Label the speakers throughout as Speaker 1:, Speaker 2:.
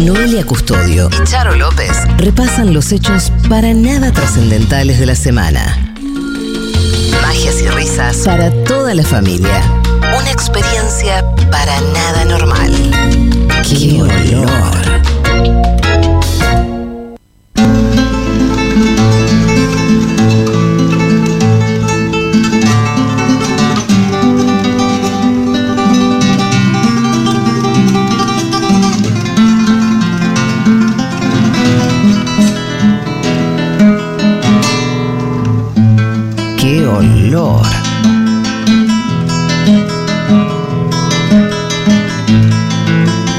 Speaker 1: Noelia Custodio y Charo López repasan los hechos para nada trascendentales de la semana. Magias y risas para toda la familia. Una experiencia para nada normal. ¡Qué olor! ¡Qué olor!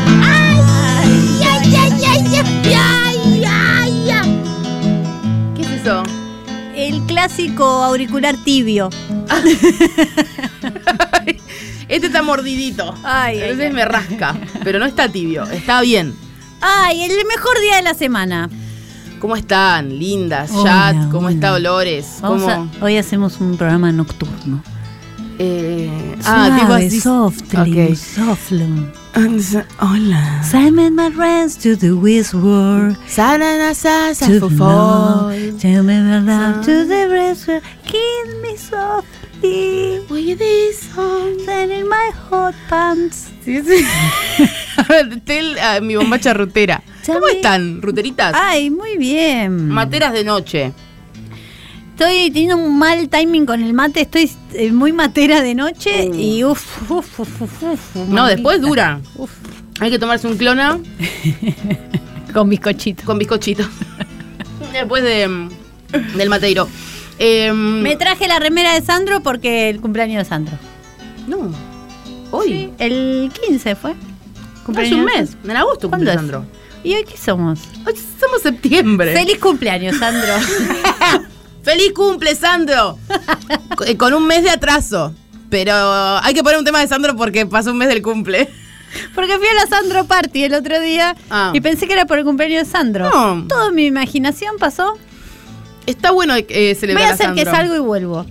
Speaker 2: ¡Ay, ay, ay, ay, ay, ay, ay, ay!
Speaker 3: ¿Qué es eso?
Speaker 2: El clásico auricular tibio.
Speaker 3: Este está mordidito.
Speaker 2: Ay, ay,
Speaker 3: Entonces
Speaker 2: ay.
Speaker 3: me rasca. Pero no está tibio, está bien.
Speaker 2: Ay, el mejor día de la semana.
Speaker 3: ¿Cómo están? Lindas,
Speaker 2: Hola,
Speaker 3: chat, ¿cómo
Speaker 2: hola.
Speaker 3: está Olores?
Speaker 2: Vamos
Speaker 3: ¿Cómo?
Speaker 2: a- hoy hacemos un programa nocturno.
Speaker 3: eh,
Speaker 2: Suave,
Speaker 3: tipo así-
Speaker 2: softly,
Speaker 3: Ok.
Speaker 2: softly.
Speaker 3: And so- Hola.
Speaker 2: Simon my friends to the west world.
Speaker 3: Sanana sa, sa,
Speaker 2: To the
Speaker 3: fo, fo.
Speaker 2: north. Tell me my love to the rest world. Kiss me softly.
Speaker 3: Oye, de eso.
Speaker 2: Sending my hot pants.
Speaker 3: Sí, sí. A ver, tel- ah, mi bombacha rutera.
Speaker 2: Tell
Speaker 3: ¿Cómo
Speaker 2: me-
Speaker 3: están, ruteritas?
Speaker 2: Ay, muy bien.
Speaker 3: Materas de noche.
Speaker 2: Estoy teniendo un mal timing con el mate, estoy eh, muy matera de noche y uff, uff, uff, uff, uff,
Speaker 3: No, después dura.
Speaker 2: Uf.
Speaker 3: Hay que tomarse un clona
Speaker 2: Con bizcochito.
Speaker 3: con bizcochito. Después de, mm, del mateiro. Em,
Speaker 2: Me traje la remera de Sandro porque el cumpleaños de Sandro.
Speaker 3: no. Hoy.
Speaker 2: El 15 fue.
Speaker 3: Hace un mes. En agosto
Speaker 2: ¿Cuándo
Speaker 3: cumple
Speaker 2: es?
Speaker 3: Sandro.
Speaker 2: ¿Y hoy qué somos?
Speaker 3: Hoy Somos septiembre.
Speaker 2: Feliz cumpleaños, Sandro.
Speaker 3: ¡Feliz cumple, Sandro! Co- eh, Con un mes de atraso. Pero hay que poner un tema de Sandro porque pasó un mes del cumple.
Speaker 2: porque fui a la Sandro Party el otro día
Speaker 3: Ah.
Speaker 2: y pensé que era por el cumpleaños de Sandro.
Speaker 3: No.
Speaker 2: Toda mi imaginación pasó.
Speaker 3: Está bueno eh,
Speaker 2: Voy
Speaker 3: celebrar
Speaker 2: a hacer que
Speaker 3: Sandro.
Speaker 2: salgo y vuelvo.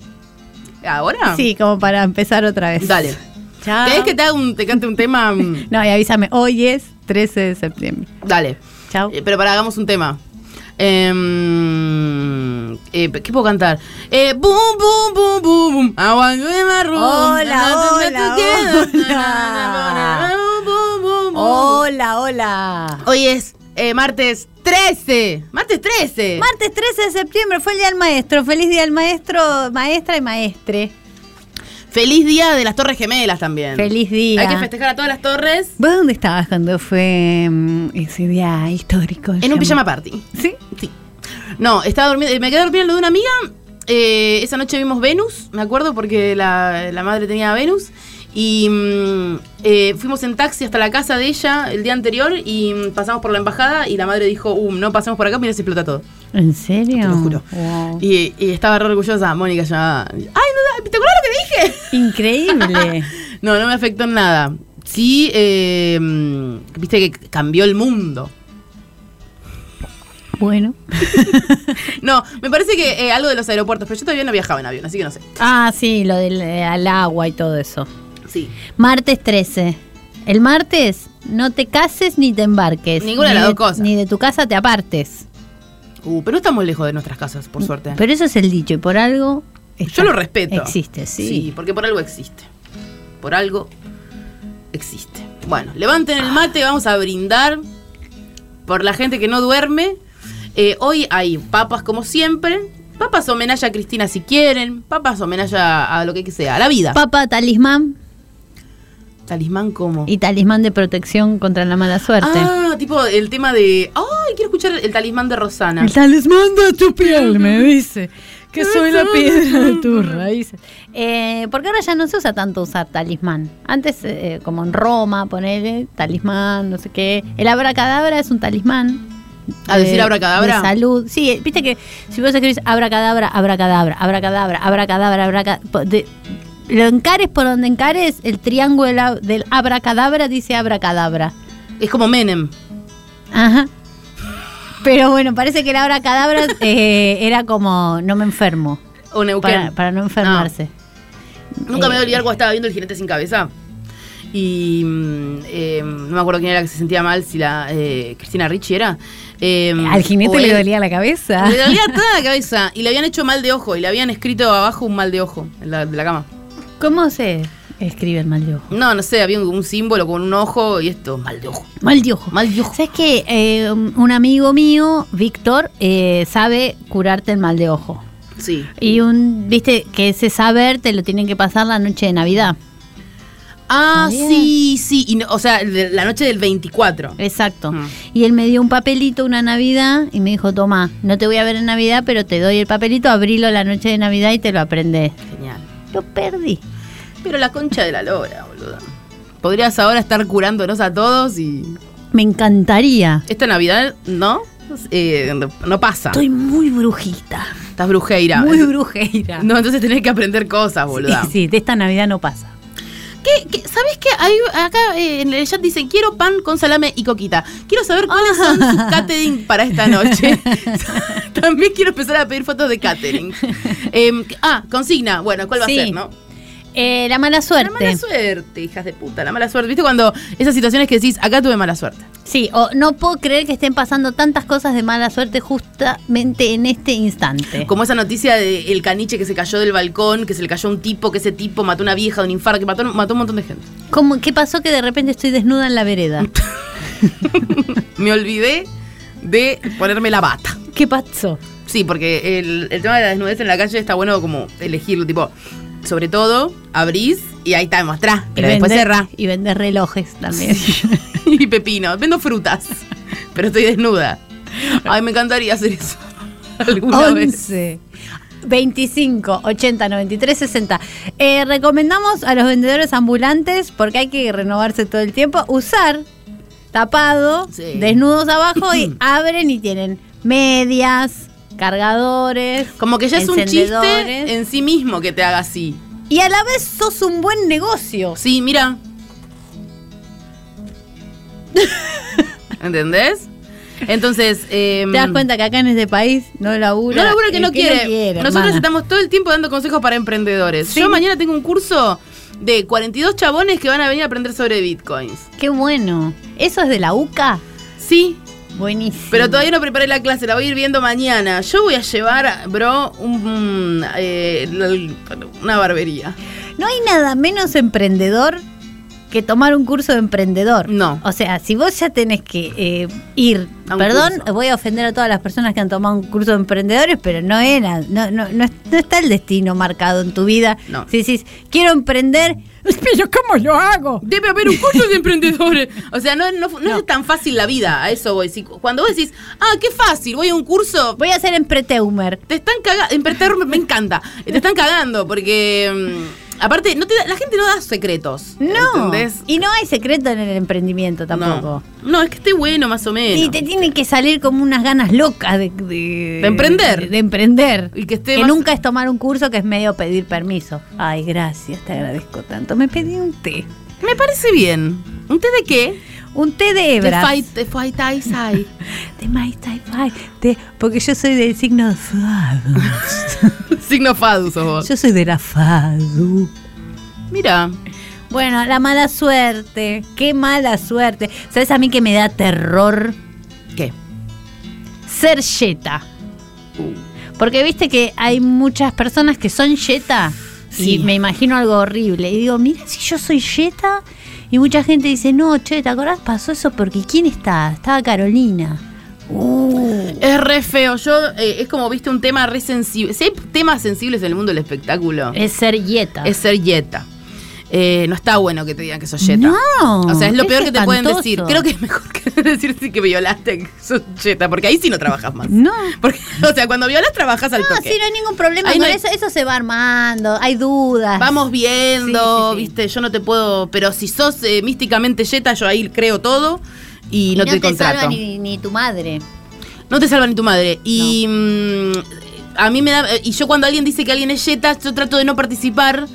Speaker 3: ¿Ahora?
Speaker 2: Sí, Ah. como para empezar otra vez.
Speaker 3: Dale.
Speaker 2: Chao.
Speaker 3: ¿Querés que te, haga un- te cante un tema? Mm,
Speaker 2: No, y avísame, hoy es 13 de septiembre.
Speaker 3: Dale.
Speaker 2: Chao.
Speaker 3: Eh, pero para, hagamos un tema. Em, eh, ¿Qué puedo cantar? Eh, boom, boom, boom, boom, boom. I want you in my room.
Speaker 2: Hola, hola, hola.
Speaker 3: Boom, boom, boom, boom.
Speaker 2: Hola, hola.
Speaker 3: Hoy es eh, martes 13. Martes 13.
Speaker 2: Martes 13 de septiembre fue el Día del Maestro. Feliz Día del Maestro, maestra y maestre.
Speaker 3: Feliz día de las Torres Gemelas también.
Speaker 2: Feliz día.
Speaker 3: Hay que festejar a todas las torres
Speaker 2: ¿Vos dónde estabas cuando fue mm, ese día histórico?
Speaker 3: en un pijama party.
Speaker 2: ¿Sí?
Speaker 3: Sí. No, estaba durmiendo. eh, Me quedé dormida en lo de una amiga. Eh, esa noche vimos Venus, me acuerdo, porque la, la madre tenía a Venus. Y mm, eh, fuimos en taxi hasta la casa de ella el día anterior y mm, pasamos por la embajada y la madre dijo, um, no pasamos por acá, mira, se explota todo.
Speaker 2: ¿En serio?
Speaker 3: Te lo juro.
Speaker 2: Wow.
Speaker 3: Y, y estaba re orgullosa, Mónica llamaba. ¡Ay, no, ¿te acuerdas lo que dije?
Speaker 2: Increíble.
Speaker 3: No, no me afectó en nada. Sí, eh, mm, viste que cambió el mundo.
Speaker 2: bueno.
Speaker 3: No, me parece que eh, algo de los aeropuertos, pero yo todavía no viajaba en avión, así que no sé.
Speaker 2: Ah, sí, lo del eh, al agua y todo eso.
Speaker 3: Sí.
Speaker 2: Martes 13. El martes no te cases ni te embarques.
Speaker 3: Ninguna de
Speaker 2: Ni
Speaker 3: las dos cosas.
Speaker 2: Ni de tu casa te apartes.
Speaker 3: Uh, pero no estamos lejos de nuestras casas, por suerte.
Speaker 2: Pero eso es el dicho y por algo. está-
Speaker 3: yo lo respeto.
Speaker 2: Existe, sí.
Speaker 3: Sí, porque por algo existe. Por algo existe. Bueno, levanten el mate, vamos a brindar por la gente que no duerme. Eh, hoy hay papas como siempre. Papas homenaje a Cristina si quieren. Papas homenaje a, a lo que sea, a la vida.
Speaker 2: Papa, talismán
Speaker 3: Talismán como.
Speaker 2: y talismán de protección contra la mala suerte.
Speaker 3: Ah, tipo el tema de. ¡Ay! Quiero escuchar el talismán de Rosana.
Speaker 2: El talismán de tu piel, me dice. Que soy la piedra de tu raíz. Eh, porque ahora ya no se usa tanto usar talismán. Antes, eh, como en Roma, poner talismán, no sé qué. El abracadabra es un talismán.
Speaker 3: ¿A
Speaker 2: de-
Speaker 3: decir abracadabra?
Speaker 2: de salud. Sí, eh, viste que si vos escribís abracadabra, abracadabra, abracadabra, abracadabra, abracadabra. Lo encares por donde encares, el triángulo del ab- del abracadabra dice abracadabra.
Speaker 3: Es como Menem.
Speaker 2: Ajá. Pero bueno, parece que la hora cadabra eh, era como no me enfermo.
Speaker 3: O Neuquén.
Speaker 2: Para, para no enfermarse. Eh.
Speaker 3: Nunca me voy a olvidar cuando estaba viendo El Jinete Sin Cabeza. y mm, eh, no me acuerdo quién era que se sentía mal, si la eh, Cristina Ricci era. eh,
Speaker 2: Al jinete
Speaker 3: o
Speaker 2: le
Speaker 3: él.
Speaker 2: dolía la cabeza.
Speaker 3: Le dolía toda la cabeza y le habían hecho mal de ojo y le habían escrito abajo un mal de ojo en la, de la cama.
Speaker 2: ¿Cómo se escribe el mal de ojo?
Speaker 3: No, no sé, había un, un símbolo con un ojo y esto, mal de ojo.
Speaker 2: Mal de ojo.
Speaker 3: Mal de ojo.
Speaker 2: ¿Sabes que un amigo mío, Víctor, eh, sabe curarte el mal de ojo?
Speaker 3: Sí.
Speaker 2: Y un, viste, que ese saber te lo tienen que pasar la noche de Navidad.
Speaker 3: Ah,
Speaker 2: Está bien.
Speaker 3: sí, sí. Y no- o sea, de- la noche del 24.
Speaker 2: Exacto.
Speaker 3: Mm.
Speaker 2: Y él me dio un papelito una Navidad y me dijo, toma, no te voy a ver en Navidad, pero te doy el papelito, abrilo la noche de Navidad y te lo aprendes.
Speaker 3: Genial.
Speaker 2: Lo perdí.
Speaker 3: Pero la concha de la lora, boludo. Podrías ahora estar curándonos a todos y.
Speaker 2: Me encantaría.
Speaker 3: Esta Navidad, ¿no? Eh, no- no pasa.
Speaker 2: Estoy muy brujita.
Speaker 3: Estás brujeira.
Speaker 2: muy
Speaker 3: Es-
Speaker 2: brujeira.
Speaker 3: No, entonces tenés que aprender cosas, boluda.
Speaker 2: Sí, sí, de esta Navidad no pasa.
Speaker 3: ¿Qué, qué- sabés qué? Hay, acá eh, en el chat dicen, quiero pan con salame y coquita. Quiero saber cuáles son sus catering para esta noche. También quiero empezar a pedir fotos de catering. Em, ah, consigna. Bueno, ¿cuál va
Speaker 2: Sí.
Speaker 3: a ser, no?
Speaker 2: Eh, la mala suerte.
Speaker 3: La mala suerte, hijas de puta, la mala suerte. ¿Viste cuando esas situaciones que decís, acá tuve mala suerte?
Speaker 2: Sí, o no puedo creer que estén pasando tantas cosas de mala suerte justamente en este instante.
Speaker 3: Como esa noticia del caniche que se cayó del balcón, que se le cayó un tipo, que ese tipo mató a una vieja de un infarto, que mató, mató un montón de gente.
Speaker 2: Como, ¿Qué pasó que de repente estoy desnuda en la vereda?
Speaker 3: Me olvidé de ponerme la bata.
Speaker 2: ¿Qué pasó?
Speaker 3: Sí, porque el, el tema de la desnudez en la calle está bueno como elegirlo, tipo, sobre todo, abrís y ahí está, mostrás, pero
Speaker 2: Y
Speaker 3: después
Speaker 2: vender-
Speaker 3: cerrás.
Speaker 2: Y vender relojes también.
Speaker 3: y pepino, vendo frutas, pero estoy desnuda. Ay, me encantaría hacer eso alguna vez.
Speaker 2: 11. 25, 80, 93, 60. Eh, recomendamos a los vendedores ambulantes, porque hay que renovarse todo el tiempo, usar tapado,
Speaker 3: Sí.
Speaker 2: desnudos abajo y abren y tienen medias, cargadores.
Speaker 3: Como que ya es un
Speaker 2: encendedores.
Speaker 3: chiste en sí mismo que te haga así.
Speaker 2: Y a la vez sos un buen negocio.
Speaker 3: Sí, mira. ¿Entendés? Entonces, em,
Speaker 2: Te das cuenta que acá en este país no labura.
Speaker 3: No labura el que
Speaker 2: el
Speaker 3: no quiere. Nosotros
Speaker 2: hermana.
Speaker 3: estamos todo el tiempo dando consejos para emprendedores.
Speaker 2: Sí.
Speaker 3: Yo mañana tengo un curso de 42 chabones que van a venir a aprender sobre bitcoins.
Speaker 2: Qué bueno. ¿Eso es de la UCA?
Speaker 3: Sí,
Speaker 2: Buenísimo.
Speaker 3: pero todavía no preparé la clase, la voy a ir viendo mañana. Yo voy a llevar, bro, un, mm, eh, l- una barbería.
Speaker 2: No hay nada menos emprendedor que tomar un curso de emprendedor.
Speaker 3: No.
Speaker 2: O sea, si vos ya tenés que eh, ir,
Speaker 3: A un
Speaker 2: perdón,
Speaker 3: curso.
Speaker 2: voy a ofender a todas las personas que han tomado un curso de emprendedores, pero no era, no, no, no, no está el destino marcado en tu vida.
Speaker 3: No.
Speaker 2: Si decís, quiero emprender, pero ¿cómo lo hago?
Speaker 3: Debe haber un curso de emprendedores. O sea, no, no- no
Speaker 2: No.
Speaker 3: es tan fácil la vida, a eso voy. Si- cuando vos decís, ah, qué fácil, voy a un curso,
Speaker 2: Voy a ser empreteumer.
Speaker 3: te están cagando. Emprendedor me- me encanta. Te están cagando porque. mm, aparte, no te da- la gente no da secretos.
Speaker 2: No.
Speaker 3: ¿Entendés?
Speaker 2: Y no hay secreto en el emprendimiento tampoco.
Speaker 3: No. No, es que esté bueno, más o menos.
Speaker 2: Y te tiene que salir como unas ganas locas de, de-
Speaker 3: De emprender.
Speaker 2: De, emprender.
Speaker 3: Y que esté
Speaker 2: que
Speaker 3: más-
Speaker 2: nunca es tomar un curso que es medio pedir permiso. Ay, gracias, te agradezco tanto. Me pedí un té.
Speaker 3: Me parece bien. ¿Un té de qué?
Speaker 2: Un té de
Speaker 3: De
Speaker 2: hebras.
Speaker 3: fai, de fai tai sai.
Speaker 2: De Mai Tai Pai. De- porque yo soy del signo Fado.
Speaker 3: Signo fadu sos vos.
Speaker 2: yo soy de la Fado.
Speaker 3: Mira.
Speaker 2: Bueno, la mala suerte. Qué mala suerte. ¿Sabes a mí que me da terror?
Speaker 3: ¿Qué?
Speaker 2: Ser yeta.
Speaker 3: Uh.
Speaker 2: Porque viste que hay muchas personas que son yeta.
Speaker 3: Sí.
Speaker 2: Y me imagino algo horrible. Y digo, mira, si yo soy yeta. Y mucha gente dice, no, che, ¿te acordás? Pasó eso porque ¿quién estaba? Estaba Carolina. Uh.
Speaker 3: Es re feo. Yo, eh, es como, viste, un tema re sensible. Si hay temas sensibles en el mundo del espectáculo,
Speaker 2: Es ser yeta.
Speaker 3: es ser yeta. Eh, no está bueno que te digan que sos yeta.
Speaker 2: No.
Speaker 3: O sea, es lo peor que te pueden
Speaker 2: espantoso.
Speaker 3: decir. Creo que es mejor que decirte que violaste que sos yeta, porque ahí sí no trabajas más.
Speaker 2: No.
Speaker 3: Porque, o sea, cuando violas trabajas al
Speaker 2: No,
Speaker 3: toque.
Speaker 2: sí, no hay ningún problema
Speaker 3: Ahí
Speaker 2: con
Speaker 3: no hay-
Speaker 2: eso. Eso se va armando. Hay dudas.
Speaker 3: Vamos viendo,
Speaker 2: Sí, sí, sí.
Speaker 3: viste, yo no te puedo, pero si sos eh, místicamente yeta, yo ahí creo todo y, no, te, contrato.
Speaker 2: salva ni, ni tu madre.
Speaker 3: No te salva ni tu madre. Y mm, a mí me da eh, y yo cuando alguien dice que alguien es yeta, yo trato de no participar,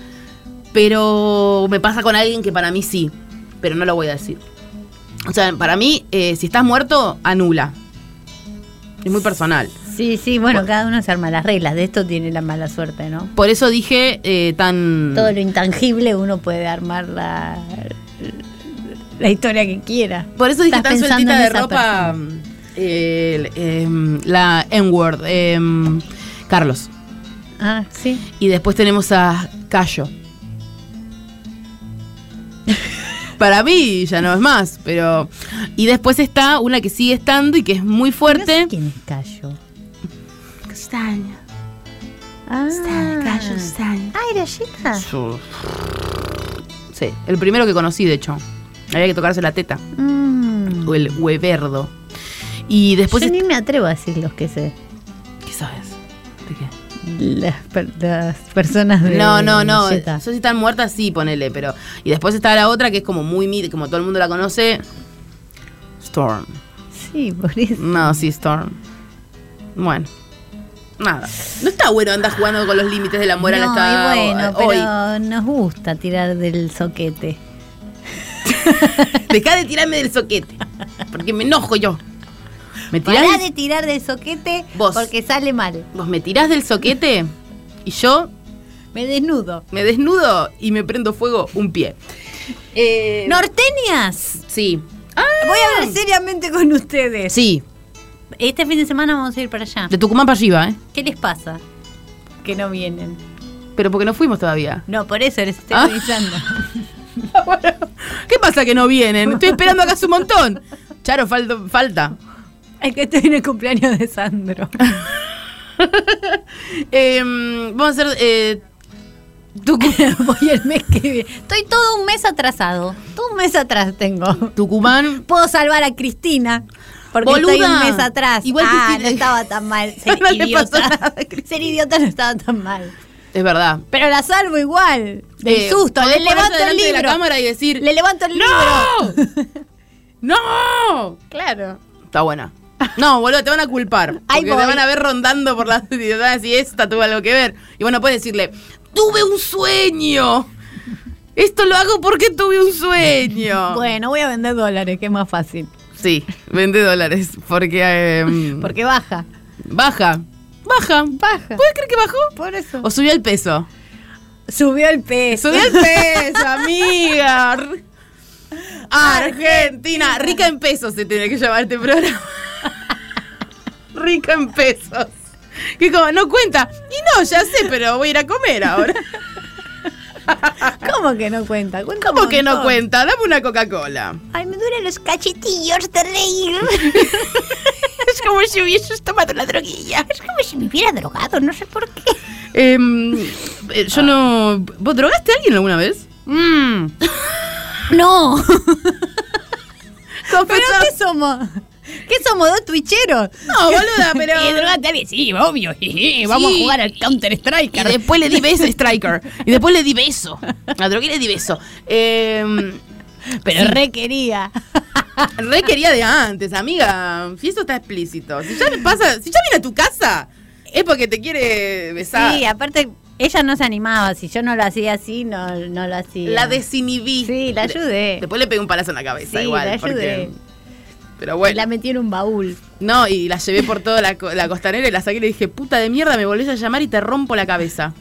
Speaker 3: pero me pasa con alguien que para mí sí, pero no lo voy a decir. O sea, para mí eh, si estás muerto, anula. Es muy personal.
Speaker 2: Sí, sí, bueno, cada uno se arma las reglas. De esto tiene la mala suerte, ¿no?
Speaker 3: Por eso dije eh, tan
Speaker 2: Todo lo intangible uno puede armar la, la historia que quiera.
Speaker 3: Por eso dije
Speaker 2: Estás
Speaker 3: tan
Speaker 2: pensando
Speaker 3: sueltita
Speaker 2: en
Speaker 3: de
Speaker 2: esa
Speaker 3: ropa.
Speaker 2: persona.
Speaker 3: eh, eh, la N-word. eh, Carlos.
Speaker 2: Ah, sí.
Speaker 3: Y después tenemos a Cayo. Para mí ya no es más, pero. Y después está una que sigue estando y que es muy
Speaker 2: No
Speaker 3: fuerte.
Speaker 2: sé ¿Quién es Cayo?
Speaker 3: Castaño,
Speaker 2: Ah,
Speaker 3: castaño.
Speaker 2: Ah, era Gina.
Speaker 3: Sí, el primero que conocí, de hecho. Había que tocarse la teta.
Speaker 2: Mm.
Speaker 3: O el hueverdo. Y después.
Speaker 2: Yo
Speaker 3: est-
Speaker 2: ni me atrevo a decir los que sé.
Speaker 3: ¿Qué sabes? ¿De qué?
Speaker 2: Las, per- las personas de.
Speaker 3: No, no, no. eh,
Speaker 2: Zeta.
Speaker 3: Yo si están muertas, sí, ponele, pero. Y después está la otra que es como muy mid, como todo el mundo la conoce. Storm.
Speaker 2: Sí, por eso.
Speaker 3: No, sí, Storm. Bueno. Nada. No está bueno andar jugando con los límites del amor
Speaker 2: no,
Speaker 3: moral hasta
Speaker 2: y bueno,
Speaker 3: hoy.
Speaker 2: pero nos gusta tirar del soquete.
Speaker 3: Dejá de tirarme del soquete. Porque me enojo yo. Me tirás,
Speaker 2: Pará de tirar del soquete
Speaker 3: Vos.
Speaker 2: porque sale mal.
Speaker 3: Vos me tirás del soquete y yo
Speaker 2: Me desnudo.
Speaker 3: me desnudo y me prendo fuego un pie. Eh,
Speaker 2: ¡Norteñas!
Speaker 3: Sí. Ah,
Speaker 2: Voy a hablar seriamente con ustedes.
Speaker 3: sí.
Speaker 2: Este fin de semana vamos a ir para allá.
Speaker 3: De Tucumán para arriba, ¿eh?
Speaker 2: ¿Qué les pasa? Que no vienen.
Speaker 3: Pero porque no fuimos todavía.
Speaker 2: No, por eso les estoy
Speaker 3: Ah.
Speaker 2: avisando.
Speaker 3: ¿Qué pasa que no vienen? Estoy esperando acá hace un montón. Charo, falta. falta.
Speaker 2: Es que estoy en el cumpleaños de Sandro.
Speaker 3: Eh, vamos a hacer. eh, Tucu-
Speaker 2: Voy el mes que viene. Estoy todo un mes atrasado. Todo un mes atrás tengo.
Speaker 3: Tucumán.
Speaker 2: Puedo salvar a Cristina. Porque estoy
Speaker 3: Boluda.
Speaker 2: un mes atrás.
Speaker 3: Igual
Speaker 2: ah,
Speaker 3: Cristina-
Speaker 2: no estaba tan mal. Ser
Speaker 3: No le pasó
Speaker 2: idiota.
Speaker 3: nada a Cristina.
Speaker 2: Ser idiota no estaba tan mal.
Speaker 3: Es verdad.
Speaker 2: Pero la salvo igual. Del
Speaker 3: Eh,
Speaker 2: susto.
Speaker 3: podés
Speaker 2: Le levanto
Speaker 3: ponerte
Speaker 2: el
Speaker 3: delante
Speaker 2: libro.
Speaker 3: de la cámara y decir.
Speaker 2: Le levanto el libro.
Speaker 3: ¡No! ¡No!
Speaker 2: Claro.
Speaker 3: Está buena. No, boludo, te van a culpar. Porque
Speaker 2: Ahí
Speaker 3: te
Speaker 2: voy.
Speaker 3: van a ver rondando por las ciudades y esta tuvo algo que ver. Y bueno, puedes decirle, tuve un sueño. Esto lo hago porque tuve un sueño.
Speaker 2: Bueno, voy a vender dólares, que es más fácil.
Speaker 3: Sí, 20 dólares. Porque, eh,
Speaker 2: Porque baja.
Speaker 3: baja. Baja.
Speaker 2: Baja.
Speaker 3: ¿Puedes creer que bajó?
Speaker 2: Por eso.
Speaker 3: O subió el peso.
Speaker 2: Subió el peso.
Speaker 3: Subió el peso, amiga. Argentina. Rica en pesos se tiene que llamar este programa. Rica en pesos. Que como no cuenta. Y no, ya sé, pero voy a ir a comer ahora.
Speaker 2: ¿Cómo que no cuenta? Cuenta un
Speaker 3: ¿Cómo que no
Speaker 2: montón.
Speaker 3: cuenta? Dame una Coca-Cola.
Speaker 2: Ay, me duelen los cachetillos de reír.
Speaker 3: Es como si hubieses tomado la droguilla.
Speaker 2: Es como si me hubiera drogado, no sé por qué.
Speaker 3: Em, eh, yo no. ¿Vos drogaste a alguien alguna vez?
Speaker 2: Mm.
Speaker 3: Mmm.
Speaker 2: No. ¿Pero qué somos? ¿Qué somos? ¿Dos twitcheros?
Speaker 3: No, boluda, pero.
Speaker 2: Y drogate a mí. Sí, obvio. jeje, Vamos
Speaker 3: Sí.
Speaker 2: a jugar al Counter Strike.
Speaker 3: Y después le di beso, Striker. Y después le di beso. A Drogué le di beso. Eh,
Speaker 2: Pero re quería.
Speaker 3: re quería de antes, amiga. Si eso está explícito. Si ya me pasa, si ya viene a tu casa, es porque te quiere besar.
Speaker 2: Sí, aparte, ella no se animaba. Si yo no lo hacía así, no, no lo hacía.
Speaker 3: la desinhibí.
Speaker 2: Sí, la ayudé.
Speaker 3: Después le pegué un palazo en la cabeza,
Speaker 2: Sí,
Speaker 3: igual.
Speaker 2: la
Speaker 3: porque-
Speaker 2: ayudé.
Speaker 3: Pero bueno.
Speaker 2: La metí en un baúl.
Speaker 3: No, y la llevé por toda la, co- la costanera y la saqué y le dije, puta de mierda, me volvés a llamar y te rompo la cabeza.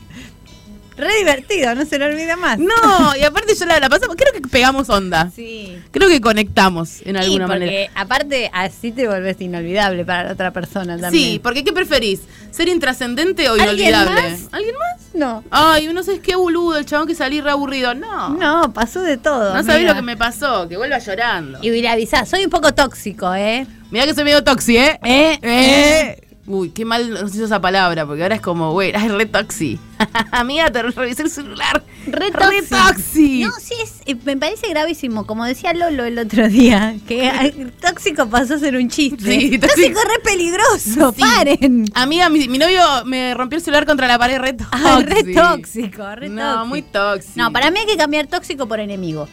Speaker 2: Re divertido, no se lo olvida más.
Speaker 3: No, y aparte yo la, la pasamos, creo que pegamos onda.
Speaker 2: Sí.
Speaker 3: Creo que conectamos en
Speaker 2: Y
Speaker 3: alguna
Speaker 2: porque,
Speaker 3: manera.
Speaker 2: aparte, así te volvés inolvidable para la otra persona también.
Speaker 3: Sí, porque ¿qué preferís? ¿Ser intrascendente o
Speaker 2: ¿Alguien
Speaker 3: inolvidable?
Speaker 2: más?
Speaker 3: ¿Alguien más?
Speaker 2: No.
Speaker 3: Ay, uno sé qué boludo, el chabón que salí re aburrido. No. No,
Speaker 2: No, pasó de todo.
Speaker 3: sabés
Speaker 2: mira.
Speaker 3: lo que me pasó, que vuelva llorando.
Speaker 2: Y le avisás, soy un poco tóxico, ¿eh?
Speaker 3: Mirá que soy medio toxi, ¿eh?
Speaker 2: ¿Eh?
Speaker 3: ¿Eh? Uy, qué mal nos hizo esa palabra, porque ahora es como, güey, es re toxi. Amiga, te revisé el celular.
Speaker 2: Re
Speaker 3: Re
Speaker 2: tóxico.
Speaker 3: toxi.
Speaker 2: No, sí, es, eh, me parece gravísimo. Como decía Lolo el otro día, que eh, tóxico pasó a ser un chiste.
Speaker 3: Sí,
Speaker 2: tóxico
Speaker 3: tóxico.
Speaker 2: es re peligroso,
Speaker 3: Sí.
Speaker 2: paren.
Speaker 3: Amiga, mi, mi novio me rompió el celular contra la pared re toxi.
Speaker 2: Ah, re tóxico, re
Speaker 3: no,
Speaker 2: tóxico.
Speaker 3: muy toxi.
Speaker 2: No, para mí hay que cambiar tóxico por enemigo.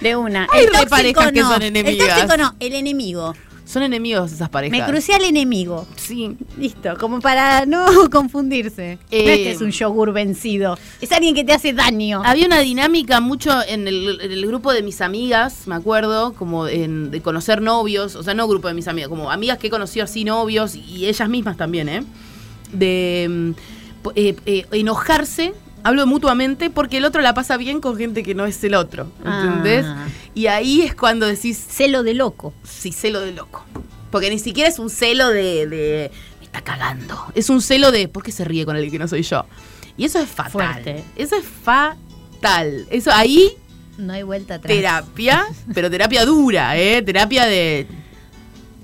Speaker 2: De una.
Speaker 3: Hay
Speaker 2: el
Speaker 3: re
Speaker 2: tóxico
Speaker 3: parejas
Speaker 2: no.
Speaker 3: que son
Speaker 2: El
Speaker 3: enemigas.
Speaker 2: tóxico no, el enemigo.
Speaker 3: Son enemigos esas parejas.
Speaker 2: Me crucé al enemigo.
Speaker 3: Sí.
Speaker 2: Listo, como para no confundirse. no es
Speaker 3: Eh,
Speaker 2: que es un yogur vencido. Es alguien que te hace daño.
Speaker 3: Había una dinámica mucho en el, en el grupo de mis amigas, me acuerdo, como en- de conocer novios, o sea, no grupo de mis amigas, como amigas que he conocido así novios y ellas mismas también, ¿eh? De mm, po- eh, eh, enojarse hablo mutuamente porque el otro la pasa bien con gente que no es el otro, ¿entendés?
Speaker 2: Ah.
Speaker 3: Y ahí es cuando decís,
Speaker 2: Celo de loco.
Speaker 3: sí, celo de loco. Porque ni siquiera es un celo de, de, me está cagando. Es un celo de, ¿por qué se ríe con alguien que no soy yo? Y eso es fatal.
Speaker 2: Fuerte.
Speaker 3: Eso es fatal. Eso ahí
Speaker 2: No hay vuelta atrás.
Speaker 3: terapia, pero terapia dura, ¿eh? Terapia de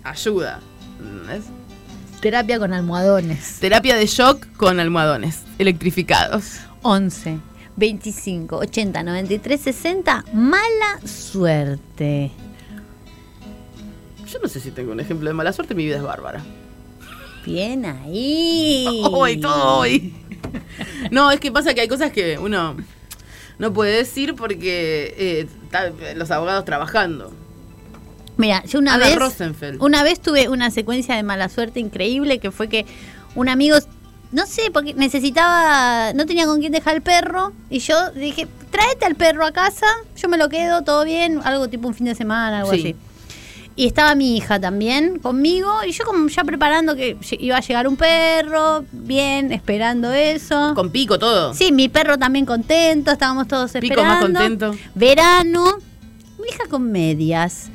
Speaker 3: ayuda. ¿entendés?
Speaker 2: Terapia con almohadones.
Speaker 3: Terapia de shock con almohadones electrificados.
Speaker 2: 11, 25, 80, 93, 60. Mala suerte.
Speaker 3: Yo no sé si tengo un ejemplo de mala suerte, mi vida es bárbara.
Speaker 2: Bien ahí.
Speaker 3: Hoy, todo hoy. No, es que pasa que hay cosas que uno no puede decir porque eh, están los abogados trabajando.
Speaker 2: Mira, yo una
Speaker 3: Ana
Speaker 2: vez
Speaker 3: Rosenfeld.
Speaker 2: una vez tuve una secuencia de mala suerte increíble que fue que un amigo no sé, porque necesitaba, no tenía con quién dejar el perro y yo dije, "Tráete al perro a casa, yo me lo quedo, todo bien, algo tipo un fin de semana, algo
Speaker 3: Sí.
Speaker 2: así." Y estaba mi hija también conmigo y yo como ya preparando que lle- iba a llegar un perro, bien, esperando eso.
Speaker 3: Con pico, todo.
Speaker 2: Sí, mi perro también contento, estábamos todos esperando.
Speaker 3: Pico más contento.
Speaker 2: Verano, mi hija con medias.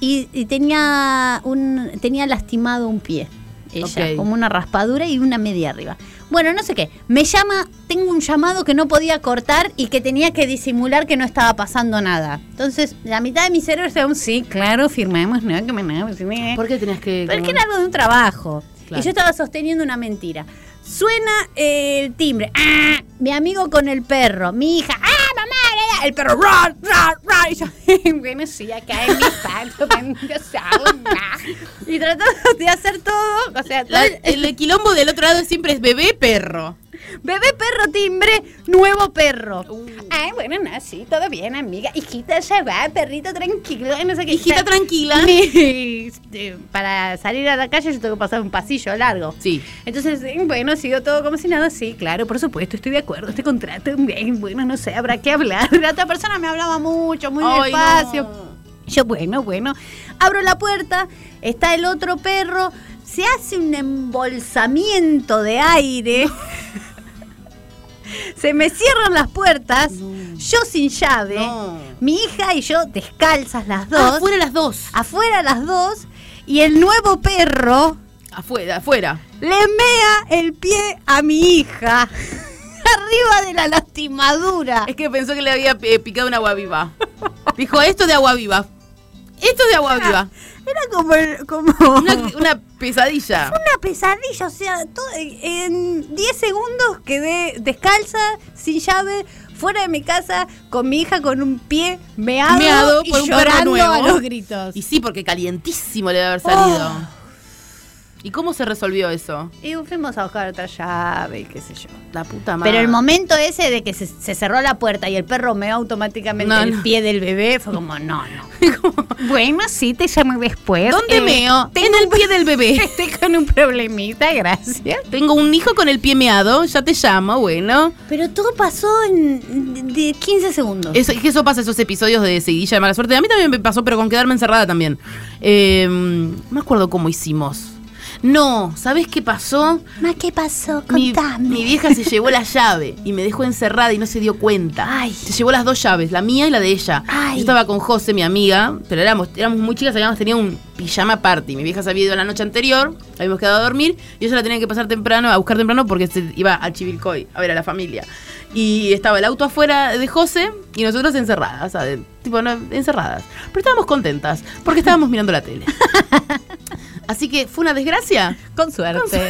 Speaker 2: Y, y tenía un tenía lastimado un pie. Ella,
Speaker 3: Ok.
Speaker 2: como una raspadura y una media arriba. Bueno, no sé qué. Me llama, tengo un llamado que no podía cortar y que tenía que disimular que no estaba pasando nada. Entonces, la mitad de mi cerebro estaba un sí, claro, firmemos, no, que me no, que me-
Speaker 3: ¿Por qué tenías que.?
Speaker 2: pero es que
Speaker 3: como-
Speaker 2: era algo de un trabajo.
Speaker 3: Claro.
Speaker 2: Y yo estaba sosteniendo una mentira. Suena eh, el timbre. ¡Ah! Mi amigo con el perro. Mi hija. ¡Ah, mamá! la, la! El perro. ¡Ra, ra, ra! Y yo, bueno, sí, acá en mi pato. yo salgo, ra. y tratando de hacer todo. O sea, todo
Speaker 3: La-
Speaker 2: el-
Speaker 3: el quilombo del otro lado siempre es bebé perro.
Speaker 2: Bebé perro timbre, nuevo perro.
Speaker 3: Uh.
Speaker 2: Ay, bueno, no, sí, todo bien, amiga. Hijita, ya va, perrito tranquilo. y No sé qué.
Speaker 3: Hijita
Speaker 2: Pero-
Speaker 3: tranquila.
Speaker 2: Mi- eh, Para salir a la calle yo tengo que pasar un pasillo largo.
Speaker 3: Sí.
Speaker 2: Entonces, eh, bueno, sigo todo como si nada. Sí, claro, por supuesto, estoy de acuerdo. Este contrato, bien, bueno, no sé, habrá que hablar. La otra persona me hablaba mucho, muy
Speaker 3: Ay,
Speaker 2: despacio.
Speaker 3: no.
Speaker 2: Yo, bueno, bueno, abro la puerta, está el otro perro, se hace un embolsamiento de aire, se me cierran las puertas,
Speaker 3: No.
Speaker 2: yo sin llave,
Speaker 3: No.
Speaker 2: mi hija y yo descalzas las dos, afuera,
Speaker 3: Ah, afuera las dos.
Speaker 2: las dos, y el nuevo perro
Speaker 3: Afuera, afuera.
Speaker 2: le mea el pie a mi hija, arriba de la lastimadura.
Speaker 3: Es que pensó que le había eh, picado una agua viva. Dijo, esto es de agua viva. Esto es de agua viva.
Speaker 2: Era como... el- como...
Speaker 3: Una, una pesadilla.
Speaker 2: una pesadilla, o sea, todo- en 10 segundos quedé descalza, sin llave, fuera de mi casa, con mi hija con un pie meado,
Speaker 3: Meado
Speaker 2: y
Speaker 3: por un perro
Speaker 2: llorando
Speaker 3: nuevo.
Speaker 2: a los gritos.
Speaker 3: Y sí, porque calientísimo le debe haber salido. ¿Y cómo se resolvió eso?
Speaker 2: Y fuimos a buscar otra llave y qué sé yo.
Speaker 3: La puta madre.
Speaker 2: Pero el momento ese de que se, se cerró la puerta y el perro meó automáticamente
Speaker 3: No,
Speaker 2: el
Speaker 3: no.
Speaker 2: pie del bebé, fue como, no, no. bueno, sí, te llamo después.
Speaker 3: ¿Dónde
Speaker 2: Eh,
Speaker 3: meo? En el pie del bebé.
Speaker 2: Estoy con un problemita, gracias.
Speaker 3: Tengo un hijo con el pie meado, ya te llamo, bueno.
Speaker 2: Pero todo pasó en de- de 15 segundos.
Speaker 3: Eso, es que eso pasa, esos episodios de seguidilla de mala suerte. A mí también me pasó, pero con quedarme encerrada también. Eh, no me acuerdo cómo hicimos. No, ¿sabes qué pasó?
Speaker 2: Ma, ¿qué pasó?
Speaker 3: Mi,
Speaker 2: Contame.
Speaker 3: mi vieja se llevó la llave y me dejó encerrada y no se dio cuenta.
Speaker 2: Ay.
Speaker 3: Se llevó las dos llaves, la mía y la de ella.
Speaker 2: Ay.
Speaker 3: Yo estaba con José, mi amiga, pero éramos, éramos muy chicas, habíamos tenido un pijama party. Mi vieja se había ido la noche anterior, habíamos quedado a dormir y ella la tenía que pasar temprano, a buscar temprano porque se iba a Chivilcoy a ver a la familia. Y estaba el auto afuera de José y nosotros encerradas, ¿sabes? tipo no, encerradas. Pero estábamos contentas porque estábamos mirando la tele. Así que fue una desgracia.
Speaker 2: Con suerte.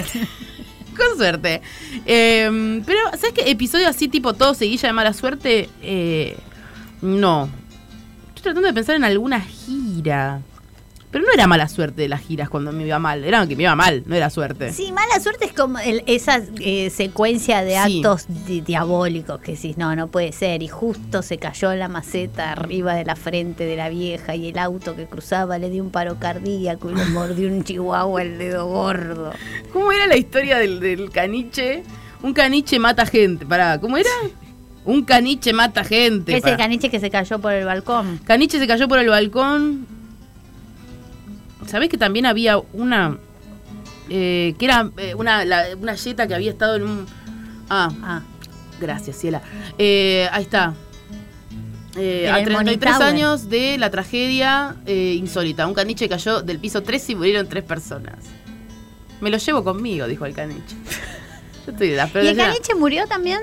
Speaker 3: Con suerte. Eh, pero, ¿sabes qué? Episodio así, tipo todo seguilla de mala suerte. eh, no. Estoy tratando de pensar en alguna gira. Pero no era mala suerte las giras cuando me iba mal. Era que me iba mal, no era suerte.
Speaker 2: Sí, mala suerte es como el- esa eh, secuencia de
Speaker 3: Sí.
Speaker 2: actos di- diabólicos que decís, no, no puede ser. Y justo se cayó la maceta arriba de la frente de la vieja y el auto que cruzaba le dio un paro cardíaco y le mordió un chihuahua el dedo gordo.
Speaker 3: ¿Cómo era la historia del, del caniche? Un caniche mata gente. Pará, ¿cómo era? Un caniche mata gente.
Speaker 2: Ese
Speaker 3: pará.
Speaker 2: caniche que se cayó por el balcón.
Speaker 3: Caniche se cayó por el balcón. ¿Sabés que también había una. eh, que era eh, una, la- una yeta que había estado en un. Ah,
Speaker 2: Ah,
Speaker 3: Gracias, Ciela. Eh, ahí está. Eh,
Speaker 2: Era
Speaker 3: a
Speaker 2: el
Speaker 3: 33
Speaker 2: Money
Speaker 3: años de la tragedia eh, insólita. Un caniche cayó del piso 3 y murieron tres personas. Me lo llevo conmigo, dijo el caniche. Yo estoy de la
Speaker 2: ¿Y el
Speaker 3: ya-
Speaker 2: caniche murió también?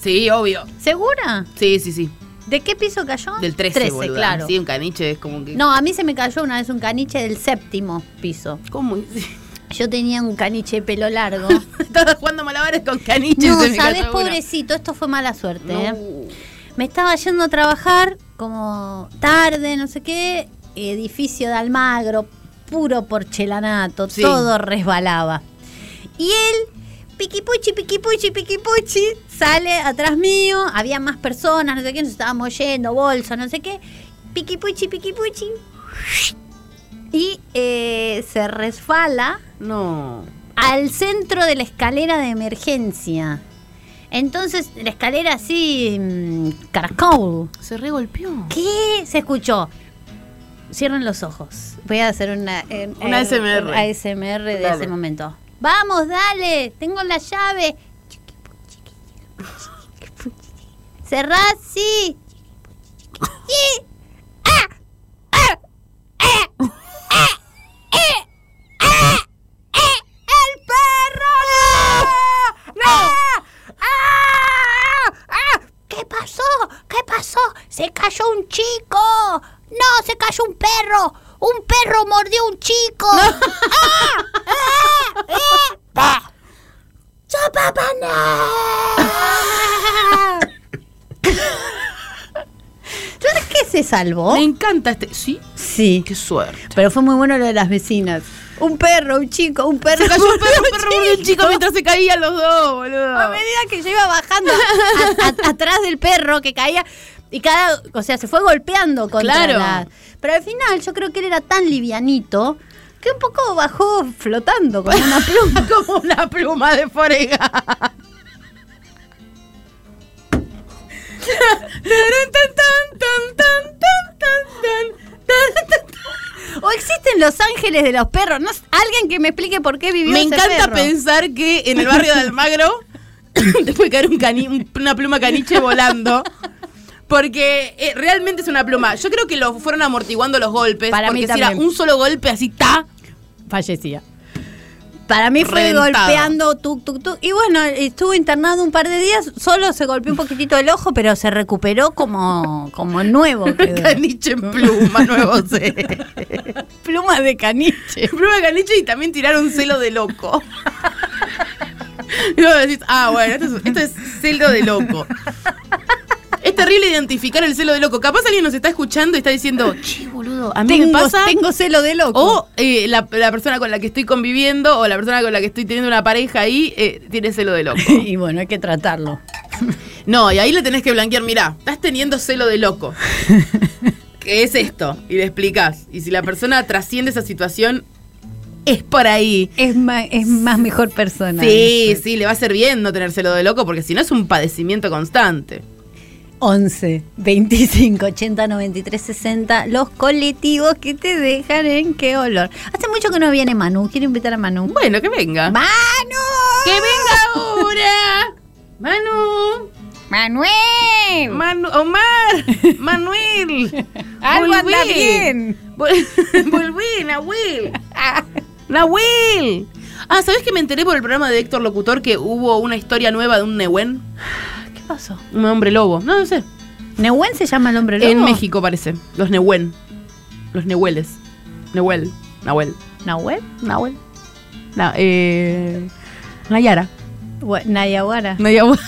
Speaker 3: Sí, obvio.
Speaker 2: ¿Segura?
Speaker 3: Sí, sí, sí.
Speaker 2: ¿De qué piso cayó?
Speaker 3: Del 13, boluda.
Speaker 2: claro.
Speaker 3: Sí, un caniche es como que...
Speaker 2: No, a mí se me cayó una vez un caniche del séptimo piso.
Speaker 3: ¿Cómo?
Speaker 2: Yo tenía un caniche de pelo largo.
Speaker 3: Estabas jugando malabares con caniches.
Speaker 2: no,
Speaker 3: se me
Speaker 2: sabes,
Speaker 3: cayó uno.
Speaker 2: pobrecito, esto fue mala suerte. ¿eh?
Speaker 3: No.
Speaker 2: Me estaba yendo a trabajar como tarde, no sé qué, edificio de Almagro, puro porcelanato,
Speaker 3: Sí.
Speaker 2: todo resbalaba. Y él, piquipuchi, piquipuchi, piquipuchi, sale atrás mío, había más personas, no sé qué, nos estábamos yendo, bolso, no sé qué, piquipuchi, piquipuchi. Y eh, se resbala
Speaker 3: No.
Speaker 2: al centro de la escalera de emergencia. Entonces, la escalera así, mm, caracol.
Speaker 3: Se regolpeó.
Speaker 2: ¿Qué? Se escuchó. Cierren los ojos. Voy a hacer una, eh,
Speaker 3: Una
Speaker 2: eh,
Speaker 3: ASMR.
Speaker 2: una ASMR de
Speaker 3: Dale.
Speaker 2: ese momento. Vamos, dale. Tengo la llave. Cerrá, sí. Sí. Ah, ah, ah, ah, eh, ah, eh, ¡El perro! ¡Ah! ¡Ah! ¡Ah! ¿Qué pasó? ¿Qué pasó? Se cayó un chico. No, se cayó un perro. Un perro mordió un chico. ¡Ah! ¡Ah! ¡Ah! ¡Sopa paná! ¿Yo de qué se salvó?
Speaker 3: Me encanta este... Sí,
Speaker 2: Sí.
Speaker 3: qué suerte.
Speaker 2: Pero fue muy bueno lo de las vecinas. Un perro, un chico, un perro.
Speaker 3: Se cayó un perro, un
Speaker 2: un
Speaker 3: perro mordió un chico mientras se caían los dos, boludo.
Speaker 2: A medida que yo iba bajando a- a- atrás del perro que caía y cada, o sea, se fue golpeando contra
Speaker 3: Claro.
Speaker 2: la- Pero al final yo creo que él era tan livianito que un poco bajó flotando con una pluma.
Speaker 3: como una pluma de forega.
Speaker 2: o existen los ángeles de los perros, no sé, alguien que me explique por qué vivió
Speaker 3: Me
Speaker 2: ese
Speaker 3: encanta
Speaker 2: perro.
Speaker 3: pensar que en el barrio de Almagro te puede caer un cani- un- una pluma caniche volando. Porque eh, realmente es una pluma. Yo creo que lo fueron amortiguando los golpes.
Speaker 2: Para mí
Speaker 3: porque si era
Speaker 2: también.
Speaker 3: un solo golpe así, ta, fallecía.
Speaker 2: Para mí fue
Speaker 3: Reventado.
Speaker 2: golpeando tuk tuk tuk y bueno, estuvo internado un par de días, solo se golpeó un poquitito el ojo, pero se recuperó como como nuevo. quedó.
Speaker 3: Caniche en pluma, nuevo sé.
Speaker 2: Pluma de caniche.
Speaker 3: pluma caniche y también tirar un celo de loco. Y vos decís, ah, bueno, esto es, esto es celo de loco. Es terrible identificar el celo de loco. Capaz alguien nos está escuchando y está diciendo, che, boludo, a mí
Speaker 2: Tengo,
Speaker 3: me pasa.
Speaker 2: tengo celo de loco.
Speaker 3: O eh, la, la persona con la que estoy conviviendo o la persona con la que estoy teniendo una pareja ahí eh, tiene celo de loco.
Speaker 2: y bueno, hay que tratarlo.
Speaker 3: No, y ahí le tenés que blanquear, mirá, estás teniendo celo de loco. ¿Qué es esto? Y le explicás. Y si la persona trasciende esa situación, es por ahí.
Speaker 2: Es más, es más mejor persona.
Speaker 3: Sí, sí, le va a ser bien no tener celo de loco porque si no es un padecimiento constante.
Speaker 2: 11 25 80 93 60. Los colectivos que te dejan en qué olor. Hace mucho que no viene Manu. Quiero invitar a Manu.
Speaker 3: Bueno, que venga.
Speaker 2: ¡Manu!
Speaker 3: ¡Que venga ahora! Manu,
Speaker 2: ¡Manuel!
Speaker 3: Manu, Omar, Manuel.
Speaker 2: Algo anda
Speaker 3: Volví.
Speaker 2: bien.
Speaker 3: Vol- Volví, Nahuel. Nahuel. Ah, ¿sabés que me enteré por el programa de Héctor Locutor que hubo una historia nueva de un Nehuen?
Speaker 2: ¿Qué pasó?
Speaker 3: Un hombre lobo. No, no sé.
Speaker 2: ¿Nehuen se llama el hombre lobo?
Speaker 3: En México parece. Los Nehuen. Los Nehueles. Nehuel. Nahuel.
Speaker 2: ¿Nahuel?
Speaker 3: Nahuel. Na, eh, Nayara.
Speaker 2: Ua- Nayahuara.
Speaker 3: Nayahuara.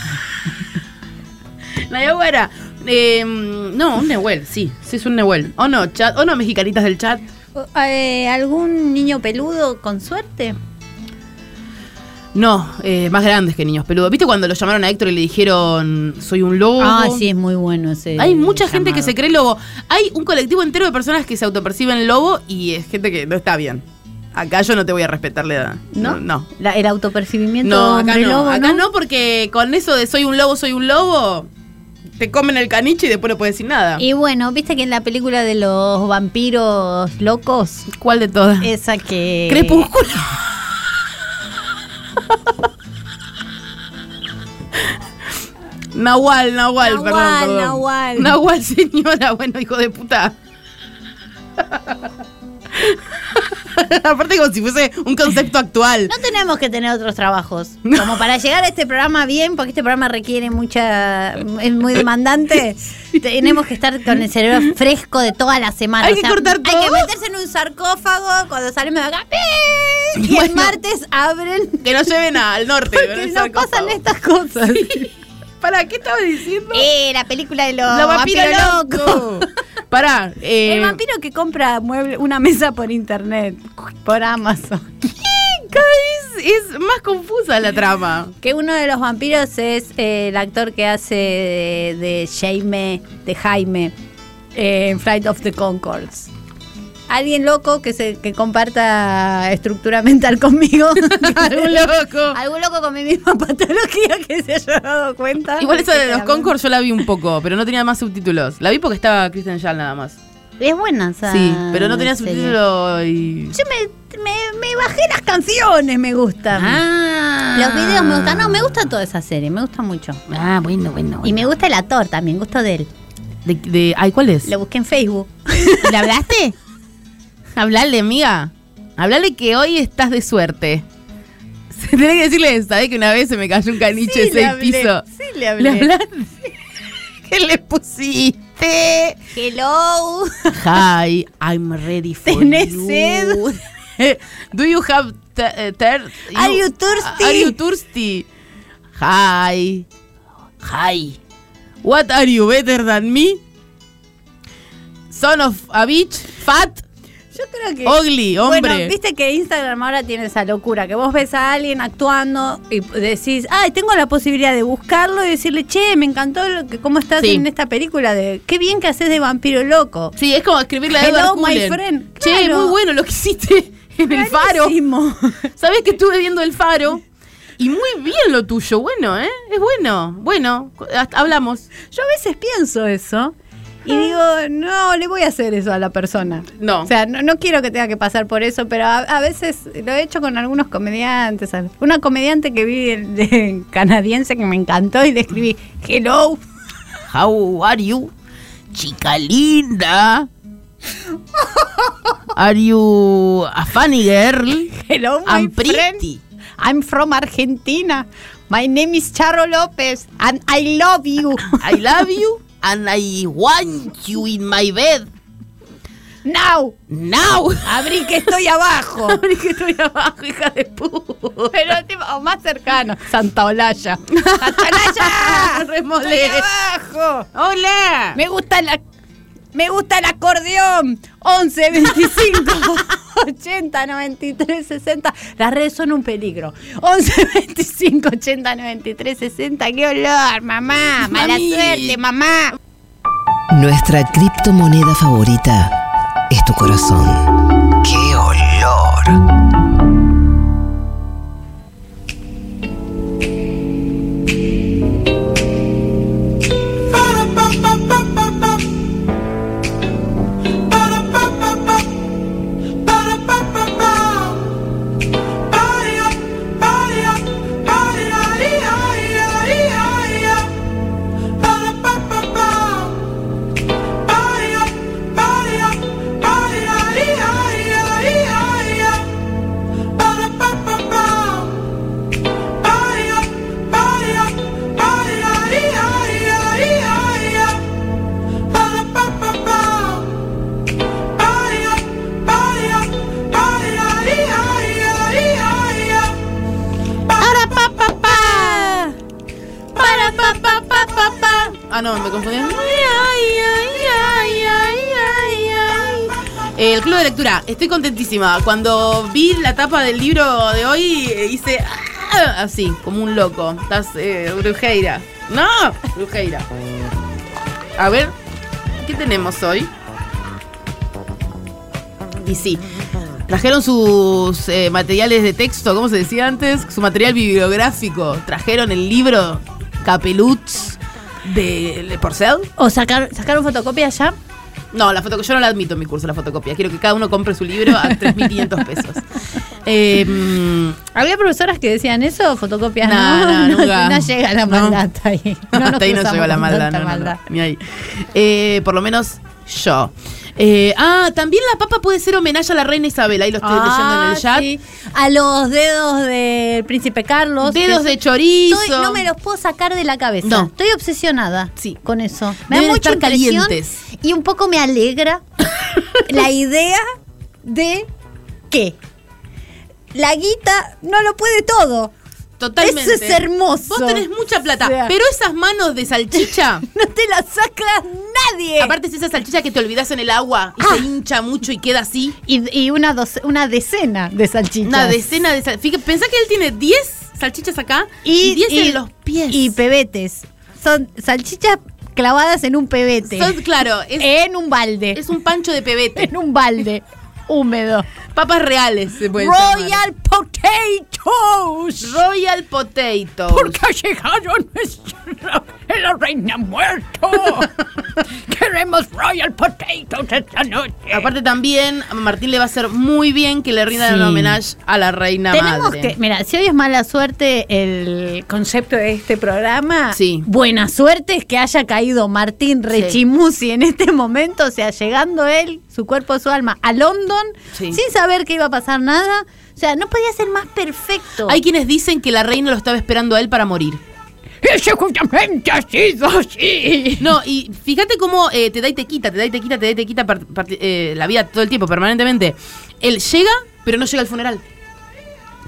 Speaker 3: Nayahuara. Eh, no, un Nehuel, sí. Sí, es un Nehuel. O no, chat. O no, mexicanitas del chat.
Speaker 2: Eh, ¿Algún niño peludo con suerte?
Speaker 3: No, eh, más grandes que niños peludos. ¿Viste cuando lo llamaron a Héctor y le dijeron, soy un lobo?
Speaker 2: Ah, sí, es muy bueno ese.
Speaker 3: Hay mucha gente que
Speaker 2: llamado.
Speaker 3: se cree lobo. Hay un colectivo entero de personas que se autoperciben lobo y es gente que no está bien. Acá yo no te voy a respetar la edad.
Speaker 2: ¿No?
Speaker 3: No.
Speaker 2: La- el autopercibimiento
Speaker 3: No, acá
Speaker 2: hombre
Speaker 3: no.
Speaker 2: lobo,
Speaker 3: acá no, porque con eso de soy un lobo, soy un lobo, te comen el caniche y después no puedes decir nada.
Speaker 2: Y bueno, viste que en la película de los vampiros locos,
Speaker 3: ¿Cuál de todas?
Speaker 2: esa
Speaker 3: Eh,
Speaker 2: que.
Speaker 3: Ah. Crepúsculo. Nahual, Nahual,
Speaker 4: Nahual,
Speaker 3: perdón, perdón.
Speaker 4: Nahual.
Speaker 3: Nahual, señora, bueno, hijo de puta. Aparte como si fuese un concepto actual.
Speaker 2: No tenemos que tener otros trabajos. Como para llegar a este programa bien, porque este programa requiere mucha. es muy demandante. Tenemos que estar con el cerebro fresco de toda la semana.
Speaker 3: Hay que cortar todo.
Speaker 2: Hay que meterse en un sarcófago cuando salimos de acá. ¡pi! Y el
Speaker 3: Bueno.
Speaker 2: martes abren.
Speaker 3: Que nos lleven a- al norte. con
Speaker 2: Porque
Speaker 3: el
Speaker 2: no
Speaker 3: sarcófago.
Speaker 2: pasan estas cosas.
Speaker 3: ¿Para qué estaba diciendo?
Speaker 2: Eh, la película de los
Speaker 3: Lo vampiro
Speaker 2: vampiros locos.
Speaker 3: ah, loco. Pará. eh,
Speaker 4: El vampiro que compra mueble, una mesa por internet, por Amazon.
Speaker 3: cada vez es más confusa la trama.
Speaker 2: Que uno de los vampiros es eh, el actor que hace de, de Jaime, de Jaime, eh, en Flight of the Concords. Alguien loco que se que comparta estructura mental conmigo.
Speaker 3: Un loco.
Speaker 2: Algún loco con mi misma patología que se haya dado cuenta.
Speaker 3: Igual esa de los
Speaker 2: Etcétera.
Speaker 3: Concord yo la vi un poco, pero no tenía más subtítulos. La vi porque estaba Christian Schall nada más.
Speaker 2: Es buena esa
Speaker 3: Ah, Sí, pero no tenía
Speaker 2: serie.
Speaker 3: subtítulos y...
Speaker 2: Yo me, me- me bajé las canciones, me gustan.
Speaker 3: Ah.
Speaker 2: Los videos me gustan. No, me gusta toda esa serie, me gusta mucho.
Speaker 3: Ah, bueno, bueno.
Speaker 2: Y me gusta el actor también, gusto de él.
Speaker 3: De, de- ay, ¿cuál es?
Speaker 2: Lo busqué en Facebook.
Speaker 3: ¿Le hablaste? Hablale, amiga. Hablale que hoy estás de suerte. Tenés que decirle, ¿sabés que una vez se me cayó un caniche de seis pisos?
Speaker 2: Sí, le
Speaker 3: ¿Le hablaste? ¿Qué le pusiste?
Speaker 2: Hello.
Speaker 3: Hi, I'm ready for
Speaker 2: ¿Tenés
Speaker 3: you.
Speaker 2: sed?
Speaker 3: Do you have ter- ter-
Speaker 2: Are you thirsty?
Speaker 3: Are you thirsty? Hi. Hi. What are you better than me? Son of a bitch, fat,
Speaker 2: Yo creo que.
Speaker 3: ugly, hombre.
Speaker 2: Bueno, viste que Instagram ahora tiene esa locura, que vos ves a alguien actuando y decís, ay, tengo la posibilidad de buscarlo y decirle, che, me encantó lo que, cómo estás
Speaker 3: Sí.
Speaker 2: en esta película, de qué bien que haces de vampiro loco.
Speaker 3: Sí, es como escribirle a
Speaker 2: Hello,
Speaker 3: Edward
Speaker 2: my
Speaker 3: Cullen.
Speaker 2: friend.
Speaker 3: Che,
Speaker 2: Claro.
Speaker 3: muy bueno lo que hiciste en el faro.
Speaker 2: Clarísimo.
Speaker 3: Sabés que estuve viendo el faro. Y muy bien lo tuyo, bueno, ¿eh? Es bueno, bueno, hasta hablamos.
Speaker 2: Yo a veces pienso eso y digo, no, le voy a hacer eso a la persona.
Speaker 3: No.
Speaker 2: O sea, no, no quiero que tenga que pasar por eso, pero a, a veces lo he hecho con algunos comediantes. ¿sabes? Una comediante que vi en- de- canadiense que me encantó y le escribí, hello.
Speaker 3: How are you? Chica linda. Are you a funny girl?
Speaker 2: Hello, my
Speaker 3: I'm
Speaker 2: friend.
Speaker 3: pretty.
Speaker 2: I'm from Argentina. My name is Charo López and I love you.
Speaker 3: I love you and I want you in my bed.
Speaker 2: Now,
Speaker 3: Now.
Speaker 2: abrí que estoy abajo.
Speaker 3: que estoy abajo, hija de puta.
Speaker 2: Pero tipo, o más cercano, Santa Olalla. ¡Santa Olalla!
Speaker 3: Remolé.
Speaker 2: Estoy abajo!
Speaker 3: Hola.
Speaker 2: Me gusta la. Me gusta el acordeón. 11, 25, 80, 93, 60. Las redes son un peligro. 11, 25, 80, 93, 60. ¡Qué olor, mamá! ¡Mala
Speaker 3: Mami.
Speaker 2: suerte, mamá!
Speaker 1: Nuestra criptomoneda favorita es tu corazón. ¡Qué olor!
Speaker 2: ¡Para, pa, pa, pa! ¡Para, pa, pa, pa, pa, pa!
Speaker 3: Ah, no, me confundí. El club de lectura, estoy contentísima. Cuando vi la tapa del libro de hoy, eh, hice "Ah", así, como un loco. Estás eh, brujeira. ¡No! Brujeira. A ver, ¿qué tenemos hoy? Y sí, trajeron sus eh, materiales de texto, ¿cómo se decía antes? Su material bibliográfico. Trajeron el libro Capelutz de Le Porcel.
Speaker 2: ¿O sacaron, sacaron fotocopia ya?
Speaker 3: No, la foto, yo no la admito en mi curso, la fotocopia. Quiero que cada uno compre su libro a 3.500 pesos. Eh, mm,
Speaker 2: Había profesoras que decían eso, fotocopias no,
Speaker 3: No, no,
Speaker 2: no,
Speaker 3: nunca.
Speaker 2: no llega la
Speaker 3: No.
Speaker 2: maldad ahí. nos
Speaker 3: hasta ahí no
Speaker 2: cruzamos
Speaker 3: llegó la
Speaker 2: con
Speaker 3: maldad.
Speaker 2: tanta
Speaker 3: no, no, no.
Speaker 2: maldad.
Speaker 3: Ni ahí. Eh, por lo menos yo. Eh, ah, también la papa puede ser homenaje a la reina Isabel. Ahí lo estoy leyendo en el
Speaker 2: Ah,
Speaker 3: chat.
Speaker 2: sí. A los dedos del príncipe Carlos.
Speaker 3: Dedos
Speaker 2: que
Speaker 3: de chorizo.
Speaker 2: estoy- no me los puedo sacar de la cabeza.
Speaker 3: No.
Speaker 2: Estoy obsesionada
Speaker 3: Sí.
Speaker 2: con eso. Me
Speaker 3: Deben
Speaker 2: da mucha
Speaker 3: estar
Speaker 2: impresión
Speaker 3: calientes.
Speaker 2: y un poco me alegra la idea de que la guita no lo puede todo.
Speaker 3: Totalmente.
Speaker 2: Eso es hermoso.
Speaker 3: Vos tenés mucha plata,
Speaker 2: O sea.
Speaker 3: pero esas manos de salchicha.
Speaker 2: No te la saca nadie.
Speaker 3: Aparte es esa salchicha que te olvidas en el agua y se hincha mucho y queda así.
Speaker 2: y, y una, doce- una decena de salchichas.
Speaker 3: Una decena de salchichas. Pensá que él tiene 10 salchichas acá y
Speaker 2: y,
Speaker 3: 10
Speaker 2: y-
Speaker 3: en los pies.
Speaker 2: Y pebetes. Son salchichas clavadas en un pebete.
Speaker 3: Son- claro, es,
Speaker 2: en un balde.
Speaker 3: es un pancho de pebete.
Speaker 2: en un balde húmedo.
Speaker 3: Papas reales se pueden llamar.
Speaker 2: Royal Potatoes.
Speaker 3: Royal Potato.
Speaker 5: Porque ha llegado nuestra, la reina muerto. Queremos Royal Potatoes esta noche.
Speaker 3: Aparte también a Martín le va a hacer muy bien que le rindan
Speaker 2: Sí.
Speaker 3: un homenaje a la reina
Speaker 2: Tenemos
Speaker 3: madre.
Speaker 2: que, mira, si hoy es mala suerte el concepto de este programa,
Speaker 3: Sí.
Speaker 2: buena suerte es que haya caído Martín Rechimusi en este momento, o sea, llegando él, su cuerpo, su alma, a London,
Speaker 3: Sí.
Speaker 2: sin saber que iba a pasar nada, o sea, no podía ser más perfecto.
Speaker 3: Hay quienes dicen que la reina lo estaba esperando a él para morir.
Speaker 5: Y seguramente ha sido así.
Speaker 3: No, y fíjate cómo eh, te da y te quita, te da y te quita, te da y te quita par- par- eh, la vida todo el tiempo, permanentemente. Él llega, pero no llega al funeral.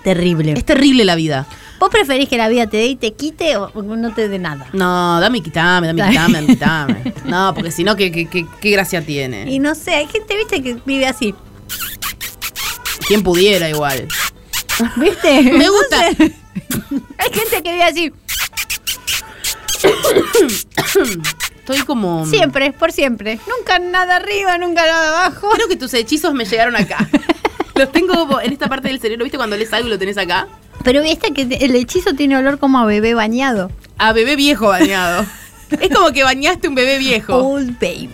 Speaker 2: Terrible.
Speaker 3: Es terrible la vida.
Speaker 2: ¿Vos preferís que la vida te dé y te quite o no te dé nada?
Speaker 3: No, dame y quitame, dame y quitame, dame y quitame. No, porque si no, ¿qué, qué, qué- qué gracia
Speaker 2: Y
Speaker 3: tiene?
Speaker 2: no sé, hay gente, viste, que vive así.
Speaker 3: ¿Quién pudiera igual?
Speaker 2: ¿Viste?
Speaker 3: Me gusta.
Speaker 2: Hay gente que vive así.
Speaker 3: Estoy como... mm,
Speaker 2: Siempre, por siempre. Nunca nada arriba, nunca nada abajo.
Speaker 3: Creo que tus hechizos me llegaron acá. Los tengo como en esta parte del cerebro, ¿viste? Cuando lees algo y lo tenés acá.
Speaker 2: Pero viste que te- el hechizo tiene olor como a bebé bañado.
Speaker 3: A bebé viejo bañado. Es como que bañaste un bebé viejo.
Speaker 2: Old baby.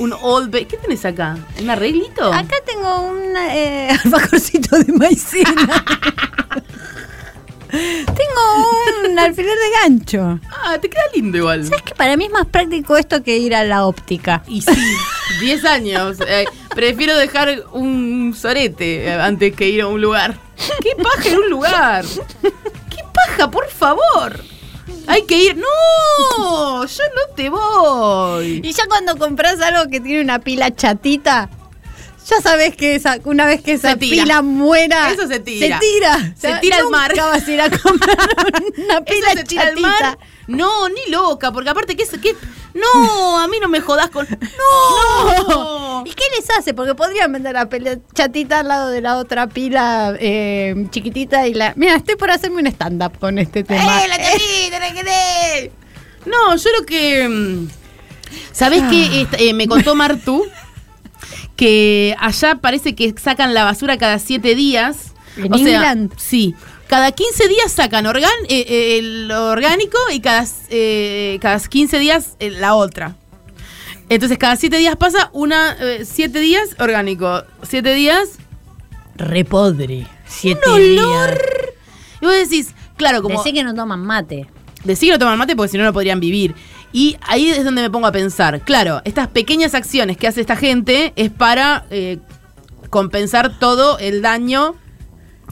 Speaker 3: Un old baby. ¿Qué tenés acá? ¿Un arreglito?
Speaker 2: Acá tengo un eh, alfajorcito de maicena. tengo un alfiler de gancho.
Speaker 3: Ah, te queda lindo igual.
Speaker 2: Es que para mí es más práctico esto que ir a la óptica.
Speaker 3: Y sí, 10 años. Eh, prefiero dejar un sorete eh, antes que ir a un lugar. ¡Qué paja en un lugar! ¡Qué paja, por favor! Hay que ir. ¡No! Yo no te voy.
Speaker 2: Y ya cuando compras algo que tiene una pila chatita, ya sabes que esa, una vez que esa
Speaker 3: Se tira.
Speaker 2: pila muera,
Speaker 3: Eso se tira.
Speaker 2: Se tira.
Speaker 3: Se
Speaker 2: Ya
Speaker 3: tira al
Speaker 2: nunca
Speaker 3: mar.
Speaker 2: vas a ir a comprar una pila
Speaker 3: Eso se tira al
Speaker 2: chatita.
Speaker 3: mar. No, ni loca, porque aparte que es que no, a mí no me jodas con no.
Speaker 2: ¿Y qué les hace? Porque podrían vender la pila chatita al lado de la otra pila eh, chiquitita y la. Mira, estoy por hacerme un stand-up con este tema.
Speaker 3: ¡Eh, la chatita, la querés! No, yo lo que. mm, ¿Sabés
Speaker 2: Ah.
Speaker 3: qué? Esta- eh, me contó Martu que allá parece que sacan la basura cada siete días.
Speaker 2: ¿En England?
Speaker 3: sí. Cada 15 días sacan organ, eh, eh, el orgánico y cada, eh, cada 15 días eh, la otra. Entonces cada siete días pasa una, eh, siete días orgánico, siete días
Speaker 2: Repodre. Siete
Speaker 3: un olor. Y vos decís, claro, como...
Speaker 2: Decí que no toman mate.
Speaker 3: Decir que no toman mate porque si no, no podrían vivir. Y ahí es donde me pongo a pensar. Claro, estas pequeñas acciones que hace esta gente es para eh, compensar todo el daño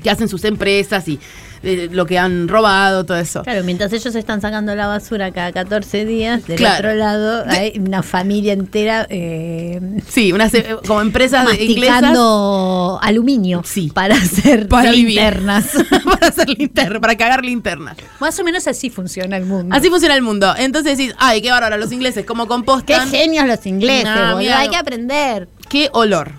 Speaker 3: que hacen sus empresas y eh, lo que han robado, todo eso.
Speaker 2: Claro, mientras ellos están sacando la basura cada 14 días, del
Speaker 3: Claro.
Speaker 2: otro lado hay una familia entera eh,
Speaker 3: Sí, unas eh, como empresas de inglesas
Speaker 2: masticando aluminio
Speaker 3: Sí.
Speaker 2: para hacer
Speaker 3: Para vivir.
Speaker 2: linternas.
Speaker 3: para hacer linterna, para cagar linternas.
Speaker 2: Más o menos así funciona el mundo.
Speaker 3: Así funciona el mundo. Entonces decís, ay, qué bárbaro, los ingleses, cómo
Speaker 2: ¡Qué
Speaker 3: compostan.
Speaker 2: genios los ingleses,
Speaker 3: Nah,
Speaker 2: boludo!
Speaker 3: mira,
Speaker 2: Hay
Speaker 3: no.
Speaker 2: que aprender.
Speaker 3: qué olor.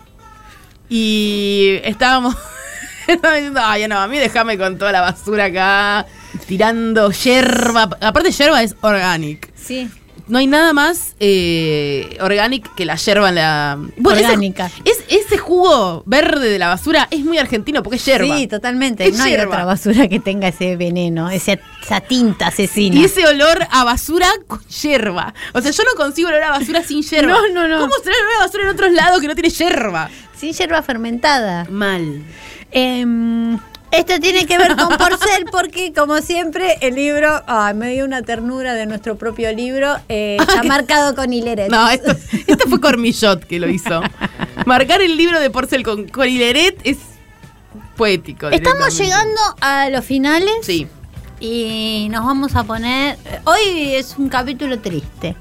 Speaker 3: Y estábamos, estábamos diciendo, ay, no, a mí déjame con toda la basura acá, tirando yerba. Aparte, yerba es organic.
Speaker 2: Sí.
Speaker 3: No hay nada más eh, organic que la yerba en la. ese-
Speaker 2: Orgánica.
Speaker 3: es, ese jugo verde de la basura es muy argentino porque es yerba.
Speaker 2: Sí, totalmente.
Speaker 3: Es
Speaker 2: no hay
Speaker 3: yerba.
Speaker 2: otra basura que tenga ese veneno, ese- esa tinta asesina.
Speaker 3: Y ese olor a basura con yerba. O sea, yo no consigo el olor a basura sin yerba.
Speaker 2: No, no, no.
Speaker 3: ¿Cómo será el olor a basura en otros lados que no tiene yerba?
Speaker 2: Sin hierba fermentada.
Speaker 3: Mal.
Speaker 4: Em, esto tiene que ver con Porcel porque, como siempre, el libro, ay, me dio una ternura de nuestro propio libro, eh, está marcado con hileretas.
Speaker 3: No, esto, esto fue Cormillot que lo hizo. Marcar el libro de Porcel con, con Hileret es poético.
Speaker 2: Estamos
Speaker 3: directamente.
Speaker 2: llegando a los finales
Speaker 3: Sí.
Speaker 2: y nos vamos a poner. Hoy es un capítulo triste.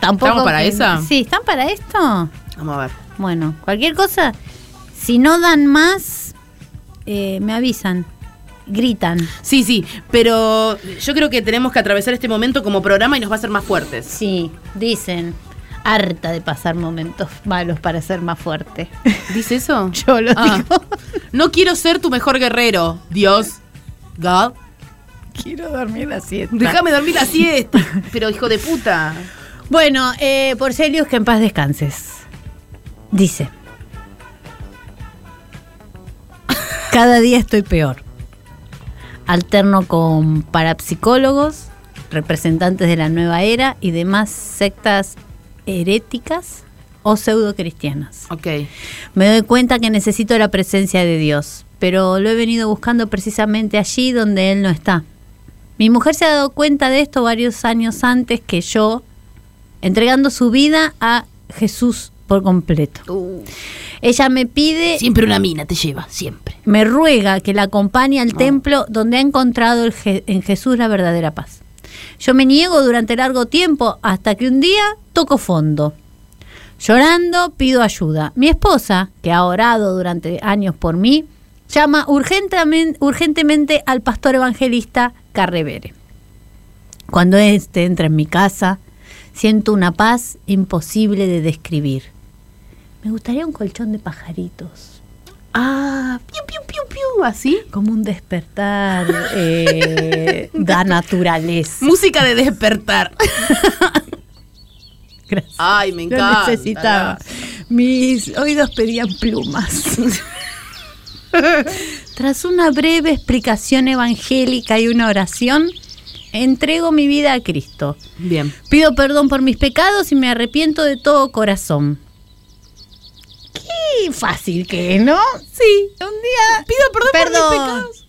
Speaker 2: Tampoco
Speaker 3: ¿Estamos para
Speaker 2: que-
Speaker 3: esa?
Speaker 2: Sí, ¿están para esto?
Speaker 3: Vamos a ver.
Speaker 2: Bueno, cualquier cosa, si no dan más, eh, me avisan. Gritan.
Speaker 3: Sí, sí, pero yo creo que tenemos que atravesar este momento como programa y nos va a hacer más fuertes.
Speaker 2: Sí, dicen. Harta de pasar momentos malos para ser más fuerte.
Speaker 3: ¿Dice eso?
Speaker 2: Yo lo
Speaker 3: Ah.
Speaker 2: digo.
Speaker 3: No quiero ser tu mejor guerrero, Dios. God.
Speaker 4: Quiero dormir así.
Speaker 3: Déjame dormir la siesta. Pero hijo de puta.
Speaker 2: Bueno, eh, Porcelius, que en paz descanses. Dice. Cada día estoy peor. Alterno con parapsicólogos, representantes de la nueva era y demás sectas heréticas o pseudocristianas.
Speaker 3: Ok.
Speaker 2: Me doy cuenta que necesito la presencia de Dios, pero lo he venido buscando precisamente allí donde Él no está. Mi mujer se ha dado cuenta de esto varios años antes que yo, entregando su vida a Jesús por completo.
Speaker 3: Uh.
Speaker 2: Ella me pide,
Speaker 3: Siempre una mina te lleva, siempre.
Speaker 2: me ruega que la acompañe al templo donde ha encontrado el Je- en Jesús la verdadera paz. Yo me niego durante largo tiempo hasta que un día toco fondo. Llorando, pido ayuda. Mi esposa, que ha orado durante años por mí, llama urgentemente, urgentemente al pastor evangelista Carrevere. Cuando éste entra en mi casa, siento una paz imposible de describir. Me gustaría un colchón de pajaritos,
Speaker 3: Ah, piu, piu, piu, piu, así.
Speaker 2: como un despertar eh, da naturaleza.
Speaker 3: Música de despertar.
Speaker 2: Gracias.
Speaker 3: Ay, me
Speaker 2: Lo
Speaker 3: encanta.
Speaker 2: necesitaba. Mis oídos pedían plumas. Tras una breve explicación evangélica y una oración, entrego mi vida a Cristo.
Speaker 3: Bien.
Speaker 2: Pido perdón por mis pecados y me arrepiento de todo corazón. Qué fácil que es, ¿no? Sí, un día.
Speaker 3: Pido perdón, por mis
Speaker 2: Perdón.
Speaker 3: pecados.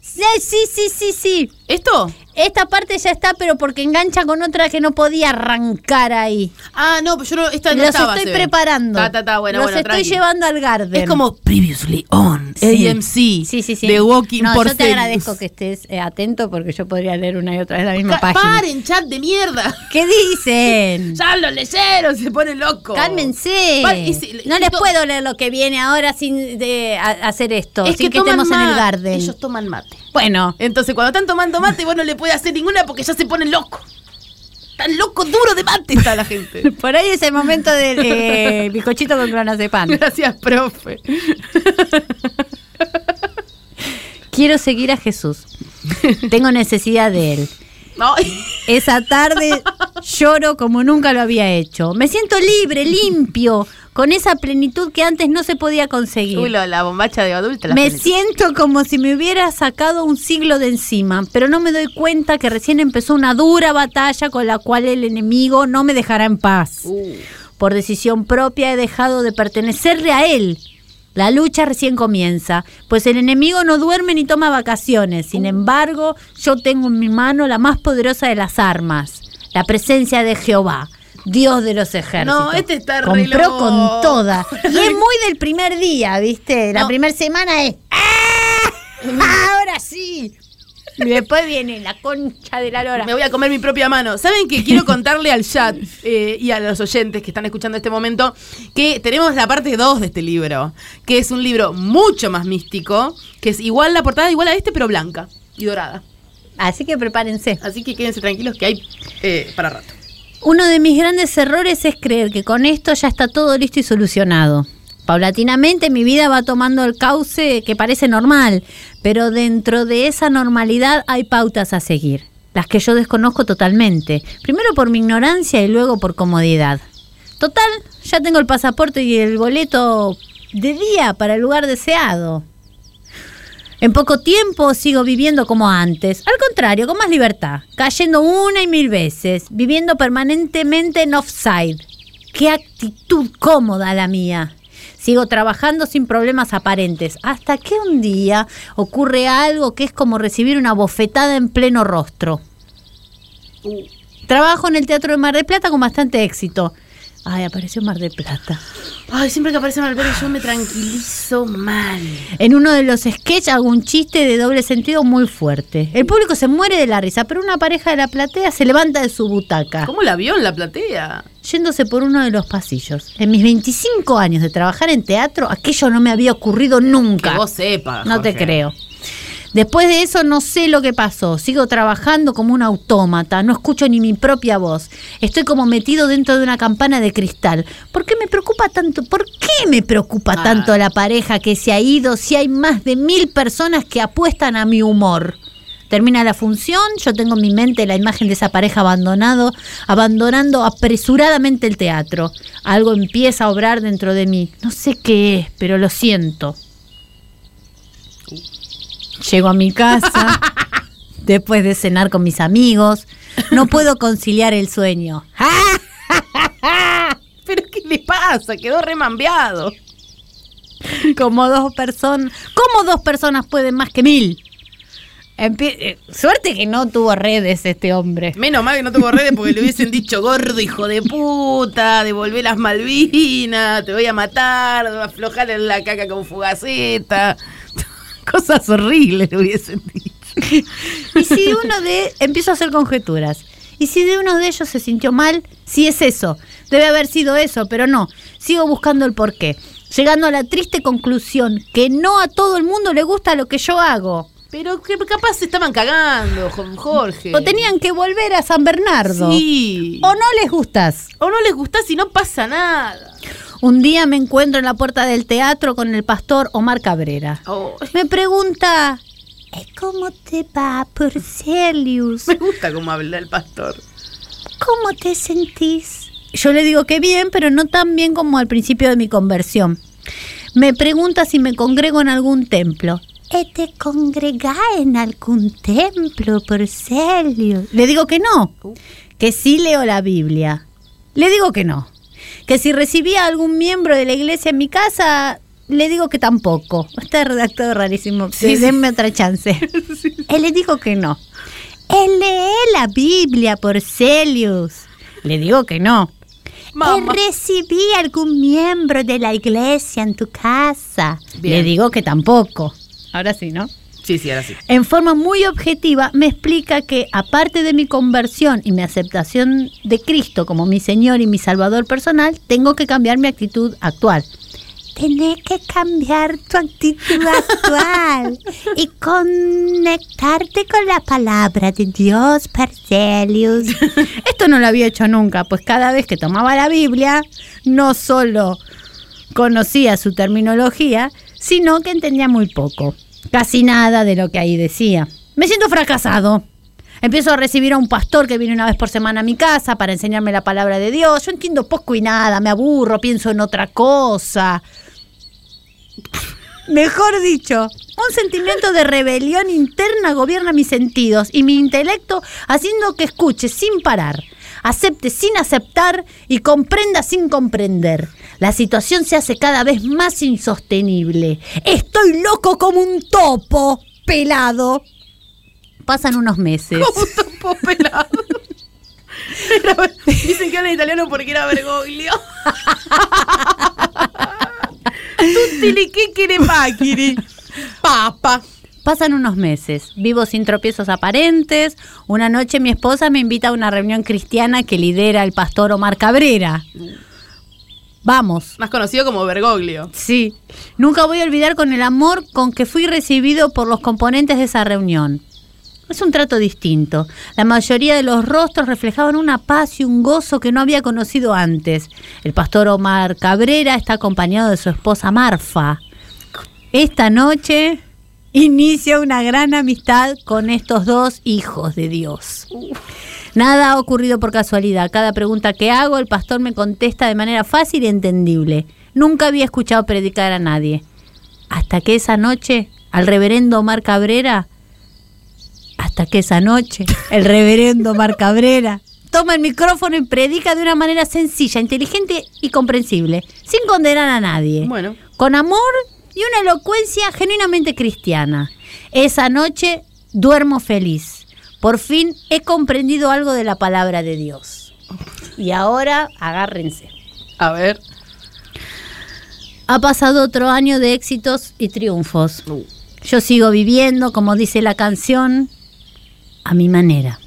Speaker 2: Sí, sí, sí, sí, sí.
Speaker 3: ¿Esto?
Speaker 2: Esta parte ya está, pero porque engancha con otra que no podía arrancar ahí.
Speaker 3: Ah, no, pero yo no, esta no
Speaker 2: Los
Speaker 3: estaba,
Speaker 2: estoy
Speaker 3: se ve.
Speaker 2: preparando.
Speaker 3: Ta, ta, ta, bueno,
Speaker 2: Los
Speaker 3: bueno,
Speaker 2: estoy
Speaker 3: tranqui.
Speaker 2: llevando al garden.
Speaker 3: Es como Previously On,
Speaker 2: Sí.
Speaker 3: AMC,
Speaker 2: Sí, sí, sí.
Speaker 3: The Walking
Speaker 2: no,
Speaker 3: Porcelius.
Speaker 2: Yo te agradezco que estés eh, atento porque yo podría leer una y otra vez la misma
Speaker 3: Ca-
Speaker 2: página.
Speaker 3: Paren, chat de mierda.
Speaker 2: ¿Qué dicen?
Speaker 3: Ya lo leyeron, se pone loco.
Speaker 2: Cálmense.
Speaker 3: Pa- y si-
Speaker 2: no
Speaker 3: y
Speaker 2: les
Speaker 3: to-
Speaker 2: puedo leer lo que viene ahora sin de, a- hacer esto,
Speaker 3: Es
Speaker 2: sin
Speaker 3: que,
Speaker 2: que,
Speaker 3: toman
Speaker 2: estemos en el
Speaker 3: mate.
Speaker 2: garden.
Speaker 3: Ellos toman mate.
Speaker 2: Bueno,
Speaker 3: Entonces, cuando están tomando mate, vos no le puedes hacer ninguna porque ya se ponen loco. Tan loco, duro de mate está la gente.
Speaker 2: por ahí es el momento del eh, bizcochito con clonas de pan.
Speaker 3: Gracias, profe.
Speaker 2: Quiero seguir a Jesús. Tengo necesidad de él.
Speaker 3: Ay,
Speaker 2: Esa tarde lloro como nunca lo había hecho. Me siento libre, limpio, con esa plenitud que antes no se podía conseguir.
Speaker 3: Uy, la, la bombacha de adulta. La
Speaker 2: me
Speaker 3: gente.
Speaker 2: siento como si me hubiera sacado un siglo de encima, pero no me doy cuenta que recién empezó una dura batalla con la cual el enemigo no me dejará en paz.
Speaker 3: Uh,
Speaker 2: Por decisión propia he dejado de pertenecerle a él. La lucha recién comienza, pues el enemigo no duerme ni toma vacaciones.
Speaker 3: Uh.
Speaker 2: Sin embargo, yo tengo en mi mano la más poderosa de las armas, la presencia de Jehová, Dios de los ejércitos.
Speaker 3: No, este está re
Speaker 2: Compró
Speaker 3: loco.
Speaker 2: con toda. Y es muy del primer día, ¿viste? La
Speaker 3: No. Mm.
Speaker 2: primera semana es... "¡Ah! Ahora sí. Y después viene la concha de la lora.
Speaker 3: Me voy a comer mi propia mano. ¿Saben que quiero contarle al chat eh, y a los oyentes que están escuchando este momento que tenemos la parte 2 de este libro? Que es un libro mucho más místico, que es igual la portada, igual a este, pero blanca y dorada.
Speaker 2: Así que prepárense.
Speaker 3: Así que quédense tranquilos que hay eh, para rato.
Speaker 2: Uno de mis grandes errores es creer que con esto ya está todo listo y solucionado. Paulatinamente mi vida va tomando el cauce que parece normal, pero dentro de esa normalidad hay pautas a seguir, las que yo desconozco totalmente, primero por mi ignorancia y luego por comodidad. Total, ya tengo el pasaporte y el boleto de día para el lugar deseado. En poco tiempo sigo viviendo como antes, al contrario, con más libertad, cayendo una y mil veces, viviendo permanentemente en offside. ¡Qué actitud cómoda la mía! Sigo trabajando sin problemas aparentes. Hasta que un día ocurre algo que es como recibir una bofetada en pleno rostro. Trabajo en el Teatro de Mar del Plata con bastante éxito. Ay, apareció Mar del Plata.
Speaker 3: Ay, siempre que aparece Malvera yo me tranquilizo mal.
Speaker 2: En uno de los sketches hago un chiste de doble sentido muy fuerte. El público se muere de la risa, pero una pareja de la platea se levanta de su butaca,
Speaker 3: Ah. ¿Cómo la vio en la platea?
Speaker 2: yéndose por uno de los pasillos. En mis 25 años de trabajar en teatro, aquello no me había ocurrido nunca.
Speaker 3: Que vos sepas.
Speaker 2: No te
Speaker 3: Jorge.
Speaker 2: creo. Después de eso no sé lo que pasó. Sigo trabajando como un autómata, no escucho ni mi propia voz. Estoy como metido dentro de una campana de cristal. ¿Por qué me preocupa tanto? ¿Por qué me preocupa
Speaker 3: Ah.
Speaker 2: tanto la pareja que se ha ido si hay más de mil personas que apuestan a mi humor? Termina la función, yo tengo en mi mente la imagen de esa pareja abandonado, abandonando apresuradamente el teatro. Algo empieza a obrar dentro de mí. No sé qué es, pero lo siento. Llego a mi casa después de cenar con mis amigos. No puedo conciliar el sueño.
Speaker 3: Pero ¿qué le pasa? Quedó remambeado.
Speaker 2: Como dos personas, como dos personas pueden más que mil. Empie- eh, Suerte que no tuvo redes este hombre.
Speaker 3: Menos mal que no tengo redes porque le hubiesen dicho gordo, hijo de puta, devolvé las Malvinas, te voy a matar, aflojale la caca con fugaceta. Cosas horribles le hubiesen dicho.
Speaker 2: Y si uno de empiezo a hacer conjeturas. Y si de uno de ellos se sintió mal, si es eso. Debe haber sido eso, pero no. Sigo buscando el porqué. Llegando a la triste conclusión que no a todo el mundo le gusta lo que yo hago.
Speaker 3: Pero que capaz se estaban cagando, jo- Jorge.
Speaker 2: O tenían que volver a San Bernardo.
Speaker 3: Sí.
Speaker 2: O no les gustas.
Speaker 3: O no les gusta si no pasa nada.
Speaker 2: Un día me encuentro en la puerta del teatro con el pastor Omar Cabrera.
Speaker 3: Oh,
Speaker 2: Me pregunta, "Eh, ¿cómo te va, Porcelius?
Speaker 3: me gusta cómo habla el pastor.
Speaker 2: ¿Cómo te sentís? Yo le digo que bien, pero no tan bien como al principio de mi conversión. Me pregunta si me congrego en algún templo. "Eh, ¿Te congregá en algún templo, Porcelio? Le digo que no,
Speaker 3: Uh.
Speaker 2: que sí leo la Biblia. Le digo que no, que si recibía a algún miembro de la iglesia en mi casa, le digo que tampoco. Está redactado rarísimo,
Speaker 3: Sí, sí.
Speaker 2: denme otra chance. Él le dijo que no. Él lee la Biblia, Porcelius. Le digo que no.
Speaker 3: Mamá.
Speaker 2: "Eh, recibí algún miembro de la iglesia en tu casa?
Speaker 3: Bien.
Speaker 2: Le digo que tampoco. Ahora sí, ¿no?
Speaker 3: Sí, sí, ahora sí.
Speaker 2: En forma muy objetiva me explica que aparte de mi conversión y mi aceptación de Cristo como mi Señor y mi Salvador personal, tengo que cambiar mi actitud actual. Tenés que cambiar tu actitud actual y conectarte con la palabra de Dios, Parcelius. Esto no lo había hecho nunca, pues cada vez que tomaba la Biblia, no solo conocía su terminología, sino que entendía muy poco, casi nada de lo que ahí decía. Me siento fracasado. Empiezo a recibir a un pastor que viene una vez por semana a mi casa para enseñarme la palabra de Dios. Yo entiendo poco y nada, me aburro, pienso en otra cosa. Mejor dicho, un sentimiento de rebelión interna gobierna mis sentidos y mi intelecto haciendo que escuche sin parar, acepte sin aceptar y comprenda sin comprender. La situación se hace cada vez más insostenible. Estoy loco como un topo pelado. Pasan unos meses.
Speaker 3: Como un topo pelado. Era- dicen que habla italiano porque era Bergoglio. Tutti que quiere paquiri. Papa.
Speaker 2: Pasan unos meses, vivo sin tropiezos aparentes. Una noche mi esposa me invita a una reunión cristiana que lidera el pastor Omar Cabrera. Vamos.
Speaker 3: Más conocido como Bergoglio.
Speaker 2: Sí, nunca voy a olvidar con el amor con que fui recibido por los componentes de esa reunión. Es un trato distinto. La mayoría de los rostros reflejaban una paz y un gozo que no había conocido antes. El pastor Omar Cabrera está acompañado de su esposa Marfa. Esta noche inicia una gran amistad con estos dos hijos de Dios. Nada ha ocurrido por casualidad. Cada pregunta que hago, el pastor me contesta de manera fácil y entendible. Nunca había escuchado predicar a nadie. Hasta que esa noche, al reverendo Omar Cabrera, hasta que esa noche, el reverendo Omar Cabrera toma el micrófono y predica de una manera sencilla, inteligente y comprensible, sin condenar a nadie.
Speaker 3: Bueno.
Speaker 2: Con amor y una elocuencia genuinamente cristiana. Esa noche duermo feliz. Por fin he comprendido algo de la palabra de Dios. Y ahora agárrense.
Speaker 3: A ver.
Speaker 2: Ha pasado otro año de éxitos y triunfos.
Speaker 3: Uh,
Speaker 2: Yo sigo viviendo, como dice la canción, a mi manera.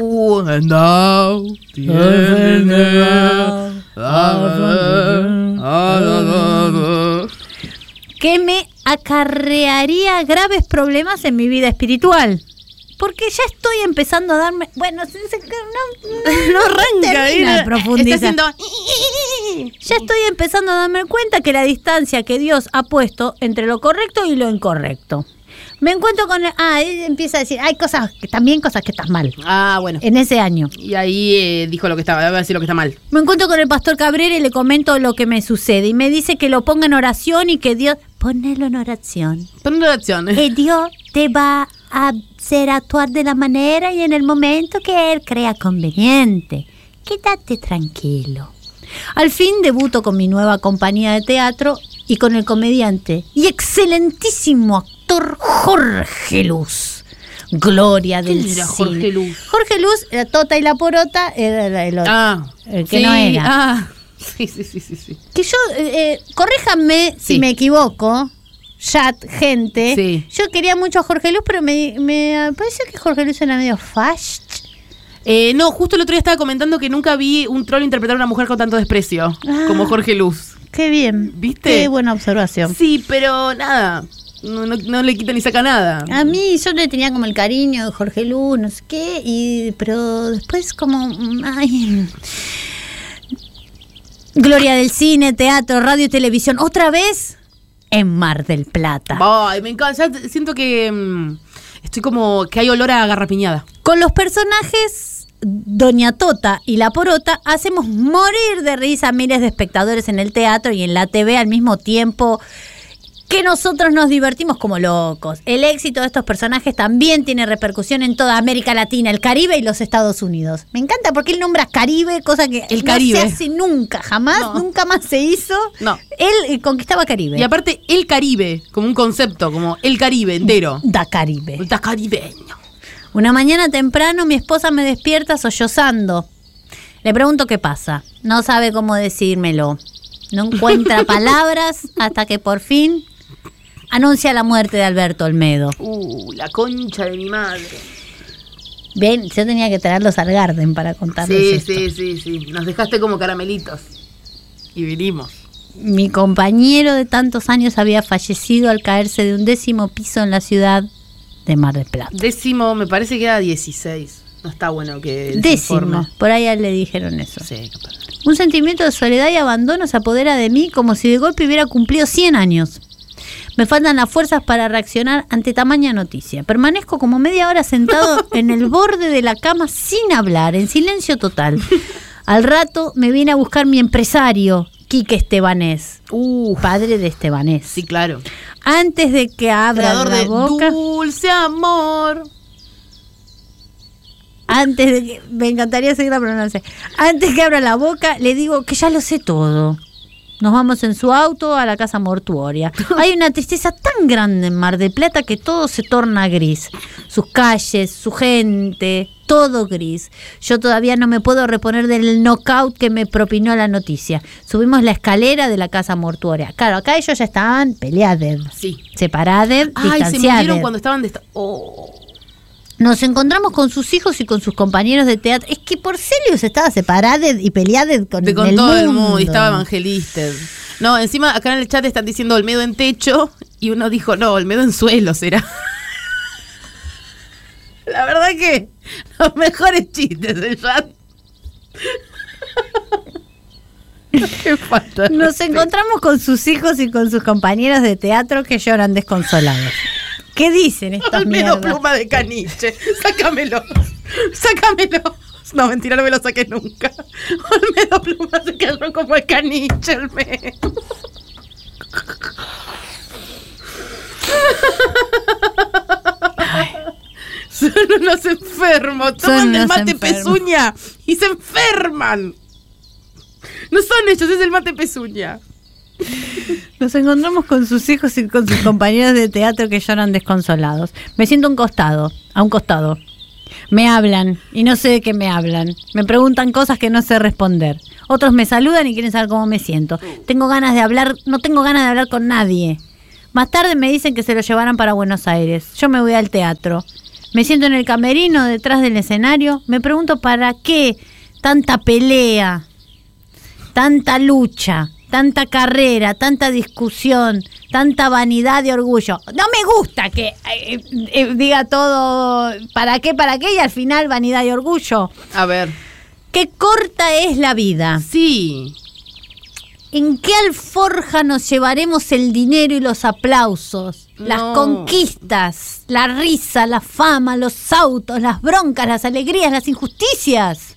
Speaker 3: Uh, and now the end is-
Speaker 2: que me acarrearía graves problemas en mi vida espiritual. Porque ya estoy empezando a darme. Bueno, se- se- no, no, no
Speaker 3: Arranca,
Speaker 2: termina de
Speaker 3: mira,
Speaker 2: profundizar.
Speaker 3: Está haciendo-
Speaker 2: Ya estoy empezando a darme cuenta que la distancia que Dios ha puesto entre lo correcto y lo incorrecto. Me encuentro con. el- ah, él empieza a decir: hay cosas, que, también cosas que están mal.
Speaker 3: Ah, bueno.
Speaker 2: En ese año.
Speaker 3: Y ahí eh, dijo lo que estaba, a ver si lo que está mal.
Speaker 2: Me encuentro con el pastor Cabrera y le comento lo que me sucede. Y me dice que lo ponga en oración y que Dios. Ponelo en oración.
Speaker 3: Pero no acciones.
Speaker 2: que Eh, Dios te va a hacer actuar de la manera y en el momento que Él crea conveniente. Quédate tranquilo. Al fin debuto con mi nueva compañía de teatro y con el comediante y excelentísimo actor Jorge Luz. Gloria del
Speaker 3: ¿Quién era
Speaker 2: cine.
Speaker 3: Jorge Luz?
Speaker 2: Jorge Luz, la tota y la porota, era el- el otro.
Speaker 3: Ah,
Speaker 2: El que no era.
Speaker 3: Ah, sí, sí, sí, sí. sí.
Speaker 2: Que yo, eh, eh, corríjanme si
Speaker 3: Sí.
Speaker 2: me equivoco, chat, gente.
Speaker 3: Sí.
Speaker 2: Yo quería mucho a Jorge Luz, pero me, me ah, parece que Jorge Luz era medio fast.
Speaker 3: Eh, no, justo el otro día estaba comentando que nunca vi un troll interpretar a una mujer con tanto desprecio como Jorge Luz.
Speaker 2: Qué bien.
Speaker 3: ¿Viste?
Speaker 2: Qué buena observación.
Speaker 3: Sí, pero nada. No, no- no le quita ni saca nada.
Speaker 2: A mí yo le tenía como el cariño de Jorge Luz, no sé qué, y, pero después como... mm, Ay. Gloria del cine, teatro, radio y televisión. Otra vez en Mar del Plata.
Speaker 3: Ay, me encanta. Ya siento que mm, estoy como que hay olor a garrapiñada.
Speaker 2: Con los personajes Doña Tota y La Porota hacemos morir de risa a miles de espectadores en el teatro y en la TV al mismo tiempo que nosotros nos divertimos como locos. El éxito de estos personajes también tiene repercusión en toda América Latina, el Caribe y los Estados Unidos. Me encanta porque él nombra Caribe, cosa que
Speaker 3: El
Speaker 2: no
Speaker 3: Caribe.
Speaker 2: se hace nunca, jamás,
Speaker 3: No.
Speaker 2: nunca más se hizo.
Speaker 3: No.
Speaker 2: Él eh, conquistaba Caribe.
Speaker 3: Y aparte, el Caribe, como un concepto, como el Caribe entero.
Speaker 2: da Caribe.
Speaker 3: Está caribeño.
Speaker 2: Una mañana temprano mi esposa me despierta sollozando. Le pregunto qué pasa. No sabe cómo decírmelo. No encuentra palabras hasta que por fin anuncia la muerte de Alberto Olmedo.
Speaker 3: Uh, la concha de mi madre.
Speaker 2: Ven, yo tenía que traerlos al Garden para contarles esto.
Speaker 3: Sí, sí, sí, sí. Nos dejaste como caramelitos. Y vinimos.
Speaker 2: Mi compañero de tantos años había fallecido al caerse de un décimo piso en la ciudad de Mar del Plata.
Speaker 3: Décimo, me parece que era 16. No está bueno que. se
Speaker 2: Décimo.
Speaker 3: informe.
Speaker 2: Por ahí a él le dijeron eso.
Speaker 3: Sí, capaz.
Speaker 2: Un sentimiento de soledad y abandono se apodera de mí como si de golpe hubiera cumplido 100 años. Me faltan las fuerzas para reaccionar ante tamaña noticia. Permanezco como media hora sentado en el borde de la cama sin hablar, en silencio total. Al rato me viene a buscar mi empresario, Quique Estebanés,
Speaker 3: Uh,
Speaker 2: padre de Estebanés.
Speaker 3: sí, claro.
Speaker 2: Antes de que abra
Speaker 3: Creador
Speaker 2: la
Speaker 3: de
Speaker 2: boca,
Speaker 3: Dulce Amor.
Speaker 2: antes de que, me encantaría seguir la pronunciación. Antes que abra la boca, le digo que ya lo sé todo. Nos vamos en su auto a la casa mortuoria. Hay una tristeza tan grande en Mar del Plata que todo se torna gris. Sus calles, su gente, todo gris. Yo todavía no me puedo reponer del knockout que me propinó la noticia. Subimos la escalera de la casa mortuoria. Claro, acá ellos ya estaban peleados,
Speaker 3: Sí.
Speaker 2: separados,
Speaker 3: Ay, se
Speaker 2: distanciados.
Speaker 3: murieron cuando estaban de esta. Oh.
Speaker 2: Nos encontramos con sus hijos y con sus compañeros de teatro. Es que Porcelius estaba separada y peleada con,
Speaker 3: De- con
Speaker 2: el
Speaker 3: todo
Speaker 2: mundo.
Speaker 3: el mundo. Y estaba evangelista. No, encima acá en el chat están diciendo Olmedo en techo. Y uno dijo, no, Olmedo en suelo será. La verdad que los mejores chistes del chat. Qué falta de
Speaker 2: Nos encontramos con sus hijos y con sus compañeros de teatro que lloran desconsolados. ¿Qué dicen estas
Speaker 3: Olmedo
Speaker 2: mierdas?
Speaker 3: pluma de caniche. Sácamelo. Sácamelo. No, mentira, no me lo saqué nunca. Olmedo pluma se quedó como el caniche, Olmedo. Son unos enfermos. Toman
Speaker 2: Son
Speaker 3: del
Speaker 2: unos
Speaker 3: mate
Speaker 2: enfermos.
Speaker 3: pezuña y se enferman. No son ellos, es el mate pezuña.
Speaker 2: Nos encontramos con sus hijos y con sus compañeros de teatro que lloran desconsolados. Me siento a un costado, a un costado. Me hablan y no sé de qué me hablan. Me preguntan cosas que no sé responder. Otros me saludan y quieren saber cómo me siento. Tengo ganas de hablar, no tengo ganas de hablar con nadie. Más tarde me dicen que se lo llevaran para Buenos Aires. Yo me voy al teatro. Me siento en el camerino detrás del escenario. Me pregunto para qué tanta pelea, tanta lucha tanta carrera, tanta discusión, tanta vanidad y orgullo. No me gusta que eh, eh, diga todo para qué, para qué y al final vanidad y orgullo.
Speaker 3: A ver.
Speaker 2: Qué corta es la vida.
Speaker 3: Sí.
Speaker 2: ¿En qué alforja nos llevaremos el dinero y los aplausos? Las
Speaker 3: No.
Speaker 2: conquistas, la risa, la fama, los autos, las broncas, las alegrías, las injusticias.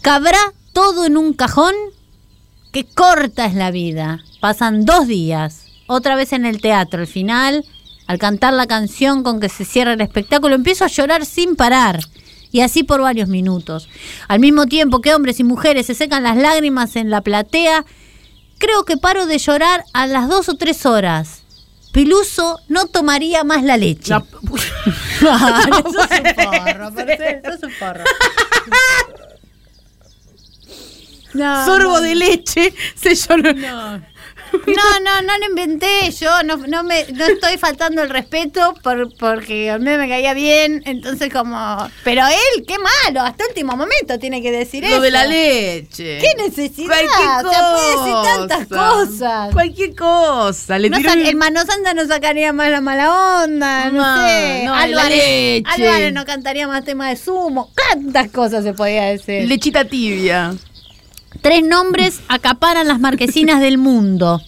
Speaker 2: ¿Cabrá todo en un cajón? Qué corta es la vida. Pasan dos días, otra vez en el teatro, al final, al cantar la canción con que se cierra el espectáculo, empiezo a llorar sin parar. Y así por varios minutos. Al mismo tiempo que hombres y mujeres se secan las lágrimas en la platea, creo que paro de llorar a las dos o tres horas. Piluso no tomaría más la leche.
Speaker 3: La-
Speaker 2: Claro, sos un porro, Marcel, sos un porro. No,
Speaker 3: Sorbo de leche. Se lloró.
Speaker 2: No, no, no lo inventé yo, no, no me, no estoy faltando el respeto por, porque a mí me caía bien, entonces como... Pero él, qué malo, hasta último momento tiene que decir eso.
Speaker 3: Lo de la leche.
Speaker 2: ¿Qué necesidad?
Speaker 3: Cualquier
Speaker 2: O sea, puede decir tantas
Speaker 3: cosa.
Speaker 2: cosas.
Speaker 3: Cualquier cosa. Le
Speaker 2: No
Speaker 3: tiró
Speaker 2: sa-
Speaker 3: un-
Speaker 2: el mano santa no sacaría más la mala onda, no,
Speaker 3: No,
Speaker 2: sé.
Speaker 3: no, la
Speaker 2: Álvarez,
Speaker 3: leche.
Speaker 2: Álvarez no cantaría más tema de sumo. ¿Cuántas cosas se podía decir?
Speaker 3: Lechita tibia.
Speaker 2: Tres nombres acaparan las marquesinas del mundo.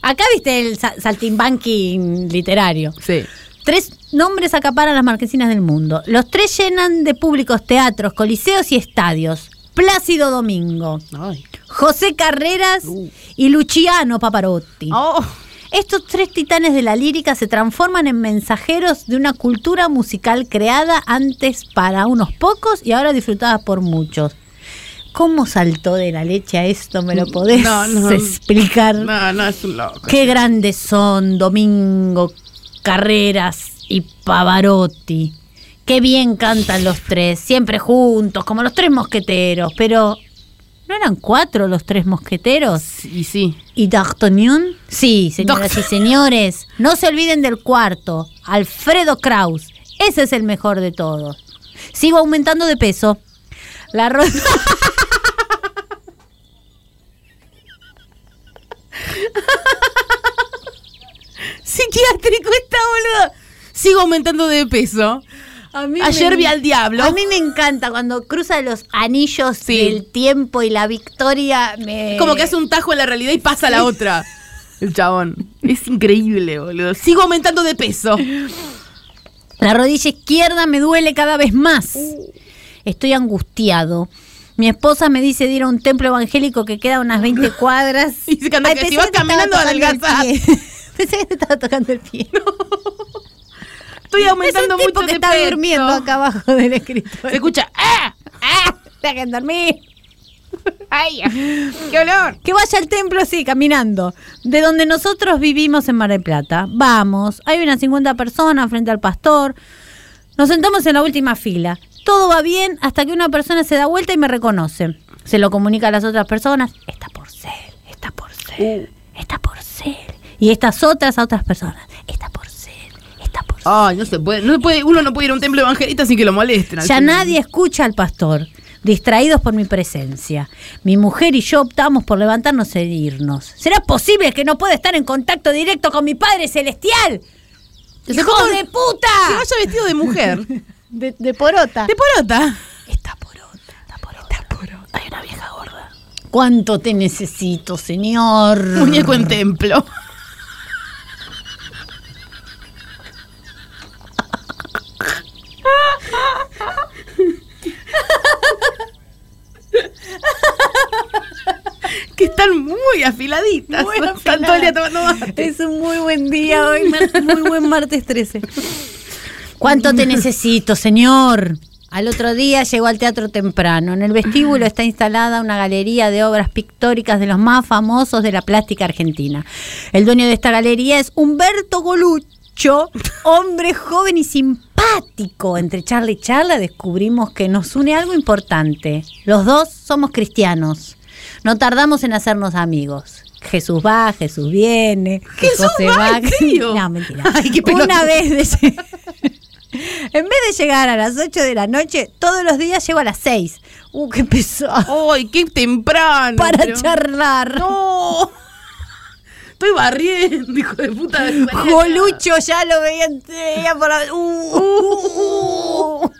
Speaker 2: Acá viste el sa- saltimbanqui literario.
Speaker 3: Sí.
Speaker 2: Tres nombres acaparan las marquesinas del mundo. Los tres llenan de públicos teatros, coliseos y estadios. Plácido Domingo,
Speaker 3: Ay.
Speaker 2: José Carreras y Luciano Paparotti.
Speaker 3: Oh.
Speaker 2: Estos tres titanes de la lírica se transforman en mensajeros de una cultura musical creada antes para unos pocos y ahora disfrutada por muchos. ¿Cómo saltó de la leche a esto? ¿Me lo podés
Speaker 3: No, no.
Speaker 2: explicar?
Speaker 3: No, no, es un loco.
Speaker 2: Qué grandes son Domingo, Carreras y Pavarotti. Qué bien cantan los tres, siempre juntos, como los tres mosqueteros. Pero, ¿no eran cuatro los tres mosqueteros?
Speaker 3: Y sí.
Speaker 2: ¿Y D'Artagnan? Sí, señoras y señores. No se olviden del cuarto, Alfredo Kraus. Ese es el mejor de todos. Sigo aumentando de peso. La ronda.
Speaker 3: Psiquiátrico está, boludo. Sigo aumentando de peso.
Speaker 2: A mí
Speaker 3: Ayer vi al diablo.
Speaker 2: A mí me encanta cuando cruza los anillos
Speaker 3: Sí.
Speaker 2: del tiempo y la victoria. Me...
Speaker 3: Como que hace un tajo en la realidad y pasa a la otra. El chabón. Es increíble, boludo. Sigo aumentando de peso.
Speaker 2: La rodilla izquierda me duele cada vez más. Estoy angustiado. Mi esposa me dice de ir a un templo evangélico que queda a unas 20 cuadras.
Speaker 3: Y dice que anda, que
Speaker 2: pensé
Speaker 3: si vas
Speaker 2: te estaba
Speaker 3: caminando,
Speaker 2: tocando el
Speaker 3: adelgazás.
Speaker 2: pie. Pensé que te estaba tocando el pie.
Speaker 3: Estoy
Speaker 2: es
Speaker 3: aumentando
Speaker 2: un tipo
Speaker 3: mucho
Speaker 2: que
Speaker 3: de
Speaker 2: está
Speaker 3: peso.
Speaker 2: durmiendo acá abajo del escritorio.
Speaker 3: Se escucha. ¡Ah!
Speaker 2: ¡Ah! Dejen dormir.
Speaker 5: ¡Ay! ¡Qué olor!
Speaker 2: Que vaya al templo así, caminando. De donde nosotros vivimos en Mar del Plata. Vamos, hay unas 50 personas frente al pastor. Nos sentamos en la última fila. Todo va bien hasta que una persona se da vuelta y me reconoce. Se lo comunica a las otras personas. Está por ser, está por ser,
Speaker 3: Uh.
Speaker 2: está por ser. Y estas otras a otras personas. Está por ser, está por ser.
Speaker 3: Ay, no se puede. No se puede. Uno no puede ir a un templo evangelista sin que lo molesten. al
Speaker 2: Ya
Speaker 3: final.
Speaker 2: nadie escucha al pastor, distraídos por mi presencia. Mi mujer y yo optamos por levantarnos e irnos. ¿Será posible que no pueda estar en contacto directo con mi Padre Celestial? ¡Hijo de
Speaker 3: Que
Speaker 2: puta!
Speaker 3: vaya vestido de mujer.
Speaker 2: De, porota.
Speaker 3: De porota.
Speaker 2: Está porota, está porota. Hay una vieja gorda. ¿Cuánto te necesito, señor?
Speaker 3: Muñeco en templo. que están muy afiladitas.
Speaker 2: Muy
Speaker 3: Están todo el día
Speaker 2: afiladas.
Speaker 3: tomando mate.
Speaker 2: Es un muy buen día hoy, mar- muy buen martes 13. ¿Cuánto te necesito, señor? Al otro día llegó al teatro temprano. En el vestíbulo está instalada una galería de obras pictóricas de los más famosos de la plástica argentina. El dueño de esta galería es Humberto Golucho, hombre joven y simpático. Entre charla y charla descubrimos que nos une algo importante. Los dos somos cristianos. No tardamos en hacernos amigos. Jesús va, Jesús viene,
Speaker 3: Jesús
Speaker 2: José
Speaker 3: va, ¿en serio?
Speaker 2: No, mentira.
Speaker 3: Ay, qué
Speaker 2: Una
Speaker 3: pelotudo.
Speaker 2: vez de lle- En vez de llegar a las 8 de la noche, todos los días llego a las 6. Uh, qué pesado.
Speaker 3: ¡Ay, qué temprano!
Speaker 2: Para
Speaker 3: pero-
Speaker 2: charlar.
Speaker 3: ¡No! Estoy barriendo, hijo de puta.
Speaker 2: Golucho ya lo veía, veía por la. Uh, uh, uh.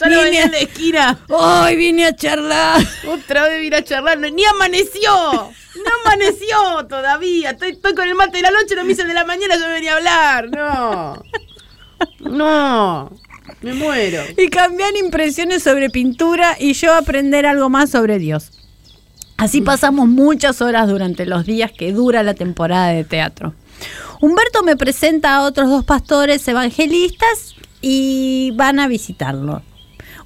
Speaker 3: Ya lo
Speaker 2: Niña.
Speaker 3: venía en la esquina.
Speaker 2: Ay, vine a charlar.
Speaker 3: Otra vez vine a charlar. no- ¡Ni amaneció! ¡No amaneció todavía! Estoy, estoy con el mate de la noche, no me hice el de la mañana, yo me venía a hablar. ¡No! ¡No! Me muero.
Speaker 2: y cambiar impresiones sobre pintura y yo aprender algo más sobre Dios. Así pasamos muchas horas durante los días que dura la temporada de teatro. Humberto me presenta a otros dos pastores evangelistas y van a visitarlo.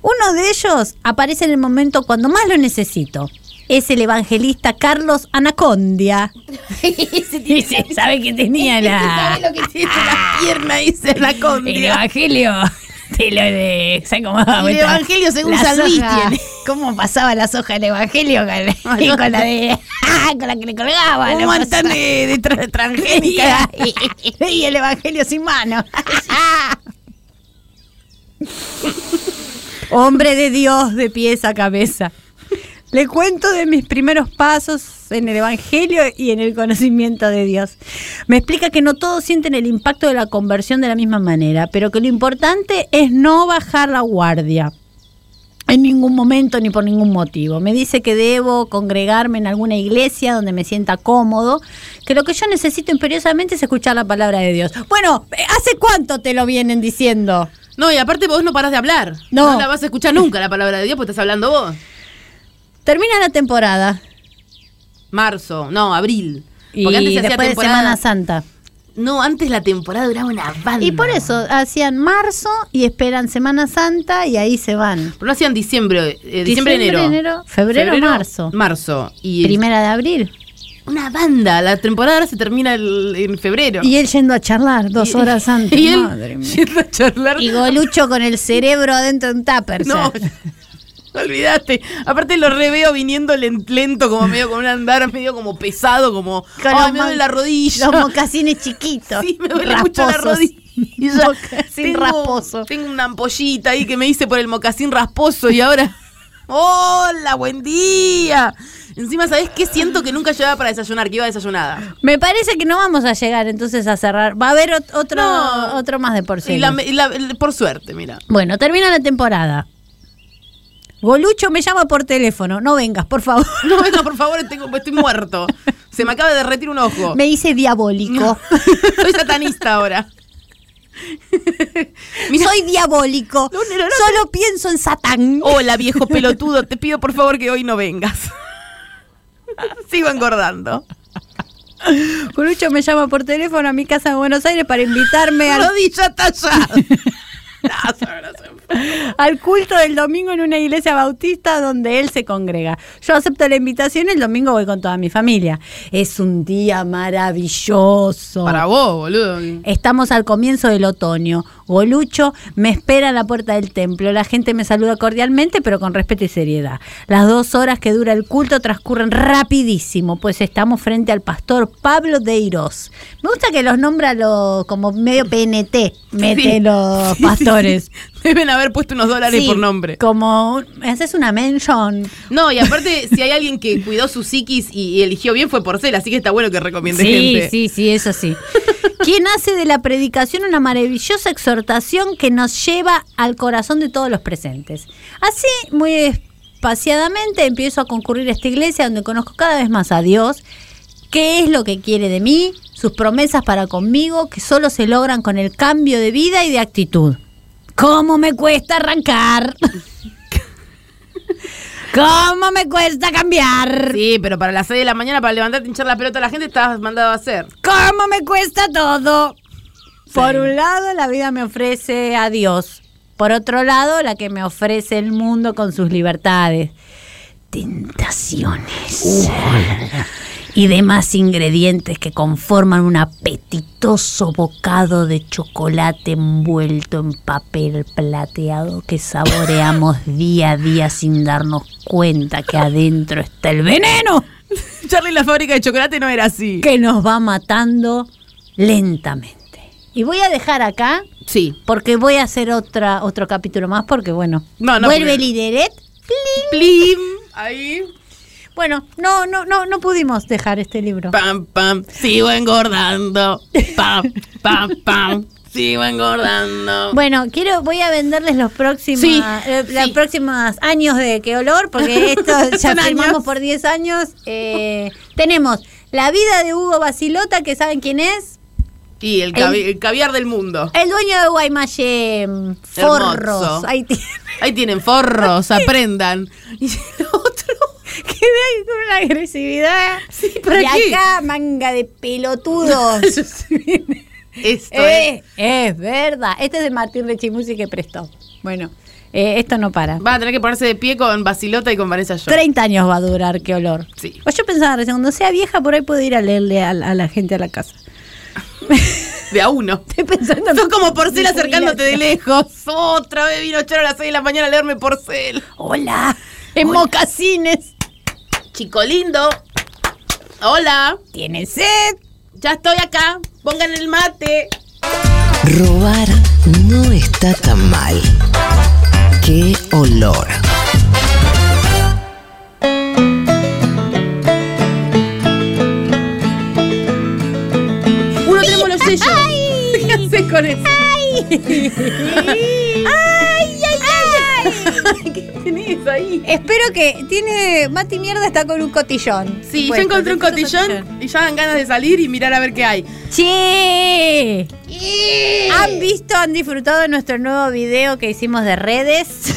Speaker 2: Uno de ellos aparece en el momento cuando más lo necesito. Es el evangelista Carlos Anacondia. Y se sabe que tenía la... Ah,
Speaker 3: lo que tiene la pierna, dice la
Speaker 4: El
Speaker 3: condia.
Speaker 4: evangelio de lo de. ¿Saben cómo daba
Speaker 3: El
Speaker 4: vuelta?
Speaker 3: evangelio según
Speaker 4: La
Speaker 3: San Luis
Speaker 4: soja.
Speaker 3: tiene.
Speaker 4: ¿Cómo pasaba la soja del evangelio con,
Speaker 3: Ay,
Speaker 4: con la de. con la que le colgaba.
Speaker 3: Un
Speaker 4: la
Speaker 3: montón
Speaker 4: pasaba.
Speaker 3: de, de tra-
Speaker 4: Y,
Speaker 3: transgénicas.
Speaker 4: y el evangelio sin mano.
Speaker 2: Hombre de Dios de pies a cabeza. Le cuento de mis primeros pasos en el Evangelio y en el conocimiento de Dios. Me explica que no todos sienten el impacto de la conversión de la misma manera, pero que lo importante es no bajar la guardia. En ningún momento ni por ningún motivo. Me dice que debo congregarme en alguna iglesia donde me sienta cómodo, que lo que yo necesito imperiosamente es escuchar la palabra de Dios. Bueno, ¿hace cuánto te lo vienen diciendo?
Speaker 3: No, y aparte vos no parás de hablar.
Speaker 2: No.
Speaker 3: la vas a escuchar nunca la palabra de Dios porque estás hablando vos.
Speaker 2: Termina la temporada.
Speaker 3: Marzo, no, abril.
Speaker 2: Y
Speaker 3: Porque antes se hacía
Speaker 2: después de
Speaker 3: temporada.
Speaker 2: Semana Santa.
Speaker 3: No, antes la temporada duraba una banda.
Speaker 2: Y por eso hacían marzo y esperan Semana Santa y ahí se van.
Speaker 3: Pero lo hacían diciembre, eh, diciembre,
Speaker 2: Diciembre,
Speaker 3: enero.
Speaker 2: enero, febrero, marzo.
Speaker 3: Marzo. Y
Speaker 2: Primera de abril.
Speaker 3: una banda. La temporada ahora se termina el- en febrero.
Speaker 2: Y él yendo a charlar dos horas antes.
Speaker 3: Y él
Speaker 2: Madre mía.
Speaker 3: yendo a charlar.
Speaker 2: Y Golucho con el cerebro adentro en tupper.
Speaker 3: No, olvidaste. Aparte lo reveo viniendo len- lento, como medio con un andar medio como pesado, como
Speaker 2: Con
Speaker 3: "Ay,
Speaker 2: los
Speaker 3: me duele
Speaker 2: mo-
Speaker 3: la rodilla.
Speaker 2: Los mocasines chiquitos.
Speaker 3: Sí, me duele mucho la
Speaker 2: rasposos.
Speaker 3: rodilla.
Speaker 2: Mocasín rasposo.
Speaker 3: Tengo una ampollita ahí que me hice por el mocasín rasposo y ahora. ¡Hola! ¡Buen día! Encima, ¿sabés qué? Siento que nunca llegaba para desayunar, que iba desayunada.
Speaker 2: Me parece que no vamos a llegar entonces a cerrar. Va a haber ot- otro,
Speaker 3: No.
Speaker 2: otro más de
Speaker 3: Y
Speaker 2: porcelaina.
Speaker 3: la- y la- el- por suerte, mira.
Speaker 2: Bueno, termina la temporada. Golucho me llama por teléfono. No vengas, por favor.
Speaker 3: No, venga, por favor, tengo, pues, estoy muerto. Se me acaba de derretir un ojo.
Speaker 2: Me hice diabólico.
Speaker 3: Soy satanista ahora. Mirá.
Speaker 2: Soy diabólico.
Speaker 3: No, no, no, no.
Speaker 2: Solo pienso en Satán.
Speaker 3: Hola, viejo pelotudo, te pido por favor que hoy no vengas. Sigo engordando.
Speaker 2: Golucho me llama por teléfono a mi casa en Buenos Aires para invitarme al,
Speaker 3: Rodilla tallada. No, sobre la sopa.
Speaker 2: al culto del domingo en una iglesia bautista donde él se congrega. Yo acepto la invitación y el domingo voy con toda mi familia. Es un día maravilloso.
Speaker 3: Para vos, boludo.
Speaker 2: Estamos al comienzo del otoño. Golucho me espera a la puerta del templo. La gente me saluda cordialmente, pero con respeto y seriedad. Las dos horas que dura el culto transcurren rapidísimo, pues estamos frente al pastor Pablo de Irós. Me gusta que los nombra lo- como medio PNT, mete
Speaker 3: Sí.
Speaker 2: los pastores.
Speaker 3: Deben haber puesto unos dólares
Speaker 2: Sí,
Speaker 3: por nombre.
Speaker 2: Como un- haces una mention.
Speaker 3: No, y aparte, si hay alguien que cuidó su psiquis y, y eligió bien fue Porcel, así que está bueno que recomiende
Speaker 2: Sí,
Speaker 3: gente.
Speaker 2: sí, sí, eso sí. Quien hace de la predicación una maravillosa exhortación que nos lleva al corazón de todos los presentes. Así, muy espaciadamente, empiezo a concurrir a esta iglesia donde conozco cada vez más a Dios, qué es lo que quiere de mí, sus promesas para conmigo, que solo se logran con el cambio de vida y de actitud. ¿Cómo me cuesta arrancar? ¿Cómo me cuesta cambiar?
Speaker 3: Sí, pero para las 6 de la mañana, para levantarte y hinchar la pelota a la gente, estabas mandado a hacer.
Speaker 2: ¿Cómo me cuesta todo? Por un lado, la vida me ofrece a Dios. Por otro lado, la que me ofrece el mundo con sus libertades, tentaciones y demás ingredientes que conforman un apetitoso bocado de chocolate envuelto en papel plateado que saboreamos día a día sin darnos cuenta que adentro está el veneno
Speaker 3: Charlie, la fábrica de chocolate no era así.
Speaker 2: que nos va matando lentamente. Y voy a dejar acá
Speaker 3: Sí.
Speaker 2: porque voy a hacer otra otro capítulo más porque bueno,
Speaker 3: No, no,
Speaker 2: vuelve
Speaker 3: porque-
Speaker 2: Lideret.
Speaker 3: Plim. Ahí.
Speaker 2: Bueno, no no no no pudimos dejar este libro.
Speaker 3: Pam, pam. Sigo engordando. Pam, pam, pam. Sigo engordando.
Speaker 2: Bueno, quiero voy a venderles los próximos
Speaker 3: Sí,
Speaker 2: eh, los
Speaker 3: sí.
Speaker 2: próximos años de qué olor porque esto ya
Speaker 3: Son
Speaker 2: firmamos
Speaker 3: años.
Speaker 2: por 10 años. Eh, tenemos La vida de Hugo Basilota, que saben quién es.
Speaker 3: Y el, cavi- el caviar del mundo.
Speaker 2: El dueño de Guaymallé, mm, Forros. Ahí tiene.
Speaker 3: Ahí tienen forros, aprendan. Y el otro.
Speaker 2: que vean con una agresividad.
Speaker 3: ¿para
Speaker 2: y
Speaker 3: qué?
Speaker 2: acá, manga de pelotudos.
Speaker 3: Esto
Speaker 2: Eh, es verdad. Este es de Martín Rechimusi que prestó. Bueno, eh, esto no para.
Speaker 3: es. Va a tener que ponerse de pie con Basilota y con Vanessa Jones.
Speaker 2: 30 años va a durar, qué olor.
Speaker 3: Sí.
Speaker 2: O yo pensaba recién, cuando sea vieja, por ahí puedo ir a leerle a, la- a la gente a la casa.
Speaker 3: De a uno.
Speaker 2: Estoy pensando.
Speaker 3: Sos como porcel
Speaker 2: Mi
Speaker 3: acercándote de
Speaker 2: jubilación.
Speaker 3: lejos. Otra vez vino Charo a las 6 de la mañana a leerme porcel.
Speaker 2: Hola. En mocasines.
Speaker 3: Chico lindo. Hola.
Speaker 2: Tiene sed.
Speaker 3: Ya estoy acá. Pongan el mate.
Speaker 1: Robar no está tan mal. ¡Qué olor!
Speaker 3: Uno tenemos los sellos. ¿Qué haces con eso?
Speaker 2: ¡Ay, ay, ay!
Speaker 3: Tenés ahí.
Speaker 2: Espero que tiene. Mati Mierda está con un cotillón.
Speaker 3: Sí,
Speaker 2: Puesto,
Speaker 3: yo encontré un
Speaker 2: puesto
Speaker 3: cotillón y ya dan ganas de salir y mirar a ver qué hay.
Speaker 2: ¡Che!
Speaker 3: Eh.
Speaker 2: ¿Han visto, han disfrutado de nuestro nuevo video que hicimos de redes?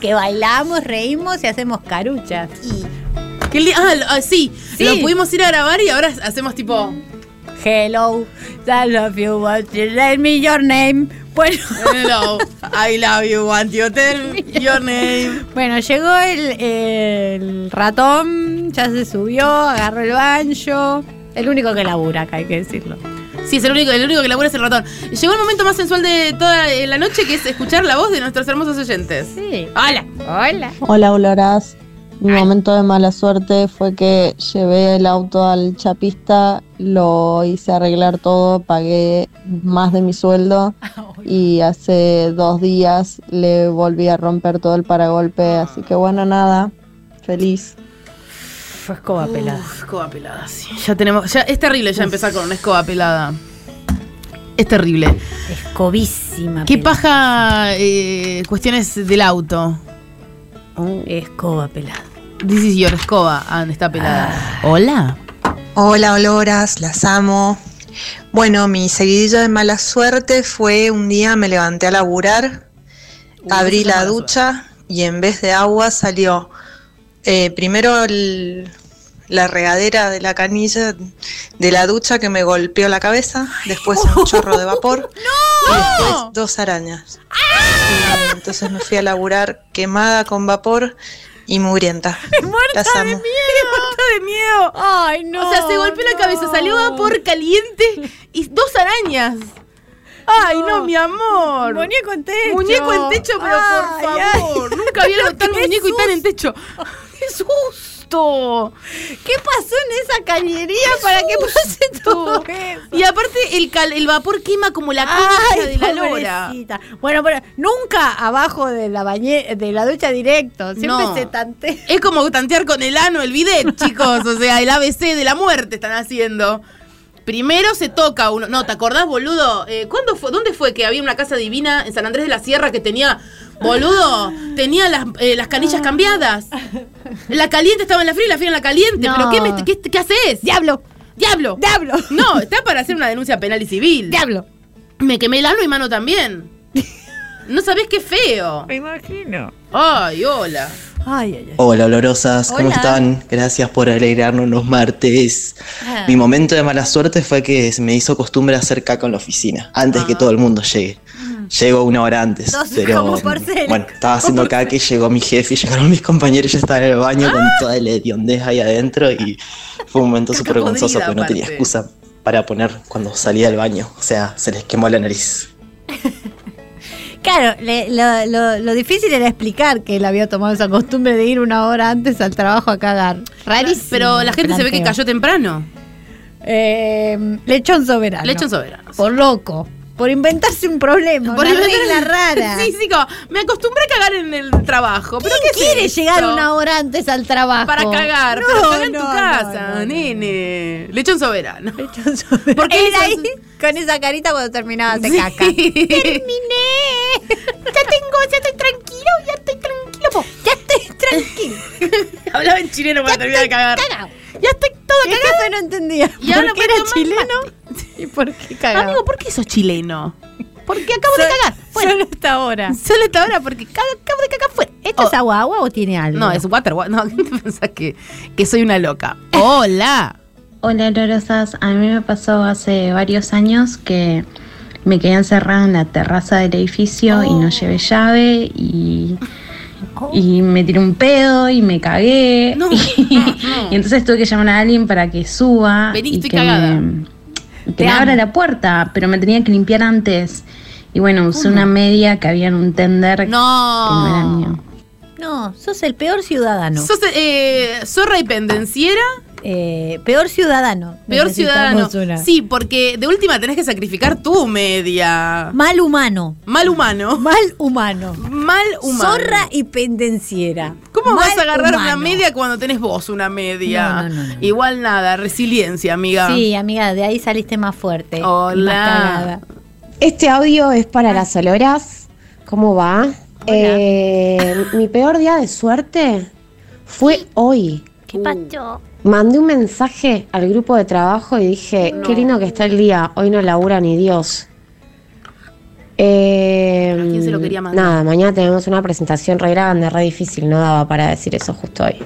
Speaker 2: que bailamos, reímos y hacemos caruchas.
Speaker 3: Qué li- ah, lo- ah, sí.
Speaker 2: Sí.
Speaker 3: Lo pudimos ir a grabar y ahora hacemos tipo.
Speaker 2: Hello, I love you, want you let me your name. Bueno,
Speaker 3: Hello, I love you, want you tell me your name.
Speaker 2: bueno llegó el, el ratón, ya se subió, agarró el banjo. El único que labura acá, hay que decirlo.
Speaker 3: Sí, es el único, el único que labura es el ratón. Llegó el momento más sensual de toda eh, la noche que es escuchar la voz de nuestros hermosos oyentes.
Speaker 2: Sí.
Speaker 3: Hola.
Speaker 2: Hola.
Speaker 6: Hola, Oloras. Mi momento de mala suerte fue que llevé el auto al chapista, lo hice arreglar todo, pagué más de mi sueldo y hace dos días le volví a romper todo el paragolpe, así que bueno, nada, feliz.
Speaker 2: Fue escoba pelada.
Speaker 3: Uf, escoba pelada, sí. Ya tenemos. Ya, es terrible ya empezar con una escoba pelada. Es terrible.
Speaker 2: Escobísima.
Speaker 3: ¿Qué
Speaker 2: pelada.
Speaker 3: paja eh, cuestiones del auto? Uh.
Speaker 2: Escoba pelada.
Speaker 3: This is your escoba. Ah, está pelada. Hola.
Speaker 7: Hola, Oloras, las amo. Bueno, mi seguidilla de mala suerte fue un día me levanté a laburar,
Speaker 3: Uy, esa
Speaker 7: abrí
Speaker 3: es
Speaker 7: la
Speaker 3: mala
Speaker 7: ducha y en vez de agua salió eh, primero el- la regadera de la canilla de la ducha que me golpeó la cabeza, después un chorro de vapor y después dos arañas.
Speaker 3: ¡Ah!
Speaker 7: Y entonces me fui a laburar quemada con vapor y mugrienta. Las amo.
Speaker 3: de miedo.
Speaker 2: Ay, no.
Speaker 3: o sea, se golpeó la cabeza, salió vapor caliente y dos arañas. Ay, no, mi amor.
Speaker 2: Muñeco en techo.
Speaker 3: Muñeco en techo, pero por
Speaker 2: Ay, ay.
Speaker 3: favor. Nunca había algo tan
Speaker 2: Qué
Speaker 3: muñeco y tan en techo.
Speaker 2: Ah,
Speaker 3: ¡Qué susto!
Speaker 2: ¿Qué pasó en esa cañería para que pase todo eso?
Speaker 3: Y aparte, el, cal- el vapor quema como la concha de
Speaker 2: Ay,
Speaker 3: la lora.
Speaker 2: pobrecita. Bueno, pero nunca abajo de la bañe de la ducha directo. Siempre
Speaker 3: No.
Speaker 2: se tantea.
Speaker 3: Es como tantear con el ano el bidet, chicos. O sea, el ABC de la muerte están haciendo. Primero se toca uno. No, ¿te acordás, boludo? Eh, ¿cuándo fue, ¿Dónde fue que había una casa divina en San Andrés de la Sierra que tenía. Boludo, tenía las, eh, las canillas cambiadas. La caliente estaba en la fría y la fría en la caliente.
Speaker 2: No.
Speaker 3: ¿Pero qué, me- qué, qué haces?
Speaker 2: Diablo,
Speaker 3: ¡Diablo!
Speaker 2: diablo,
Speaker 3: No, está para hacer una denuncia penal y civil.
Speaker 2: diablo.
Speaker 3: Me quemé el ano y mano también. No sabés qué feo.
Speaker 8: Me imagino.
Speaker 3: Ay, hola.
Speaker 2: Ay, ay, ay.
Speaker 9: Hola, olorosas, ¿cómo
Speaker 2: Hola.
Speaker 9: están? Gracias por alegrarnos los martes. Mi momento de mala suerte fue que se me hizo costumbre hacer caca en la oficina, antes que todo el mundo llegue. Llego una hora antes.
Speaker 2: Dos
Speaker 9: pero
Speaker 2: como parcela.
Speaker 9: bueno, estaba haciendo caca y llegó mi jefe y llegaron mis compañeros y ya estaban en el baño con toda la hediondez ahí adentro y fue un momento súper vergonzoso
Speaker 3: podrida,
Speaker 9: porque no tenía
Speaker 3: aparte.
Speaker 9: excusa para poner cuando salía del baño. O sea, se les quemó la nariz.
Speaker 2: Claro, le- lo, lo- lo difícil era explicar que él había tomado esa costumbre de ir una hora antes al trabajo a cagar. Rarísimo.
Speaker 3: Pero la gente se ve que
Speaker 2: planteo.
Speaker 3: cayó temprano.
Speaker 2: Eh, lechón soberano.
Speaker 3: Lechón soberano.
Speaker 2: Por loco. Por inventarse un problema. Por una
Speaker 3: inventar-
Speaker 2: regla rara.
Speaker 3: Sí, sí, como, me acostumbré a cagar en el trabajo. ¿Pero qué es
Speaker 2: quiere
Speaker 3: esto?
Speaker 2: llegar una hora antes al trabajo?
Speaker 3: Para cagar,
Speaker 2: No,
Speaker 3: pero caga en tu
Speaker 2: no, no,
Speaker 3: casa,
Speaker 2: no, no.
Speaker 3: nene. Lechón soberano.
Speaker 2: Lechón soberano.
Speaker 3: ¿Por qué
Speaker 2: Él
Speaker 3: hizo
Speaker 2: ahí
Speaker 3: eso?
Speaker 2: con esa carita cuando terminaba de caca. Terminé. Ya tengo, ya estoy tranquilo, ya estoy tranquilo. po. Ya estoy tranquilo.
Speaker 3: Hablaba en chileno para terminar de cagar.
Speaker 2: Cagao. Ya estoy todo cagado. no entendía.
Speaker 3: Y ahora
Speaker 2: ¿Por qué era
Speaker 3: aprendo más
Speaker 2: chileno? ¿Y por qué cagado?
Speaker 3: Amigo, ¿por qué sos chileno?
Speaker 2: porque acabo de cagar. Solo hasta ahora.
Speaker 3: Solo hasta ahora porque cago- acabo de cagar fuera.
Speaker 2: ¿Esto
Speaker 3: Oh.
Speaker 2: es agua agua o tiene algo?
Speaker 3: No, es water, wa- No, ¿qué te pensás que, que soy una loca? Hola.
Speaker 10: Hola Lorosas, a mí me pasó hace varios años que me quedé encerrada en la terraza del edificio y no
Speaker 11: Oh.
Speaker 10: llevé llave y, y me tiré un pedo y me cagué
Speaker 3: No,
Speaker 10: y,
Speaker 3: no.
Speaker 10: y entonces tuve que llamar a alguien para que suba
Speaker 3: Vení,
Speaker 10: y
Speaker 3: estoy
Speaker 10: que,
Speaker 3: cagada.
Speaker 10: me, y que me abra la puerta, pero me tenía que limpiar antes y bueno, usé una media que había en un tender que no era mío.
Speaker 3: No.
Speaker 2: No, sos el peor ciudadano.
Speaker 3: Sos eh, zorra y pendenciera,
Speaker 2: Eh, peor ciudadano.
Speaker 3: peor ciudadano.
Speaker 2: Necesitamos una.
Speaker 3: Sí, porque de última tenés que sacrificar tu media.
Speaker 2: Mal humano.
Speaker 3: Mal humano.
Speaker 2: Mal humano.
Speaker 3: Mal humano.
Speaker 2: Zorra y pendenciera.
Speaker 3: ¿Cómo
Speaker 2: Mal
Speaker 3: vas a agarrar una
Speaker 2: humano.
Speaker 3: media cuando tenés vos una media?
Speaker 2: No, no, no, no.
Speaker 3: Igual nada, resiliencia, amiga.
Speaker 2: Sí, amiga, de ahí saliste más fuerte. y
Speaker 3: Ah. Hola.
Speaker 2: más cagada.
Speaker 11: Este audio es para las oloras. ¿Cómo va? Eh, mi peor día de suerte fue hoy.
Speaker 4: ¿Qué
Speaker 2: Uh.
Speaker 4: pasó?
Speaker 11: Mandé un mensaje al grupo de trabajo y dije, qué lindo que está el día, hoy no labura ni Dios. Eh,
Speaker 3: ¿A quién se lo quería mandar?
Speaker 11: Nada, mañana tenemos una presentación re grande, re difícil, no daba para decir eso justo hoy.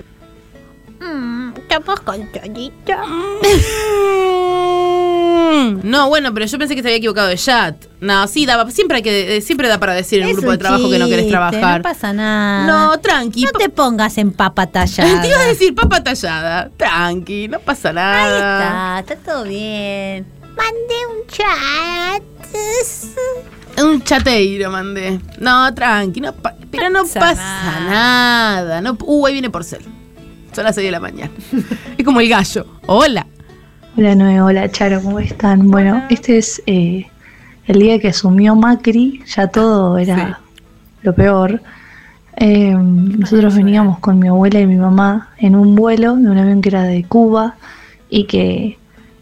Speaker 4: Mm, Estamos con Chorito.
Speaker 3: Mm, No, bueno, pero yo pensé que se había equivocado de chat. No, sí, daba, siempre, hay que, eh, siempre da para decir en un
Speaker 2: Es
Speaker 3: grupo de
Speaker 2: un
Speaker 3: trabajo que no querés
Speaker 2: chiste,
Speaker 3: trabajar.
Speaker 2: No pasa nada.
Speaker 3: No, tranqui.
Speaker 2: No
Speaker 3: pa-
Speaker 2: te pongas en papa tallada.
Speaker 3: Te iba a decir papa tallada. Tranqui, no pasa nada.
Speaker 2: Está, está todo bien. Mandé un chat.
Speaker 3: Un chateiro mandé. No, tranqui, no pa- pero no
Speaker 2: Pasa
Speaker 3: pasa nada. No, uh, ahí viene Porcel. Son las 6 de la mañana. es como el gallo. Hola.
Speaker 12: Hola Noé, hola Charo, ¿cómo están? Bueno, este es eh, el día que asumió Macri, ya todo era lo peor. Eh, nosotros veníamos con mi abuela y mi mamá en un vuelo de un avión que era de Cuba y que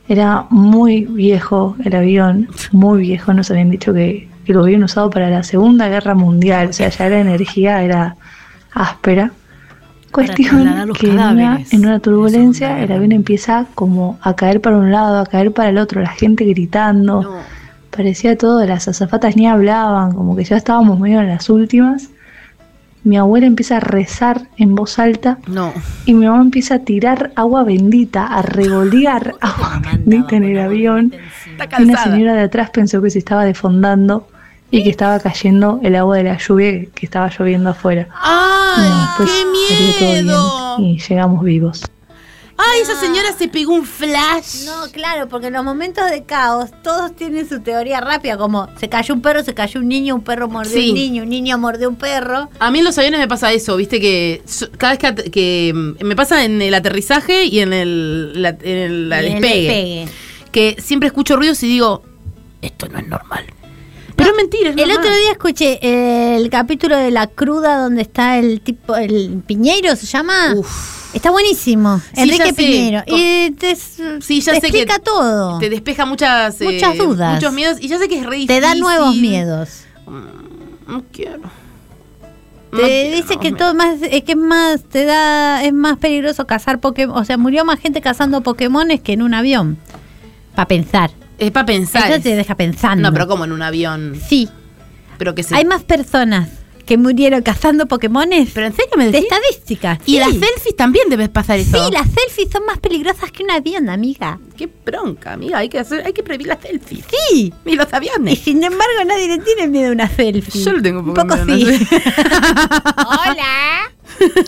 Speaker 12: era muy viejo el avión, muy viejo, nos habían dicho que, que lo habían usado para la Segunda Guerra Mundial, o sea, ya la energía era áspera.
Speaker 13: trasladar
Speaker 12: Cuestión
Speaker 13: los
Speaker 12: que en una,
Speaker 13: cadáveres.
Speaker 12: en una turbulencia el avión empieza como a caer para un lado, a caer para el otro, la gente gritando, parecía todo, las azafatas ni hablaban, como que ya estábamos medio en las últimas. Mi abuela empieza a rezar en voz alta
Speaker 3: No.
Speaker 12: y mi mamá empieza a tirar agua bendita, a revolear agua bendita en el avión.
Speaker 3: Está
Speaker 12: Y una
Speaker 3: cansada.
Speaker 12: señora de atrás pensó que se estaba defondando y que estaba cayendo el agua de la lluvia que- que estaba lloviendo afuera.
Speaker 3: ¡Ay,
Speaker 12: No, pues, salió todo
Speaker 3: qué
Speaker 12: bien
Speaker 3: miedo!
Speaker 12: Y llegamos vivos.
Speaker 3: ¡Ay, esa señora se pegó un flash!
Speaker 2: No, claro, porque en los momentos de caos todos tienen su teoría rápida, como se cayó un perro, se cayó un niño, un perro mordió
Speaker 3: Sí.
Speaker 2: un niño, un niño mordió un perro.
Speaker 3: A mí en los aviones me pasa eso, viste que so- cada vez que, at- que, mm, me pasa en el aterrizaje y en el, la- en el- la
Speaker 2: Y en el
Speaker 3: despegue, que siempre escucho ruidos y digo, esto no es normal. Pero es mentira, es
Speaker 2: El
Speaker 3: normal.
Speaker 2: otro día escuché eh, el capítulo de La Cruda donde está el tipo, el Piñeiro se llama. Está buenísimo.
Speaker 3: Sí, ya
Speaker 2: Enrique
Speaker 3: sé.
Speaker 2: Piñeiro.
Speaker 3: Con-
Speaker 2: Y te,
Speaker 3: Sí, ya
Speaker 2: te
Speaker 3: sé que
Speaker 2: explica todo.
Speaker 3: te
Speaker 2: Te,
Speaker 3: despeja muchas, eh,
Speaker 2: Muchas dudas.
Speaker 3: muchos miedos y ya sé que es re difícil.
Speaker 2: da nuevos miedos.
Speaker 3: No quiero. No
Speaker 2: Te
Speaker 3: quiero
Speaker 2: dice
Speaker 3: nuevos
Speaker 2: que
Speaker 3: miedos.
Speaker 2: todo más, es que es más, te da, es más peligroso cazar Pokémon. O sea, murió más gente cazando Pokémones que en un avión. Para pensar.
Speaker 3: Es para pensar.
Speaker 2: Eso te deja pensando.
Speaker 3: No, pero como en un avión.
Speaker 2: Sí,
Speaker 3: Pero que se
Speaker 2: hay más personas que murieron cazando Pokémones.
Speaker 14: Pero en serio me
Speaker 2: De estadísticas.
Speaker 3: Y las
Speaker 2: selfies
Speaker 3: también debes pasar eso.
Speaker 2: Sí, las selfies son más peligrosas que una avión, amiga.
Speaker 3: Qué bronca, amiga. Hay que, hacer, hay que prohibir las selfies.
Speaker 2: Sí.
Speaker 3: Y los aviones.
Speaker 2: Y sin embargo, nadie le tiene miedo a una selfie.
Speaker 3: Yo le tengo un poco
Speaker 2: poco
Speaker 3: miedo a una
Speaker 2: sí.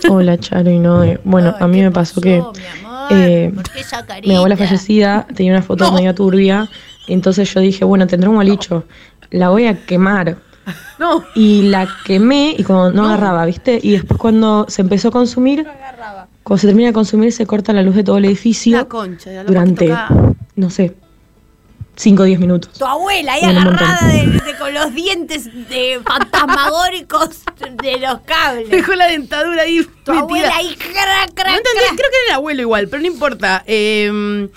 Speaker 10: Hola, Charo y Noé. Bueno, a mí me pasó que eh, mi abuela fallecida tenía una foto medio turbia. Entonces yo dije, bueno, tendré un molicho. La voy a quemar.
Speaker 3: No.
Speaker 10: Y la quemé y cuando no, agarraba, ¿viste? Y después cuando se empezó a consumir, cuando se termina de consumir se corta la luz de todo el edificio
Speaker 3: La concha de la
Speaker 10: durante,
Speaker 3: loca que tocaba.
Speaker 10: no sé, 5 o 10 minutos.
Speaker 2: Tu abuela ahí
Speaker 10: Bueno, un montón.
Speaker 2: agarrada de, de- con los dientes de fantasmagóricos de los cables.
Speaker 3: Dejó la dentadura ahí.
Speaker 2: Tu
Speaker 3: metida.
Speaker 2: abuela ahí, crac, crac,
Speaker 3: No entendí, creo que era el abuelo igual, pero no importa. Eh,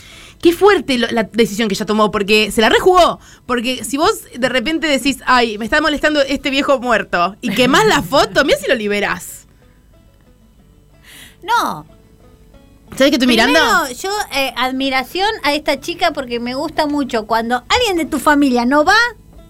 Speaker 3: qué fuerte lo- la decisión que ella tomó, porque se la rejugó. Porque si vos de repente decís, ay, me está molestando este viejo muerto, y quemás la foto, mira si lo liberás.
Speaker 2: No.
Speaker 3: ¿Sabes que estoy mirando?
Speaker 2: Primero, yo eh, admiración a esta chica porque me gusta mucho. Cuando alguien de tu familia no va,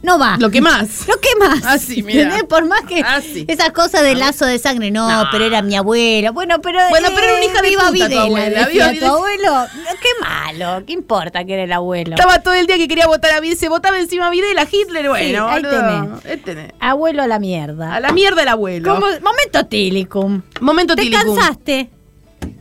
Speaker 2: no va.
Speaker 3: Lo Ah, quemás.
Speaker 2: Lo quemás.
Speaker 3: Así, mirá.
Speaker 2: ¿Entendés? Por más que
Speaker 3: Ah,
Speaker 2: esas cosas de lazo de sangre, no, pero era mi abuela. Bueno, pero. eh,
Speaker 3: Bueno, pero era una hija de
Speaker 2: viva
Speaker 3: puta tu
Speaker 2: Videla,
Speaker 3: abuela,
Speaker 2: decía
Speaker 3: viva
Speaker 2: tu
Speaker 3: Videla.
Speaker 2: abuelo. No, Qué malo, qué importa que era el abuelo.
Speaker 3: Estaba todo el día que quería votar a Videla, se votaba encima a Videla, Hitler, bueno,
Speaker 2: ahí
Speaker 3: boludo,
Speaker 2: tenés.
Speaker 3: ahí tenés.
Speaker 2: Abuelo a la mierda.
Speaker 3: A la mierda el abuelo.
Speaker 2: Como- momento tilicum.
Speaker 3: Momento
Speaker 2: Te
Speaker 3: tilicum.
Speaker 2: cansaste.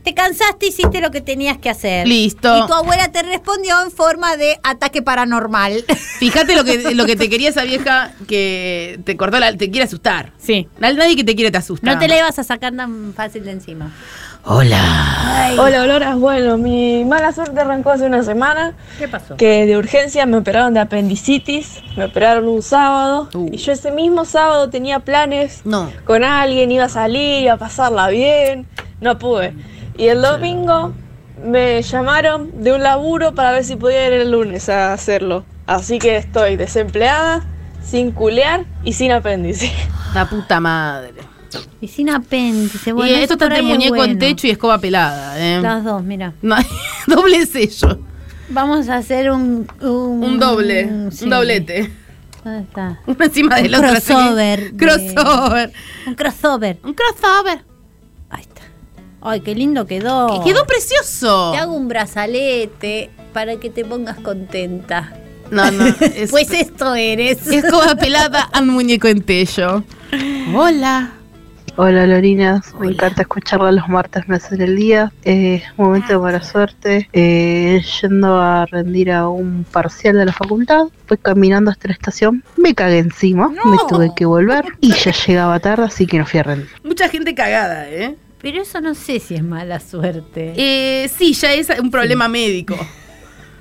Speaker 2: Te cansaste, hiciste lo que tenías que hacer.
Speaker 3: Listo.
Speaker 2: Y tu abuela te respondió en forma de ataque paranormal.
Speaker 3: Fíjate lo que, lo que te quería esa vieja que te cortó la, te quiere asustar.
Speaker 2: Sí.
Speaker 3: Nadie que te quiere te asusta.
Speaker 2: No te la ibas a sacar tan fácil de encima.
Speaker 3: Hola.
Speaker 12: Hola, Oloras. Bueno, mi mala suerte arrancó hace una semana.
Speaker 2: ¿Qué pasó?
Speaker 12: Que de urgencia me operaron de apendicitis. Me operaron un sábado. Y yo ese mismo sábado tenía planes
Speaker 3: No.
Speaker 12: con alguien. Iba a salir, iba a pasarla bien. No pude. Y el domingo me llamaron de un laburo para ver si podía ir el lunes a hacerlo. Así que estoy desempleada, sin culear y sin apéndice.
Speaker 3: La puta madre.
Speaker 2: Y sin apéndice. Eh, Bueno,
Speaker 3: y
Speaker 2: eso
Speaker 3: esto está
Speaker 2: por
Speaker 3: entre
Speaker 2: ahí es
Speaker 3: muñeco en
Speaker 2: bueno.
Speaker 3: techo y escoba pelada. ¿eh?
Speaker 2: Las dos, mira.
Speaker 3: No, doble sello.
Speaker 2: Vamos a hacer un. Un,
Speaker 3: Un doble. Un
Speaker 2: Mm, sí.
Speaker 3: doblete.
Speaker 2: ¿Dónde está?
Speaker 3: Una encima de
Speaker 2: Un
Speaker 3: la otra. así que-
Speaker 2: crossover de-
Speaker 3: Crossover.
Speaker 2: Un crossover.
Speaker 3: Un crossover. Ahí
Speaker 2: está. Ay, qué lindo quedó.
Speaker 3: Quedó precioso.
Speaker 2: Oh. Te hago un brazalete para que te pongas contenta.
Speaker 3: No, no. es-
Speaker 2: Pues esto eres.
Speaker 3: escoba pelada and muñeco en techo. Hola.
Speaker 7: Hola Lorinas, me encanta escucharla los martes, me hacen el día. Eh, momento de buena suerte. Eh, yendo a rendir a un parcial de la facultad, fui caminando hasta la estación, me cagué encima, me tuve que volver y ya llegaba tarde, así que no fui a rendir.
Speaker 3: Mucha gente cagada, ¿eh?
Speaker 2: Pero eso no sé si es mala suerte.
Speaker 3: Eh, sí, ya es un problema médico.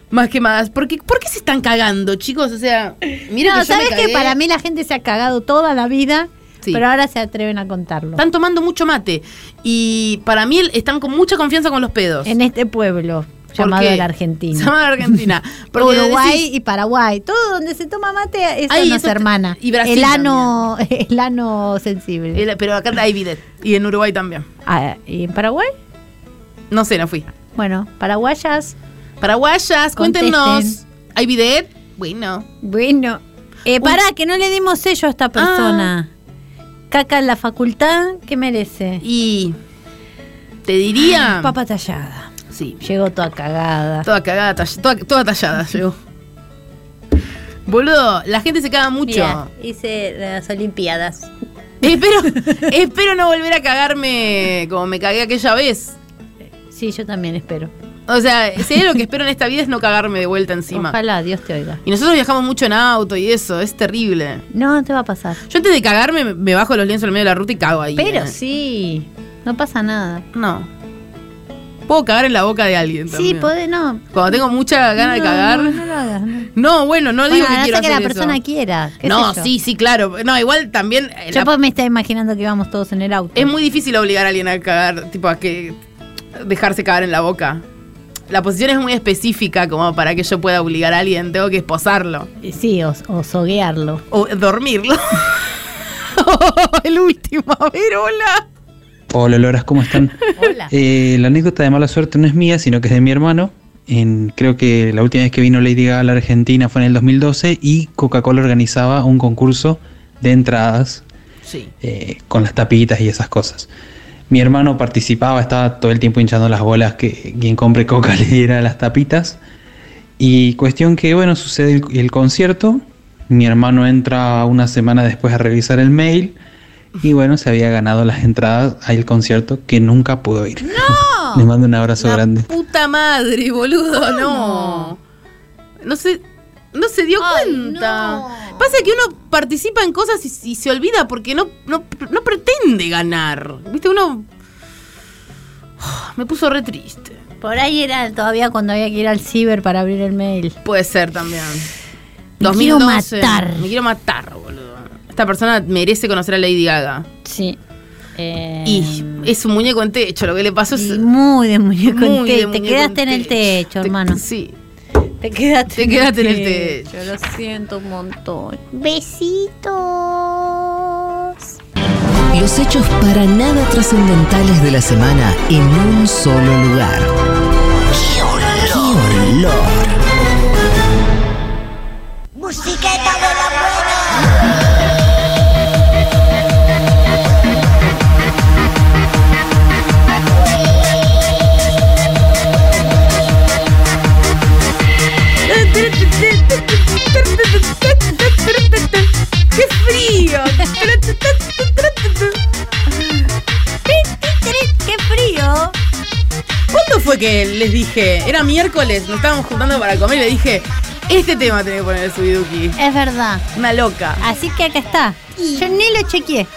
Speaker 3: Más que más. Porque, ¿Por qué se están cagando, chicos? O sea, mira
Speaker 2: no, sabes que para mí la gente se ha cagado toda la vida,
Speaker 3: Sí.
Speaker 2: pero ahora se atreven a contarlo.
Speaker 3: Están tomando mucho mate. Y para mí están con mucha confianza con los pedos.
Speaker 2: En este pueblo llamado
Speaker 3: qué?
Speaker 2: la Argentina.
Speaker 3: Llamado la Argentina. Porque
Speaker 2: Uruguay
Speaker 3: decís-
Speaker 2: y Paraguay, todo donde se toma mate es
Speaker 3: Ay,
Speaker 2: nos
Speaker 3: eso te-
Speaker 2: hermana.
Speaker 3: y Brasil
Speaker 2: el ano, el ano sensible.
Speaker 3: El- pero acá hay bidet. Y en Uruguay también.
Speaker 2: Ah, ¿Y en Paraguay?
Speaker 3: No sé, no fui.
Speaker 2: Bueno, paraguayas.
Speaker 3: Paraguayas,
Speaker 2: Contesten.
Speaker 3: cuéntenos. ¿Hay bidet? Bueno.
Speaker 2: Bueno. Eh, pará, que no le dimos sello a esta persona. Caca en la facultad, ¿qué merece?
Speaker 3: Ah. Y ah. te diría-
Speaker 2: Papa tallada.
Speaker 3: Sí.
Speaker 2: Llegó toda cagada.
Speaker 3: Toda cagada, tall- toda, toda tallada llegó. Boludo, la gente se caga mucho.
Speaker 2: Mirá, hice las Olimpiadas.
Speaker 3: Espero, espero no volver a cagarme como me cagué aquella vez.
Speaker 2: Sí, yo también espero.
Speaker 3: O sea, si hay lo que espero en esta vida es no cagarme de vuelta encima.
Speaker 2: Ojalá, Dios te oiga.
Speaker 3: Y nosotros viajamos mucho en auto y eso, es terrible.
Speaker 2: No, no te va a pasar.
Speaker 3: Yo antes de cagarme me- me bajo los lienzos en medio de la ruta y cago ahí.
Speaker 2: Pero
Speaker 3: eh.
Speaker 2: sí, no pasa nada.
Speaker 3: No. Puedo cagar en la boca de alguien
Speaker 2: Sí,
Speaker 3: también.
Speaker 2: puede, no.
Speaker 3: Cuando tengo mucha gana de
Speaker 2: No,
Speaker 3: cagar.
Speaker 2: No, no lo hagas. No,
Speaker 3: No, bueno, no digo
Speaker 2: Bueno, a
Speaker 3: que
Speaker 2: no
Speaker 3: quiero
Speaker 2: ser que la
Speaker 3: hacer
Speaker 2: persona
Speaker 3: eso.
Speaker 2: quiera. qué
Speaker 3: No,
Speaker 2: sé yo.
Speaker 3: sí, sí, claro. No, igual también. eh,
Speaker 2: Yo
Speaker 3: la-
Speaker 2: pues me estaba imaginando que íbamos todos en el auto.
Speaker 3: Es muy difícil obligar a alguien a cagar, tipo a que dejarse cagar en la boca. La posición es muy específica como para que yo pueda obligar a alguien, tengo que esposarlo
Speaker 2: Eh, Sí, o, o soguearlo.
Speaker 3: o dormirlo. El último, a ver, hola.
Speaker 9: Hola Loras, ¿cómo están?
Speaker 2: Hola.
Speaker 9: Eh, la anécdota de mala suerte no es mía, sino que es de mi hermano. En- creo que la última vez que vino Lady Gaga a la Argentina fue en el 2012 y Coca-Cola organizaba un concurso de entradas. eh, con las tapitas y esas cosas. Mi hermano participaba, estaba todo el tiempo hinchando las bolas que quien compre coca le diera las tapitas. Y cuestión que, bueno, sucede el, el concierto. Mi hermano entra una semana después a revisar el mail. Y bueno, se había ganado las entradas al concierto que nunca pudo ir.
Speaker 3: ¡No!
Speaker 9: Le mando un abrazo
Speaker 3: La
Speaker 9: grande.
Speaker 3: Puta madre, boludo, no. No se, no se dio cuenta. Pasa que uno participa en cosas y, y se olvida porque no, no, no pretende ganar. Viste, uno. Me puso re triste.
Speaker 2: Por ahí era todavía cuando había que ir al ciber para abrir el mail.
Speaker 3: Puede ser también.
Speaker 2: Me
Speaker 3: 2012.
Speaker 2: quiero matar.
Speaker 3: Me quiero matar, boludo. Esta persona merece conocer a Lady Gaga.
Speaker 2: Sí.
Speaker 3: y
Speaker 2: Em.
Speaker 3: es un muñeco en techo, lo que le pasó es.
Speaker 2: Eh, Muy de muñeco en
Speaker 3: Muy de
Speaker 2: techo. Te
Speaker 3: muñeco
Speaker 2: quedaste en
Speaker 3: en
Speaker 2: el techo, hermano.
Speaker 3: Sí.
Speaker 2: Te quedaste,
Speaker 3: Te quedaste en el techo.
Speaker 2: Yo lo siento un montón.
Speaker 1: Besitos. Los hechos para nada trascendentales de la semana en un solo lugar. ¡Qué olor!
Speaker 15: Musiqueta de la
Speaker 3: ¡Qué frío!
Speaker 2: ¡Qué frío!
Speaker 3: ¿Cuándo fue que les dije? Era miércoles, nos estábamos juntando para comer y le dije, este tema tenés que poner el subiduki.
Speaker 2: Es verdad.
Speaker 3: Una loca.
Speaker 2: Así que acá está. Yo ni lo chequeé.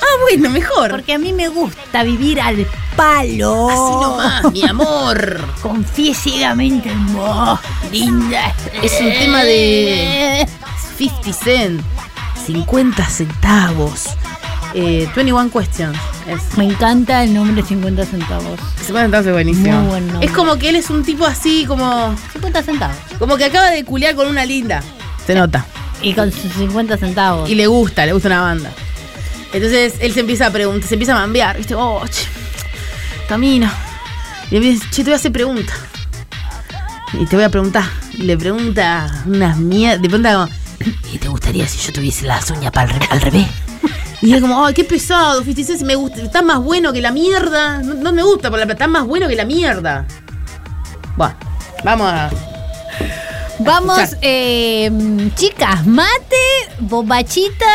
Speaker 3: Ah, bueno, mejor.
Speaker 2: Porque a mí me gusta vivir al palo.
Speaker 3: Así nomás, mi amor.
Speaker 2: Confié ciegamente en vos, linda.
Speaker 3: Es un tema de 50 cent, 50 centavos. Eh, 21 questions.
Speaker 2: Me encanta el nombre 50 centavos.
Speaker 3: 50 centavos es buenísimo.
Speaker 2: Muy buen nombre.
Speaker 3: Es como que él es un tipo así, como.
Speaker 2: 50 centavos.
Speaker 3: Como que acaba de culiar con una linda. Se nota.
Speaker 2: Y con sus 50 centavos.
Speaker 3: Y le gusta, le gusta una banda. Entonces él se empieza a preguntar, se empieza a mambear, ¿viste? Oh, che, camina. Y empieza, che, te voy a hacer preguntas. Y te voy a preguntar. Y le pregunta unas mierdas. Le pregunta como, ¿y te gustaría si yo tuviese las uñas para al revés? Y es como, ay, qué pesado, 50 Cent me gusta, está más bueno que la mierda. No, no me gusta por la plata, está más bueno que la mierda. Bueno, vamos a.
Speaker 2: Vamos,
Speaker 3: Escuchá.
Speaker 2: eh, chicas, mate, bombachita,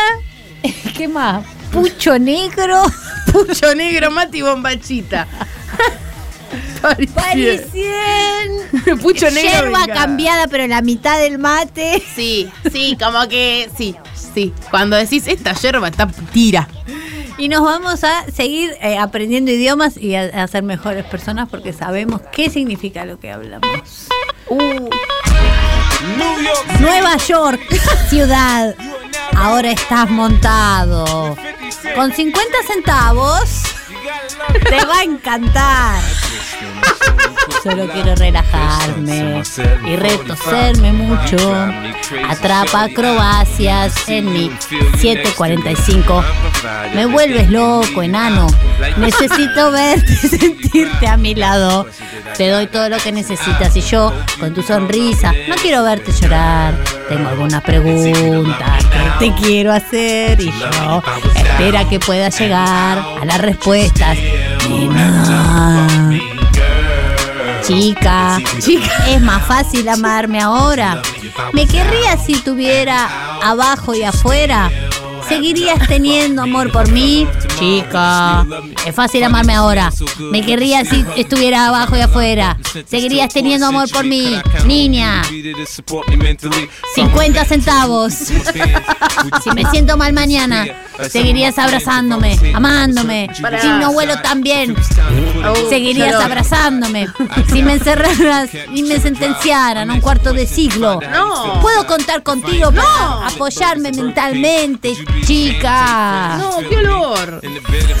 Speaker 2: ¿qué más? Pucho negro.
Speaker 3: Pucho negro, mate y bombachita.
Speaker 2: Parisien.
Speaker 3: Pucho negro
Speaker 2: Yerba
Speaker 3: brincada.
Speaker 2: cambiada, pero la mitad del mate.
Speaker 3: Sí, sí, como que sí, sí. Cuando decís esta yerba está tira.
Speaker 2: Y nos vamos a seguir eh, aprendiendo idiomas y a, a ser mejores personas porque sabemos qué significa lo que hablamos. Nueva York, ciudad. Ahora estás montado. Con 50 centavos te va a encantar. Solo quiero relajarme y retocerme mucho. Atrapa acrobacias en mi 745. Me vuelves loco, enano. Necesito verte, sentirte a mi lado. Te doy todo lo que necesitas y yo, con tu sonrisa, no quiero verte llorar. Tengo algunas preguntas que te quiero hacer y yo espera que pueda llegar a las respuestas. Nena. Chica, chica, es más fácil amarme ahora. Me querría si tuviera abajo y afuera. ¿Seguirías teniendo amor por mí? Chica, es fácil amarme ahora. Me querría si estuviera abajo y afuera. ¿Seguirías teniendo amor por mí? Niña, 50 centavos. Si me siento mal mañana, seguirías abrazándome, amándome.
Speaker 15: Pará.
Speaker 2: Si no vuelo tan bien,
Speaker 3: Oh,
Speaker 2: seguirías
Speaker 15: Lloró.
Speaker 2: abrazándome. Si me encerraras y me sentenciaran a un cuarto de siglo,
Speaker 15: No.
Speaker 2: puedo contar contigo para apoyarme mentalmente, chica.
Speaker 3: No, qué olor.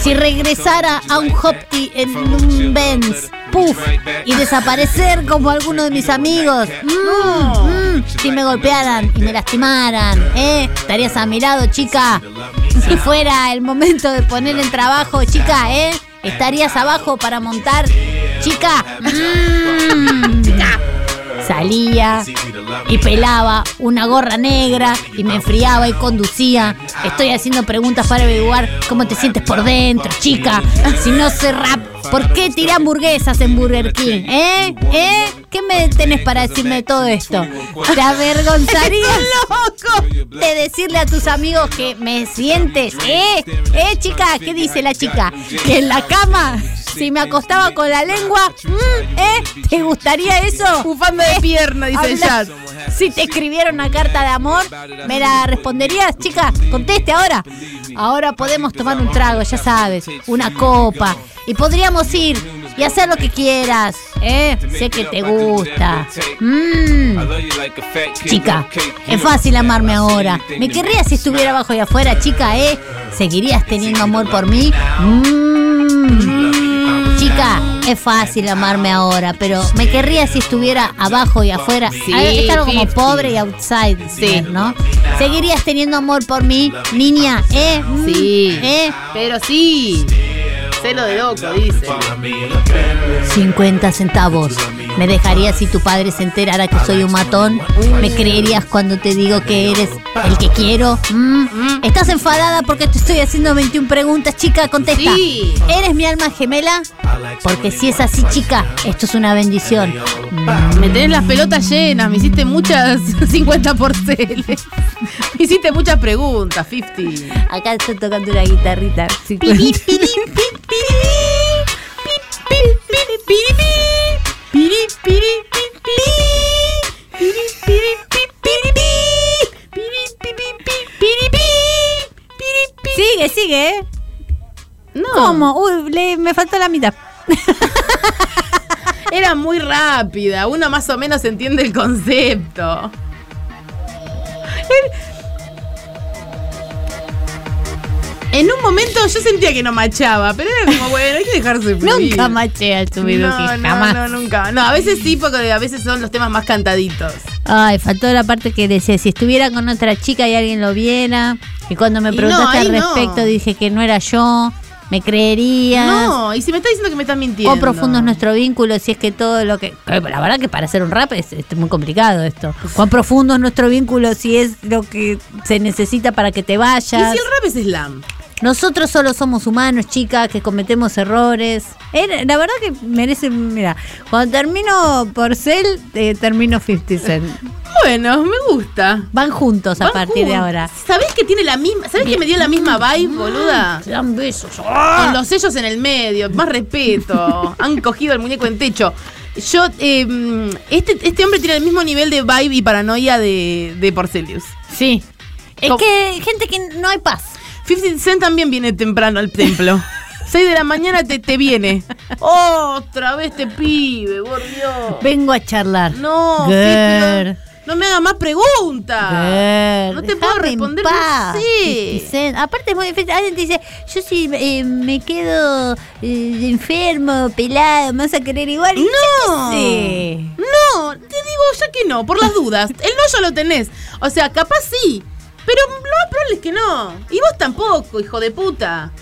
Speaker 2: Si regresara a un Hopti en un Benz, puff, y desaparecer como alguno de mis amigos, mm, mm, si me golpearan y me lastimaran, ¿eh? Estarías a mi lado, chica. Si fuera el momento de poner en trabajo, chica, ¿eh? Estarías abajo para montar, chica. mm. Salía y pelaba una gorra negra y me enfriaba y conducía. Estoy haciendo preguntas para averiguar cómo te sientes por dentro, chica. Si no sé rap, ¿por qué tiré hamburguesas en Burger King? ¿Eh? ¿Eh? ¿Qué me tenés para decirme de todo esto? ¿Te avergonzarías loco de decirle a tus amigos que me sientes? ¿Eh? ¿Eh, chica? ¿Qué dice la chica? Que en la cama, si me acostaba con la lengua, mm, ¿eh? ¿Te gustaría eso? Bufando de pierna,
Speaker 3: dice el chat.
Speaker 2: Si te escribiera una carta de amor, ¿me la responderías, chica? Conteste ahora. Ahora podemos tomar un trago, ya sabes, una copa. Y podríamos ir y hacer lo que quieras, ¿eh? Sé que te gusta. Mm. Chica, es fácil amarme ahora. ¿Me querrías si estuviera abajo y afuera, chica, eh? ¿Seguirías teniendo amor por mí? Mm. Chica, es fácil amarme ahora, pero ¿me querrías si estuviera abajo y afuera?
Speaker 3: Sí,
Speaker 2: Ah, es algo como
Speaker 3: 50.
Speaker 2: pobre y outside, sí. ¿no? ¿Seguirías teniendo amor por mí, niña, eh? Mm.
Speaker 3: Sí.
Speaker 2: ¿Eh?
Speaker 3: Pero sí. Celo de loco, dice.
Speaker 2: 50 centavos. ¿Me dejarías si tu padre se enterara que soy un matón? ¿Me creerías cuando te digo que eres el que quiero? ¿Mm? ¿Estás enfadada porque te estoy haciendo 21 preguntas, chica? Contesta. ¿Eres mi alma gemela? Porque si es así, chica, esto es una bendición. Mm.
Speaker 3: Me tenés las pelotas llenas, me hiciste muchas 50 porceles. Me hiciste muchas preguntas, 50.
Speaker 2: Acá estoy tocando una guitarrita. Pirí, pirí, Sigue, sigue. ¿eh? ¿Cómo? Uy, le- me faltó la mitad.
Speaker 3: Era muy rápida, uno más o menos entiende el concepto. En un momento yo sentía que no machaba, pero era como, bueno, hay que dejarse fluir.
Speaker 2: Nunca maché al Tsubiruki,
Speaker 3: no, no,
Speaker 2: jamás.
Speaker 3: No, nunca. No, a veces sí, porque a veces son los temas más cantaditos.
Speaker 2: Ay, faltó la parte que decía, si estuviera con otra chica y alguien lo viera, y cuando me
Speaker 3: Y
Speaker 2: preguntaste
Speaker 3: no, ahí
Speaker 2: al
Speaker 3: no.
Speaker 2: respecto dije que no era yo, me creerías.
Speaker 3: No, y si me estás diciendo que me estás mintiendo.
Speaker 2: O profundo es nuestro vínculo, si es que todo lo que... Eh, La verdad que para hacer un rap es, es muy complicado esto. Cuán profundo es nuestro vínculo, si es lo que se necesita para que te
Speaker 3: ¿Y si el
Speaker 2: vayas.
Speaker 3: rap es slam?
Speaker 2: Nosotros solo somos humanos, chicas, que cometemos errores. Eh, la verdad que merece... Mira, cuando termino por Cell, eh, termino 50 Cent.
Speaker 3: Bueno, me gusta.
Speaker 2: Van juntos a
Speaker 3: Van
Speaker 2: partir de
Speaker 3: juntos.
Speaker 2: ahora. Mm.
Speaker 3: ¿Sabés que tiene la misma? ¿Sabés que me dio la misma vibe, boluda?
Speaker 2: Se dan besos.
Speaker 3: Con los sellos en el medio, más respeto. Han cogido el muñeco en techo. Yo, eh, mm, este, este hombre tiene el mismo nivel de vibe y paranoia de, de Porcelius.
Speaker 2: Sí. Es que, gente, que no hay paz.
Speaker 3: 50 Cent también viene temprano al templo. 6 de la mañana te, te viene. Otra vez este pibe, por Dios.
Speaker 2: Vengo a charlar.
Speaker 3: No, sí,
Speaker 2: Girl.
Speaker 3: pero no me haga más preguntas.
Speaker 2: Girl,
Speaker 3: No te puedo
Speaker 2: dejame en
Speaker 3: responder.
Speaker 2: paz,
Speaker 3: No sé.
Speaker 2: 50 Cent. Aparte es muy difícil. Alguien te dice, yo si eh, me quedo eh, enfermo, pelado, me vas a querer igual. Y
Speaker 3: No.
Speaker 2: yo qué sé.
Speaker 3: No, te digo ya que no, por las dudas. El no ya lo tenés. O sea, capaz sí. Pero lo más probable es que no. Y vos tampoco, hijo de puta.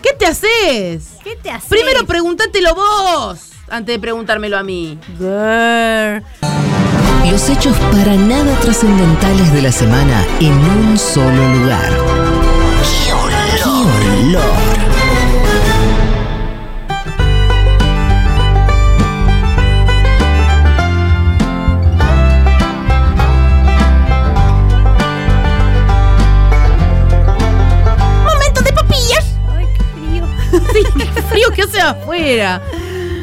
Speaker 3: ¿Qué te haces?
Speaker 2: ¿Qué te haces?
Speaker 3: Primero pregúntatelo vos antes de preguntármelo a mí.
Speaker 1: Los hechos para nada trascendentales de la semana en un solo lugar. ¡Qué olor!
Speaker 3: ¡Momento de papillas! ¡Ay, qué frío! Sí, qué frío que hace afuera.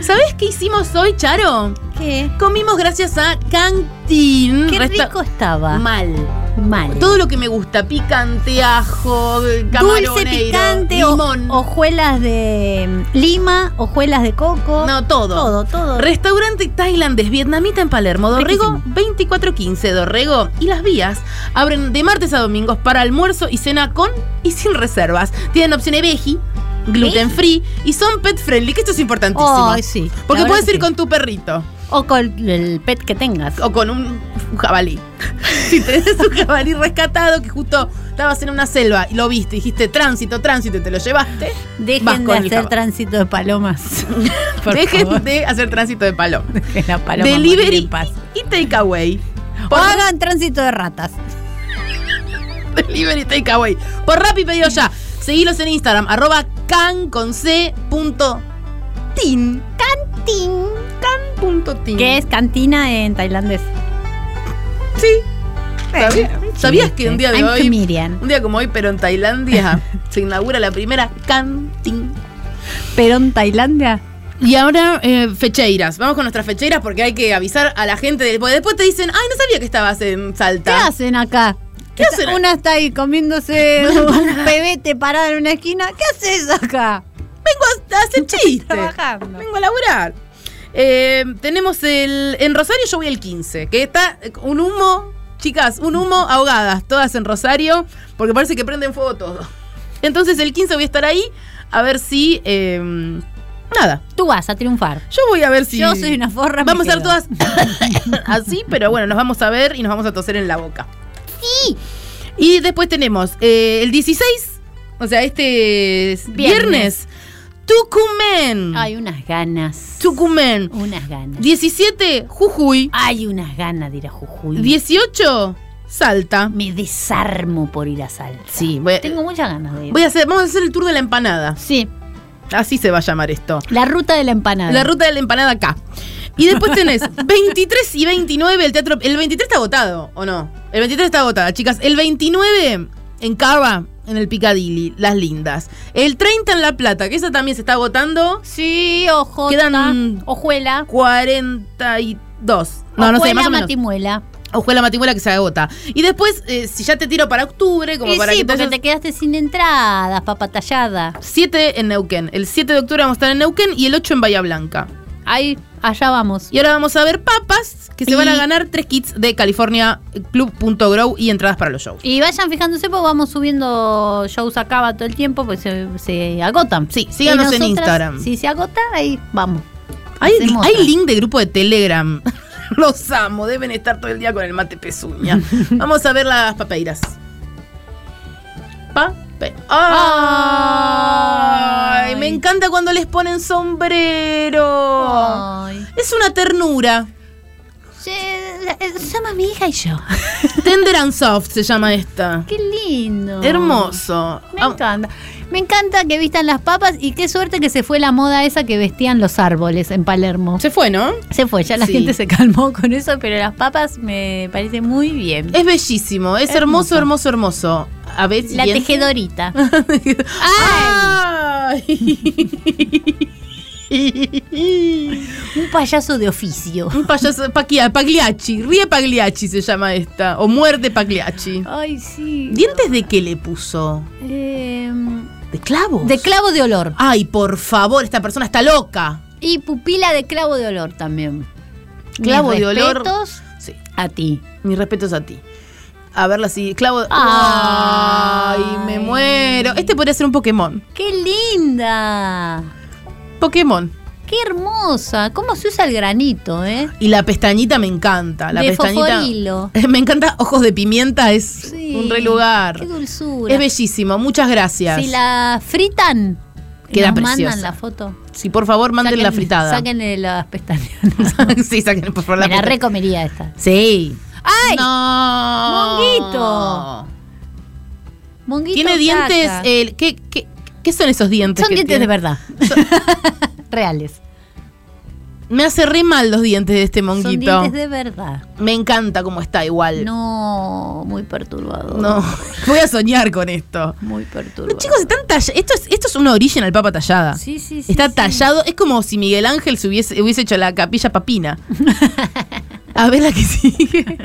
Speaker 3: ¿Sabés qué hicimos hoy, Charo?
Speaker 2: ¿Qué?
Speaker 3: Comimos gracias a Cantin.
Speaker 2: Qué
Speaker 3: Resta-
Speaker 2: rico estaba.
Speaker 3: Mal.
Speaker 2: Mal.
Speaker 3: Todo lo que me gusta, picante, ajo, camaroneiro,
Speaker 2: Dulce, picante, o-
Speaker 3: limón.
Speaker 2: hojuelas de mm, lima, hojuelas de coco.
Speaker 3: No, todo.
Speaker 2: Todo, todo.
Speaker 3: Restaurante tailandés vietnamita en Palermo, Dorrego 2415, Dorrego y Las Vías abren de martes a domingos para almuerzo y cena con y sin reservas. Tienen opciones veggie, gluten free y son pet friendly, que esto es importantísimo.
Speaker 2: Ay, sí. La
Speaker 3: Porque
Speaker 2: verdad
Speaker 3: puedes
Speaker 2: que
Speaker 3: ir
Speaker 2: sí.
Speaker 3: con tu perrito.
Speaker 2: O con el pet que tengas.
Speaker 3: O con un, un jabalí. si tenés un jabalí rescatado que justo estabas en una selva y lo viste, dijiste tránsito, tránsito, y te lo llevaste. vas
Speaker 2: Dejen de
Speaker 3: con el
Speaker 2: hacer
Speaker 3: jabalí.
Speaker 2: tránsito de palomas.
Speaker 3: Dejen de hacer tránsito de paloma.
Speaker 2: la paloma morir
Speaker 3: Delivery
Speaker 2: en paz.
Speaker 3: y takeaway.
Speaker 4: O hagan tránsito de ratas.
Speaker 3: Delivery Takeaway. Por Rappi pedido ya. Seguilos en Instagram, arroba can con c punto tin.
Speaker 4: Cantin. Can punto tin. Que es cantina en tailandés.
Speaker 3: Sí. ¿Sabías, ¿Sabías que un día de
Speaker 4: I'm
Speaker 3: hoy,
Speaker 4: Comedian.
Speaker 3: un día como hoy, pero en Tailandia, se inaugura la primera cantin?
Speaker 4: Pero en Tailandia.
Speaker 3: Y ahora, eh, fecheiras. Vamos con nuestras fecheiras porque hay que avisar a la gente. del- Porque después te dicen, ay, no sabía que estabas en Salta.
Speaker 4: ¿Qué hacen acá?
Speaker 3: ¿Qué hacen?
Speaker 4: Una está ahí comiéndose un pebete parada en una esquina. ¿Qué haces acá?
Speaker 3: Vengo a hacer chistes. Vengo a laburar. Eh, tenemos el. En Rosario yo voy el 15, que está eh, un humo. Chicas, un humo ahogadas, todas en Rosario, porque parece que prenden fuego todo. Entonces el 15 voy a estar ahí a ver si. eh, nada.
Speaker 2: Tú vas a triunfar.
Speaker 3: Yo voy a ver si.
Speaker 2: Yo soy una forra, me
Speaker 3: Vamos a estar
Speaker 2: quedo.
Speaker 3: todas así, pero bueno, nos vamos a ver y nos vamos a toser en la boca. Sí. Y después tenemos eh, el 16, o sea, este es viernes.
Speaker 2: Viernes.
Speaker 3: Tucumán.
Speaker 2: Hay unas ganas.
Speaker 3: Tucumán.
Speaker 2: Unas ganas.
Speaker 3: 17, Jujuy.
Speaker 2: Hay unas ganas de ir a Jujuy.
Speaker 3: 18, Salta.
Speaker 2: Me desarmo por ir a Salta.
Speaker 3: Sí, voy a-
Speaker 2: Tengo muchas ganas de ir.
Speaker 3: Voy a hacer, vamos a hacer el tour de la empanada.
Speaker 2: Sí.
Speaker 3: Así se va a llamar esto.
Speaker 2: La ruta de la empanada.
Speaker 3: La ruta de la empanada acá. Y después tenés 23 y 29 el teatro. El 23 está agotado, ¿o no? El 23 está agotada, chicas. El 29 en Cava, en el Picadilly, las lindas. El 30 en La Plata, que esa también se está agotando.
Speaker 2: Sí, ojo.
Speaker 3: Quedan
Speaker 2: Ojuela.
Speaker 3: 42. No, no sé,
Speaker 2: Ojuela,
Speaker 3: más o menos.
Speaker 2: Matimuela.
Speaker 3: Ojuela Matimuela que se agota. Y después, eh, si ya te tiro para octubre, como
Speaker 2: Y
Speaker 3: para
Speaker 2: sí,
Speaker 3: que te
Speaker 2: porque
Speaker 3: hayas-
Speaker 2: te quedaste sin entradas, papatallada.
Speaker 3: 7 en Neuquén. El 7 de octubre vamos a estar en Neuquén y el 8 en Bahía Blanca.
Speaker 2: Ahí, allá vamos.
Speaker 3: Y ahora vamos a ver papas que se van a
Speaker 2: Y-
Speaker 3: ganar tres kits de California Club.grow y entradas para los shows.
Speaker 2: Y vayan fijándose, pues vamos subiendo shows a Cava todo el tiempo, pues se, se agotan.
Speaker 3: Sí, síganos
Speaker 2: Y
Speaker 3: en Instagram.
Speaker 2: Si se agota, ahí vamos.
Speaker 3: Hay,
Speaker 2: Hacemos
Speaker 3: hay
Speaker 2: otra.
Speaker 3: link de grupo de Telegram. Los amo, deben estar todo el día con el mate pezuña. Vamos a ver las papeiras. Pa. pe- ¡Ay! Me encanta cuando les ponen sombrero. Es una ternura.
Speaker 2: eh, llama a mi hija y yo.
Speaker 3: Tender and Soft se llama esta.
Speaker 2: Qué lindo.
Speaker 3: Hermoso. Ah,
Speaker 2: Me encanta. Me encanta que vistan las papas y qué suerte que se fue la moda esa que vestían los árboles en Palermo.
Speaker 3: Se fue, ¿no?
Speaker 2: Se fue, ya la
Speaker 3: Sí.
Speaker 2: gente se calmó con eso, pero las papas me parece muy bien.
Speaker 3: Es bellísimo, es hermoso, hermoso, hermoso. A ver,
Speaker 2: La
Speaker 3: siguiente.
Speaker 2: tejedorita. Un payaso de oficio.
Speaker 3: Un payaso, Paquia- Pagliacci, ríe Pagliacci se llama esta, o muerde Pagliacci.
Speaker 2: Ay, sí.
Speaker 3: ¿Dientes de qué le puso?
Speaker 2: Em,
Speaker 3: ¿De clavos?
Speaker 2: De clavo de olor.
Speaker 3: Ay, por favor, esta persona está loca.
Speaker 2: y pupila de clavo de olor también.
Speaker 3: Clavo
Speaker 2: Mis
Speaker 3: de olor.
Speaker 2: respetos.
Speaker 3: Sí.
Speaker 2: A ti.
Speaker 3: Mis respetos a ti. A verla así, clavo.
Speaker 2: Ay.
Speaker 3: Ay, me muero. Este podría ser un Pokémon.
Speaker 2: ¡Qué linda!
Speaker 3: Pokémon.
Speaker 2: ¡Qué hermosa! ¿Cómo se usa el granito, eh?
Speaker 3: Y la pestañita me encanta. La
Speaker 2: de
Speaker 3: pestañita.
Speaker 2: fosforilo.
Speaker 3: Me encanta ojos de pimienta, es un re lugar.
Speaker 2: ¡Qué dulzura!
Speaker 3: Es bellísimo, muchas gracias.
Speaker 2: Si la fritan,
Speaker 3: Queda
Speaker 2: nos
Speaker 3: preciosa.
Speaker 2: mandan la foto.
Speaker 3: Sí, por favor, manden la
Speaker 2: Sáquenle-
Speaker 3: fritada.
Speaker 2: Sáquenle las pestañas.
Speaker 3: sí, sáquenle por favor
Speaker 2: Me la
Speaker 3: fritada.
Speaker 2: recomería esta.
Speaker 3: Sí.
Speaker 2: ¡Ay!
Speaker 3: ¡No!
Speaker 2: ¡Monguito! Monguito
Speaker 3: Tiene dientes.
Speaker 2: caca.
Speaker 3: el- ¿qué, qué, qué son esos dientes?
Speaker 2: Son
Speaker 3: que
Speaker 2: dientes de
Speaker 3: tiene?
Speaker 2: verdad. Reales.
Speaker 3: Me hace re mal los dientes de este monguito.
Speaker 2: Son dientes de verdad.
Speaker 3: Me encanta cómo está igual.
Speaker 2: No, muy perturbador.
Speaker 3: No, voy a soñar con esto.
Speaker 2: Muy perturbador.
Speaker 3: Chicos, están talla- esto es esto es una original papa tallada.
Speaker 2: Sí, sí, sí.
Speaker 3: Está
Speaker 2: sí.
Speaker 3: tallado, es como si Miguel Ángel se hubiese, hubiese hecho la capilla papina. A ver la que sigue.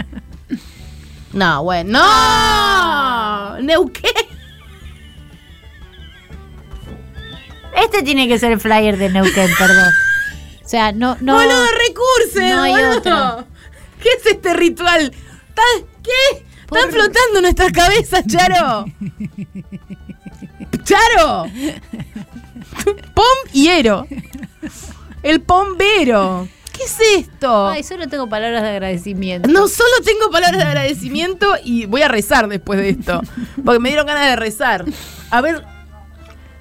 Speaker 3: No, bueno. ¡No! ¡Neuquén!
Speaker 2: Este tiene que ser el flyer de Neuquén, perdón. O sea, no, no.
Speaker 3: ¡Boludo, recurse!
Speaker 2: No hay
Speaker 3: boludo!
Speaker 2: otro.
Speaker 3: ¿Qué es este ritual? ¿Tan- ¿Qué? Están flotando nuestras cabezas, Charo. ¡Charo! ¡Pom y ero! El pombero. ¿Qué es esto?
Speaker 2: Ay, solo tengo palabras de agradecimiento.
Speaker 3: No, solo tengo palabras de agradecimiento y voy a rezar después de esto. Porque me dieron ganas de rezar. A ver.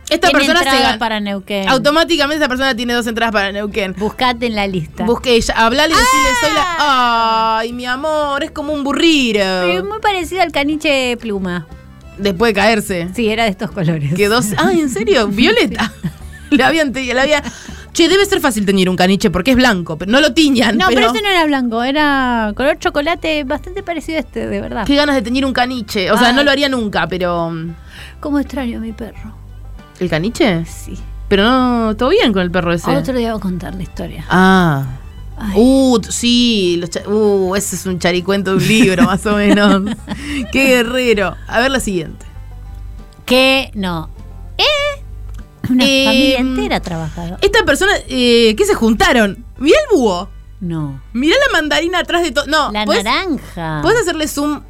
Speaker 3: Esta
Speaker 2: Tiene
Speaker 3: persona se
Speaker 2: entradas
Speaker 3: gana.
Speaker 2: para Neuquén.
Speaker 3: Automáticamente esa persona tiene dos entradas para Neuquén.
Speaker 2: Buscate en la lista.
Speaker 3: Busqué ella, hablale y decirle,
Speaker 2: Ah.
Speaker 3: soy la. Ay, mi amor, es como un burriro.
Speaker 2: Es Eh, muy parecida al caniche pluma.
Speaker 3: Después de caerse.
Speaker 2: Sí, era de estos colores.
Speaker 3: Quedó. Ah, ¿en serio? Violeta. Le habían. te- le había- Che, debe ser fácil teñir un caniche porque es blanco. Pero no lo tiñan.
Speaker 2: No, pero, ese no era blanco, era color chocolate bastante parecido a este, de verdad.
Speaker 3: Qué ganas de teñir un caniche. O sea,
Speaker 2: Ay.
Speaker 3: no lo haría nunca, pero.
Speaker 2: Cómo extraño a mi perro.
Speaker 3: ¿El caniche?
Speaker 2: Sí.
Speaker 3: Pero no. ¿Todo bien con el perro ese?
Speaker 2: Ah, Otro día voy a contar la historia.
Speaker 3: Ah. Uh, t- sí, los cha- uh, ese es un charicuento de un libro, más o menos. Qué guerrero. A ver la siguiente.
Speaker 2: Que no. Una
Speaker 3: Eh,
Speaker 2: familia entera trabajaba.
Speaker 3: Esta persona, eh, ¿qué se juntaron? Mirá el búho.
Speaker 2: No.
Speaker 3: Mirá la mandarina atrás de todo. No,
Speaker 2: La
Speaker 3: ¿podés-
Speaker 2: naranja.
Speaker 3: ¿Puedes hacerle zoom?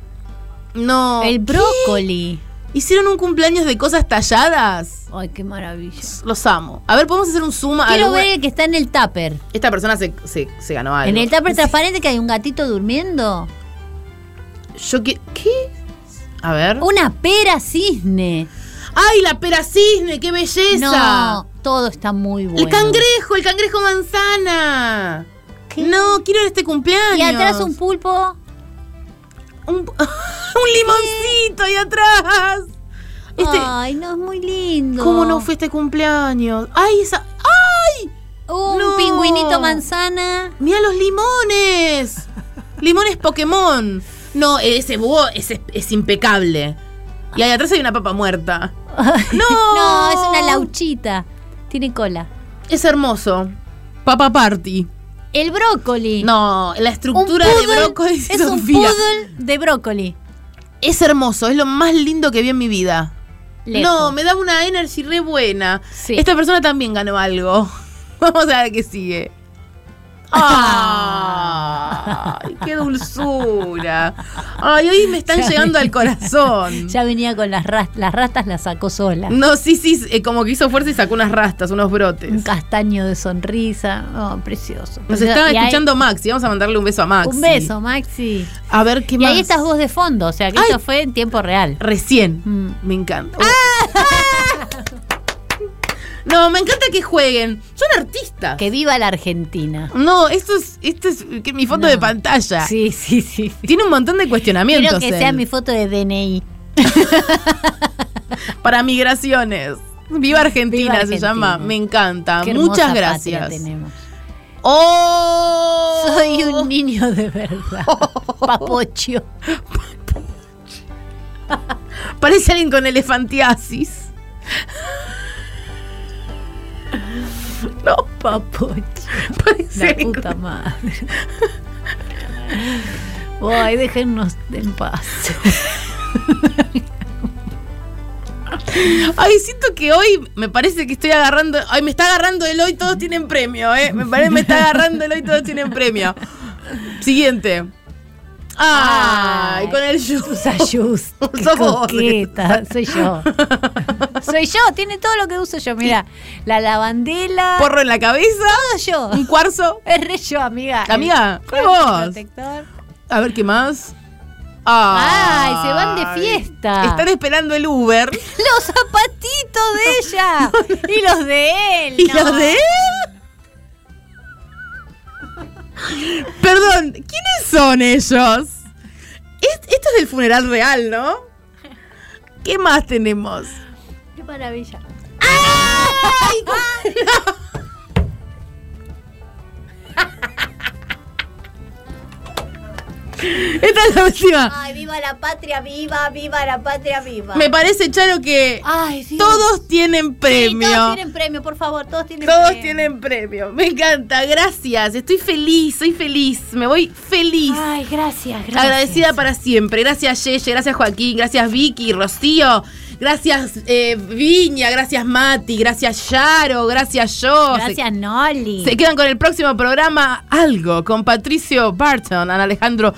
Speaker 3: No.
Speaker 2: El
Speaker 3: ¿Qué?
Speaker 2: brócoli.
Speaker 3: ¿Hicieron un cumpleaños de cosas talladas?
Speaker 2: Ay, qué maravilla.
Speaker 3: Los amo. A ver, podemos hacer un zoom a
Speaker 2: Quiero
Speaker 3: alguna-
Speaker 2: ver el que está en el tupper.
Speaker 3: Esta persona se, se- se ganó algo.
Speaker 2: En el tupper transparente que hay un gatito durmiendo.
Speaker 3: Yo que. ¿Qué? A ver.
Speaker 2: Una pera cisne.
Speaker 3: ¡Ay, la pera cisne! ¡Qué belleza!
Speaker 2: No, todo está muy bueno.
Speaker 3: El cangrejo, el cangrejo manzana. No, quiero este cumpleaños.
Speaker 2: Y atrás un pulpo.
Speaker 3: Un limoncito ahí atrás. Este-
Speaker 2: Ay, no, es muy lindo.
Speaker 3: ¿Cómo no fue este cumpleaños? ¡Ay, esa! ¡Ay!
Speaker 2: Un
Speaker 3: No.
Speaker 2: pingüinito manzana.
Speaker 3: ¡Mira los limones! Limones Pokémon. No, ese búho es, es impecable. Y ahí atrás hay una papa muerta. ¡No!
Speaker 2: No, es una lauchita. Tiene cola.
Speaker 3: Es hermoso. Papa Party.
Speaker 2: El brócoli.
Speaker 3: No, la estructura
Speaker 2: Un
Speaker 3: de
Speaker 2: poodle
Speaker 3: brócoli.
Speaker 2: es un
Speaker 3: Sofía.
Speaker 2: poodle de brócoli.
Speaker 3: Es hermoso, es lo más lindo que vi en mi vida.
Speaker 2: Lejos.
Speaker 3: No, me da una energy re buena.
Speaker 2: Sí.
Speaker 3: Esta persona también ganó algo. Vamos a ver qué sigue. ¡Ay, qué dulzura! Ay, hoy me están
Speaker 2: Ya
Speaker 3: llegando al corazón.
Speaker 2: Ya venía con las rastas, las rastas las sacó sola.
Speaker 3: No, sí, sí, eh, como que hizo fuerza y sacó unas rastas, unos brotes.
Speaker 2: Un castaño de sonrisa. Oh, precioso.
Speaker 3: Nos
Speaker 2: Precioso.
Speaker 3: estaba
Speaker 2: Y ahí-
Speaker 3: escuchando Maxi, vamos a mandarle un beso a Maxi.
Speaker 2: Un beso, Maxi.
Speaker 3: A ver qué
Speaker 2: y
Speaker 3: más.
Speaker 2: ahí estás vos de fondo, o sea que esto fue en tiempo real. Mm.
Speaker 3: Recién. Me encanta. No, me encanta que jueguen. Son artistas.
Speaker 2: Que viva la Argentina.
Speaker 3: No, esto es, esto es que mi foto de pantalla.
Speaker 2: Sí, sí, sí.
Speaker 3: Tiene un montón de cuestionamientos.
Speaker 2: Quiero que
Speaker 3: él.
Speaker 2: sea mi foto de DNI.
Speaker 3: Para migraciones. Viva Argentina,
Speaker 2: Viva
Speaker 3: se
Speaker 2: Argentina.
Speaker 3: llama. Me encanta.
Speaker 2: Qué hermosa
Speaker 3: Ah, Muchas
Speaker 2: patria
Speaker 3: gracias.
Speaker 2: tenemos.
Speaker 3: ¡Oh!
Speaker 2: Soy un niño de verdad. Papocho.
Speaker 3: Parece alguien con elefantiasis. No,
Speaker 2: papocho.
Speaker 3: Parece
Speaker 2: La
Speaker 3: alguien
Speaker 2: puta madre. Ay, déjennos en paz.
Speaker 3: Ay, siento que hoy me parece que estoy agarrando. Ay, me está agarrando el hoy, todos tienen premio, ¿eh? Me parece me está agarrando el hoy, todos tienen premio. Siguiente. Ay, con el
Speaker 2: Usa shoes. Qué
Speaker 3: Sos vos.
Speaker 2: coqueta, soy yo. Soy yo, tiene todo lo que uso yo. Mira, la lavandela.
Speaker 3: Porro en la cabeza.
Speaker 2: Todo yo.
Speaker 3: Un cuarzo.
Speaker 2: Es re yo, amiga.
Speaker 3: Amiga,
Speaker 2: El
Speaker 3: ¿qué
Speaker 2: cuarzo
Speaker 3: vos?
Speaker 2: protector.
Speaker 3: A ver qué más.
Speaker 2: Ay, se van de fiesta.
Speaker 3: Están esperando el Uber.
Speaker 2: Los zapatitos de ella. y los de él.
Speaker 3: ¿Y
Speaker 2: no.
Speaker 3: los de ¿eh? él? Perdón, ¿quiénes son ellos? Es- esto es del funeral real, ¿no? ¿Qué más tenemos?
Speaker 2: Qué maravilla.
Speaker 3: Esta es la última.
Speaker 2: Ay, viva la patria, viva, viva la patria, viva.
Speaker 3: Me parece, Charo, que
Speaker 2: Ay, sí.
Speaker 3: todos tienen premio.
Speaker 2: Sí, todos tienen premio, por favor, todos tienen
Speaker 3: Todos
Speaker 2: premio.
Speaker 3: tienen premio. Me encanta, gracias. Estoy feliz, soy feliz. Me voy feliz.
Speaker 2: Ay, gracias, gracias.
Speaker 3: Agradecida para siempre. Gracias, Yeye. Gracias, Joaquín. Gracias, Vicky, Rocío. Gracias, eh, Viña. Gracias, Mati. Gracias, Yaro. Gracias, yo.
Speaker 2: Gracias, Noli.
Speaker 3: Se quedan con el próximo programa Algo con Patricio Barton, Ana Alejandro.